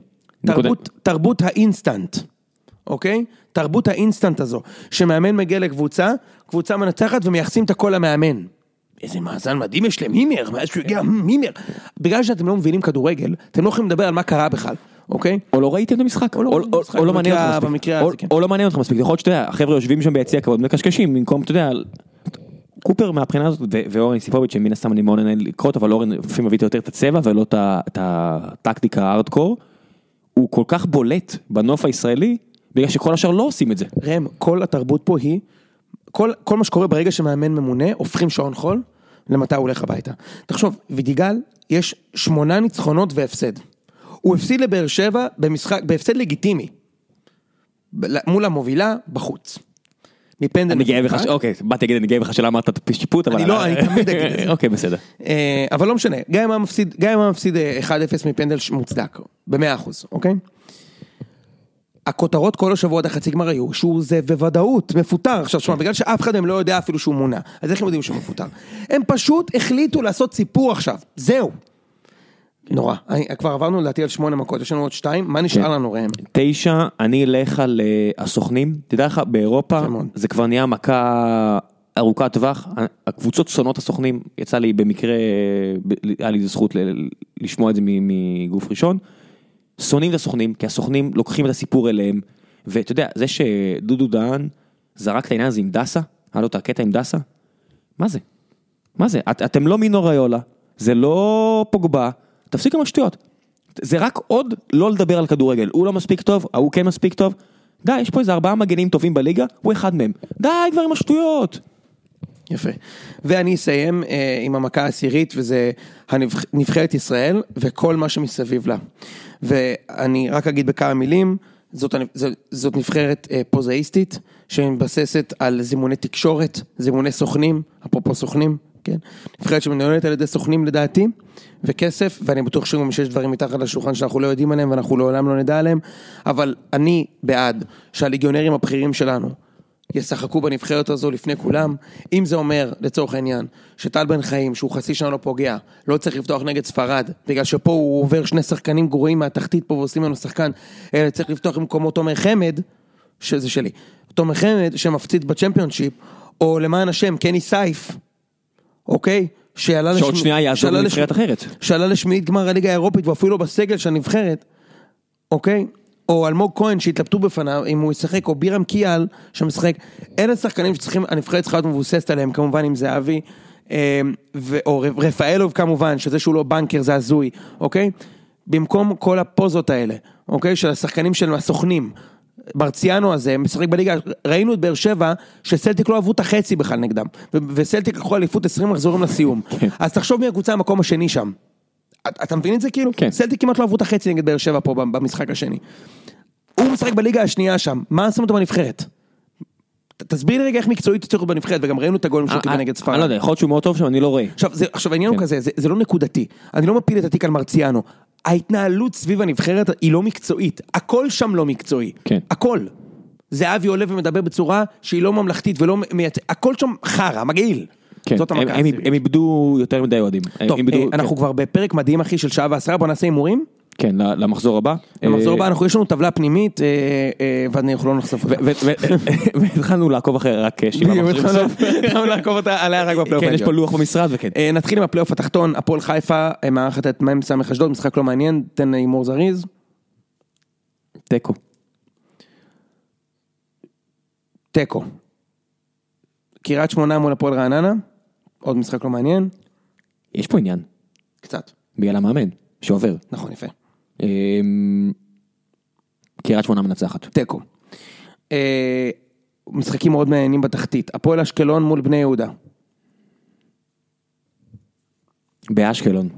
S2: תרבות, תרבות האינסטנט, אוקיי? תרבות האינסטנט הזו, שמאמן מגיע לקבוצה, קבוצה מנצחת ומייחסים את הכל למאמן. איזה מאזן מדהים יש למימר, מאז שהוא הגיע, מימר. בגלל שאתם לא מבינים כדורגל, אתם לא יכולים לדבר על מה קרה בכלל, אוקיי?
S1: או לא ראיתם את המשחק, או
S2: לא
S1: או-
S2: ראיתם את
S1: או-
S2: המשחק,
S1: או לא מעניין
S2: במקרה-
S1: אותך מספיק,
S2: במקרה
S1: או-
S2: הזה, כן.
S1: או לא מעניין אותך מספיק, יכול להיות שאתה יודע, החבר'ה יושבים שם ביציע הכבוד מקשקשים במקום, אתה יודע, קופר מהבחינה הזאת ו- ואורן סיפוביץ' שמן הסתם אני מאוד נהנה לקרות, אבל אורן לפעמים מביא יותר את הצבע ולא את ה- את הטקטיקה הארדקור, הוא כל כך בולט בנוף הישראלי, בגלל שכל השאר לא עושים את זה.
S2: ראם, כל התרבות פה היא, כל, כל מה שקורה ברגע שמאמן ממונה, הופכים שעון חול למתי הוא הולך הביתה. תחשוב, וידיגל, יש שמונה ניצחונות והפסד. הוא הפסיד לבאר שבע במשחק, בהפסד לגיטימי. ב- מול המובילה, בחוץ. מפנדל.
S1: אני גאה בך,
S2: מפוקפק.
S1: ש- אוקיי, באתי להגיד, אני גאה בך שלא אמרת את השיפוט, אבל...
S2: אני לא, אני תמיד אגיד את זה.
S1: אוקיי, בסדר.
S2: אה, אבל לא משנה, גם אם היה מפסיד, גם אם היה מפסיד אה, 1-0 מפנדל ש- מוצדק, ב-100%, אוקיי? הכותרות כל השבוע עד החצי גמר היו שהוא זה בוודאות מפוטר עכשיו שמע בגלל שאף אחד מהם לא יודע אפילו שהוא מונה אז איך הם יודעים שהוא מפוטר הם פשוט החליטו לעשות סיפור עכשיו זהו. נורא אני, כבר עברנו לדעתי על שמונה מכות יש לנו עוד שתיים מה נשאר
S1: כן.
S2: לנו ראם
S1: תשע, אני אלך על אה, הסוכנים, תדע לך, באירופה
S2: יפה מאוד.
S1: זה כבר נהיה מכה ארוכת טווח, ה- הקבוצות שונאות הסוכנים, יצא לי במקרה, ב- היה לי זכות ל- לשמוע את זה מ- מגוף ראשון, שונאים את הסוכנים, כי הסוכנים לוקחים את הסיפור אליהם, ואתה יודע, זה שדודו דהן זרק את העניין הזה עם דסה, היה לו את הקטע עם דסה, מה זה? מה זה? את, אתם לא מינו ריולה, זה לא פוגבה, תפסיקו עם השטויות. זה רק עוד לא לדבר על כדורגל, הוא לא מספיק טוב, ההוא כן מספיק טוב. די, יש פה איזה ארבעה מגנים טובים בליגה, הוא אחד מהם. די כבר עם השטויות.
S2: יפה. ואני אסיים אה, עם המכה העשירית, וזה הנבח... נבחרת ישראל וכל מה שמסביב לה. ואני רק אגיד בכמה מילים, זאת, הנ- ז- זאת נבחרת אה, פוזאיסטית, שמתבססת על זימוני תקשורת, זימוני סוכנים, אפרופו סוכנים, כן? נבחרת שמנוהלת על ידי סוכנים לדעתי, וכסף, ואני בטוח שגם שיש דברים מתחת לשולחן שאנחנו לא יודעים עליהם ואנחנו לעולם לא נדע עליהם, אבל אני בעד שהליגיונרים הבכירים שלנו ישחקו בנבחרת הזו לפני כולם. אם זה אומר, לצורך העניין, שטל בן חיים, שהוא חצי שנה לא פוגע, לא צריך לפתוח נגד ספרד, בגלל שפה הוא עובר שני שחקנים גרועים מהתחתית פה ועושים ממנו שחקן, אלא צריך לפתוח במקומו תומר חמד, שזה שלי, תומר חמד שמפציץ בצ'מפיונשיפ, או למען השם, קני סייף, אוקיי? שעלה
S1: שעוד
S2: לשמ-
S1: שנייה יעזוב
S2: שעלה
S1: לנבחרת
S2: לשמ-
S1: אחרת.
S2: שעלה לשמינית גמר הליגה האירופית ואפילו לא בסגל של הנבחרת, אוקיי? או אלמוג כהן שהתלבטו בפניו אם הוא ישחק, או בירם קיאל שמשחק. אלה שחקנים שצריכים, הנבחרת צריכה להיות מבוססת עליהם, כמובן עם זהבי, אה, ו- או ר- רפאלוב כמובן, שזה שהוא לא בנקר זה הזוי, אוקיי? במקום כל הפוזות האלה, אוקיי? של השחקנים של הסוכנים. מרציאנו הזה משחק בליגה, ראינו את באר שבע שסלטיק לא עברו את החצי בכלל נגדם ו- וסלטיק לקחו אליפות 20 מחזורים לסיום אז תחשוב מי הקבוצה המקום השני שם אתה- אתה מבין את זה כאילו?
S1: כן.
S2: סלטיק כמעט לא עברו את החצי נגד באר שבע פה במשחק השני. הוא משחק בליגה השנייה שם, מה שם אותו בנבחרת? ת- תסביר לי רגע איך מקצועית הוא צריך להיות בנבחרת, וגם ראינו את הגולים שהוא
S1: אה,
S2: קיבל נגד ספרד.
S1: אני לא יודע, יכול להיות שהוא מאוד טוב שם, אני לא רואה.
S2: עכשיו, זה, עכשיו העניין הוא
S1: כן.
S2: כזה, זה, זה לא נקודתי, אני לא מפיל את התיק על מרציאנו. ההתנהלות סביב הנבחרת היא לא מקצועית, הכל שם לא מקצועי,
S1: כן.
S2: הכל. זהבי עולה ומדבר בצורה שהיא לא ממלכתית ולא מייצאת, הכל שם חרא, מגעיל.
S1: כן,
S2: זאת
S1: הם-
S2: המכה.
S1: הם
S2: הסביבית.
S1: הם איבדו יותר מדי אוהדים. הם
S2: טוב,
S1: איבדו-
S2: אה, אנחנו כבר בפרק מדהים אחי של שעה ועשרה, בוא נעשה הימורים.
S1: כן, כן, ל- למחזור הבא.
S2: במחזור
S1: אה,
S2: הבא אנחנו יש לנו טבלה פנימית אה, אה, ואנחנו לא נחשוף אותה.
S1: ו- ו- ו- והתחלנו לעקוב אחרי רק אה, שבעה
S2: בדיוק, לא-
S1: מחזורים.
S2: התחלנו התחלנו לעקוב אותה עליה רק בפלייאוף
S1: כן, יש פה
S2: העליון.
S1: לוח במשרד וכן.
S2: אה, נתחיל עם הפלייאוף התחתון, הפועל חיפה אה, מארחת את מ"ס אשדוד, משחק לא מעניין, תן הימור זריז.
S1: תיקו.
S2: תיקו. קריית שמונה מול הפועל רעננה, עוד משחק לא מעניין.
S1: יש פה עניין,
S2: קצת.
S1: בגלל המאמן, שעובר.
S2: נכון, יפה.
S1: אמ, קריית שמונה מנצחת.
S2: תיקו. אה, משחקים מאוד מעניינים בתחתית, הפועל אשקלון מול בני יהודה.
S1: באשקלון.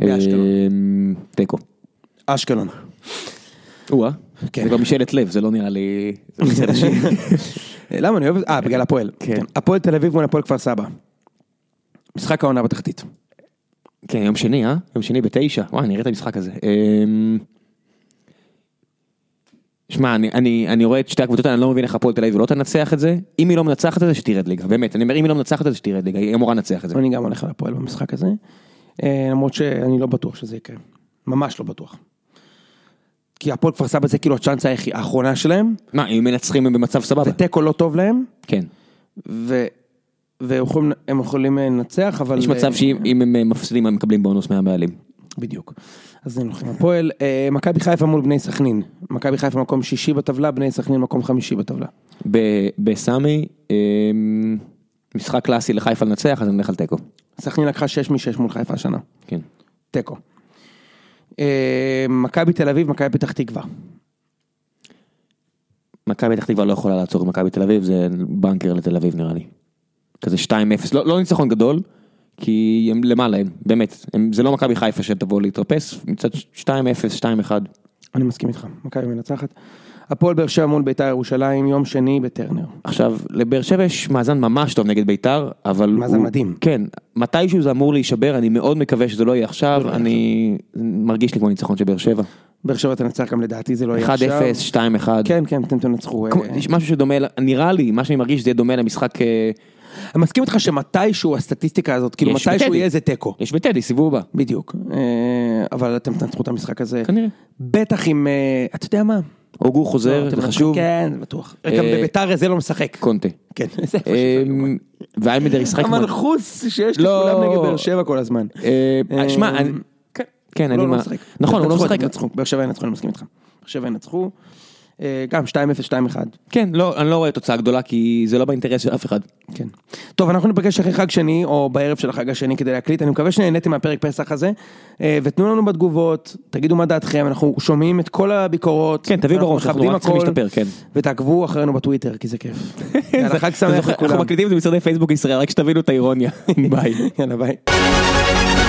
S2: באשקלון.
S1: אמ, תיקו.
S2: אשקלון.
S1: או-אה.
S2: כן.
S1: זה כבר משאלת לב, זה לא נראה לי... זה מצד השני.
S2: אה, למה אני אוהב את זה? אה, בגלל הפועל.
S1: כן.
S2: הפועל תל אביב מול הפועל כפר סבא. משחק העונה בתחתית.
S1: כן, יום שני, אה? יום שני בתשע. וואי, נראה את המשחק הזה. אמ, שמע, אני, אני, אני רואה את שתי הקבוצות, האלה, אני לא מבין איך הפועל תל אביב לא תנצח את זה. אם היא לא מנצחת את זה, שתרד ליגה. באמת, אני אומר, אם היא לא מנצחת את זה, שתרד ליגה. היא אמורה לנצח את זה.
S2: אני גם הולך על הפועל במשחק הזה. אה, למרות שאני לא בטוח שזה יקרה. ממש לא בטוח. כי הפועל כפר סבא זה כאילו הצ'אנס היחי- האחרונה שלהם,
S1: מה, אם הם מנצחים הם במצב סבבה.
S2: ותיקו לא טוב להם,
S1: כן.
S2: ו... והם יכולים- הם יכולים אה, לנצח, אבל...
S1: יש מצב
S2: אה,
S1: שאם אם הם אה, מפסידים, הם מקבלים בונוס מהבעלים.
S2: בדיוק. אז הם הולכים הפועל. אה, מכבי חיפה מול בני סכנין. מכבי חיפה מקום שישי בטבלה, בני סכנין מקום חמישי בטבלה.
S1: ב- בסמי, אמ, משחק קלאסי לחיפה לנצח, אז אני הולך על תיקו.
S2: סכנין לקחה 6 מ-6 מול חיפה השנה.
S1: כן.
S2: תיקו. אה, מכבי תל אביב, מכבי פתח תקווה.
S1: מכבי פתח תקווה לא יכולה לעצור את מכבי תל אביב, זה בנקר לתל אביב נראה לי. כזה 2-0, לא, לא ניצחון גדול, כי הם למעלה הם, באמת, הם, זה לא מכבי חיפה שתבוא להתרפס, מצד ש- 2-0, 2-1.
S2: אני מסכים איתך, מכבי מנצחת. הפועל באר שבע מול ביתר ירושלים, יום שני בטרנר.
S1: עכשיו, לבאר שבע יש מאזן ממש טוב נגד ביתר, אבל...
S2: מאזן מדהים.
S1: כן, מתישהו זה אמור להישבר, אני מאוד מקווה שזה לא יהיה עכשיו, אני... מרגיש לי כמו ניצחון של באר שבע. 1-0,
S2: באר שבע תנצח גם לדעתי, זה לא יהיה עכשיו.
S1: 2-1.
S2: כן, כן, אתם תנצחו. אה,
S1: כמו- יש משהו שדומה, ל- נראה לי, מה שאני מרגיש שזה יהיה דומה למשחק, אה,
S2: אני מסכים איתך שמתישהו הסטטיסטיקה הזאת, כאילו
S1: יש בטדי.
S2: מתישהו יהיה איזה תיקו.
S1: יש בטדי, סיבוב הבא.
S2: בדיוק. אה, אבל אתם תנצחו את המשחק הזה.
S1: כנראה.
S2: בטח אם, אה, אתה יודע מה?
S1: הוגו
S2: לא,
S1: חוזר,
S2: אתם
S1: זה
S2: מנצחים,
S1: חשוב,
S2: כן, זה בטוח.
S1: אה,
S2: גם בביתר זה לא משחק.
S1: קונטה.
S2: כן, זה פשוט
S1: אמ, ואלמדר ישחק. כמו-
S2: נכון. המנחוס שיש
S1: לא.
S2: לכולם נגד באר שבע כל הזמן.
S1: אה, שמע,
S2: אמ,
S1: אני- כן, אני
S2: לא, לא
S1: מה...
S2: משחק.
S1: נכון, הוא לא
S2: ינצחו,
S1: משחק.
S2: ינצחו. באר שבע ינצחו, אני מסכים איתך. באר שבע ינצחו. אה, גם 2-0, 2-1.
S1: כן, לא, אני לא רואה תוצאה גדולה, כי זה לא באינטרס של אף אחד.
S2: כן. טוב, אנחנו ניפגש אחרי חג שני, או בערב של החג השני כדי להקליט. אני מקווה שנהניתם מהפרק פסח הזה. אה, ותנו לנו בתגובות, תגידו מה דעתכם, אנחנו שומעים את כל הביקורות.
S1: כן, תביאו
S2: אנחנו
S1: בראש, אנחנו
S2: מכבדים
S1: רק צריכים
S2: הכל,
S1: להשתפר, כן.
S2: ותעקבו אחרינו בטוויטר, כי זה כיף. יאללה, חג
S1: אתה
S2: שמח
S1: זוכר, אנחנו
S2: לכולם.
S1: מקליטים את זה במשרדי פייסבוק ישראל, רק שתבינו את האירוניה. ביי.
S2: יאללה, ביי.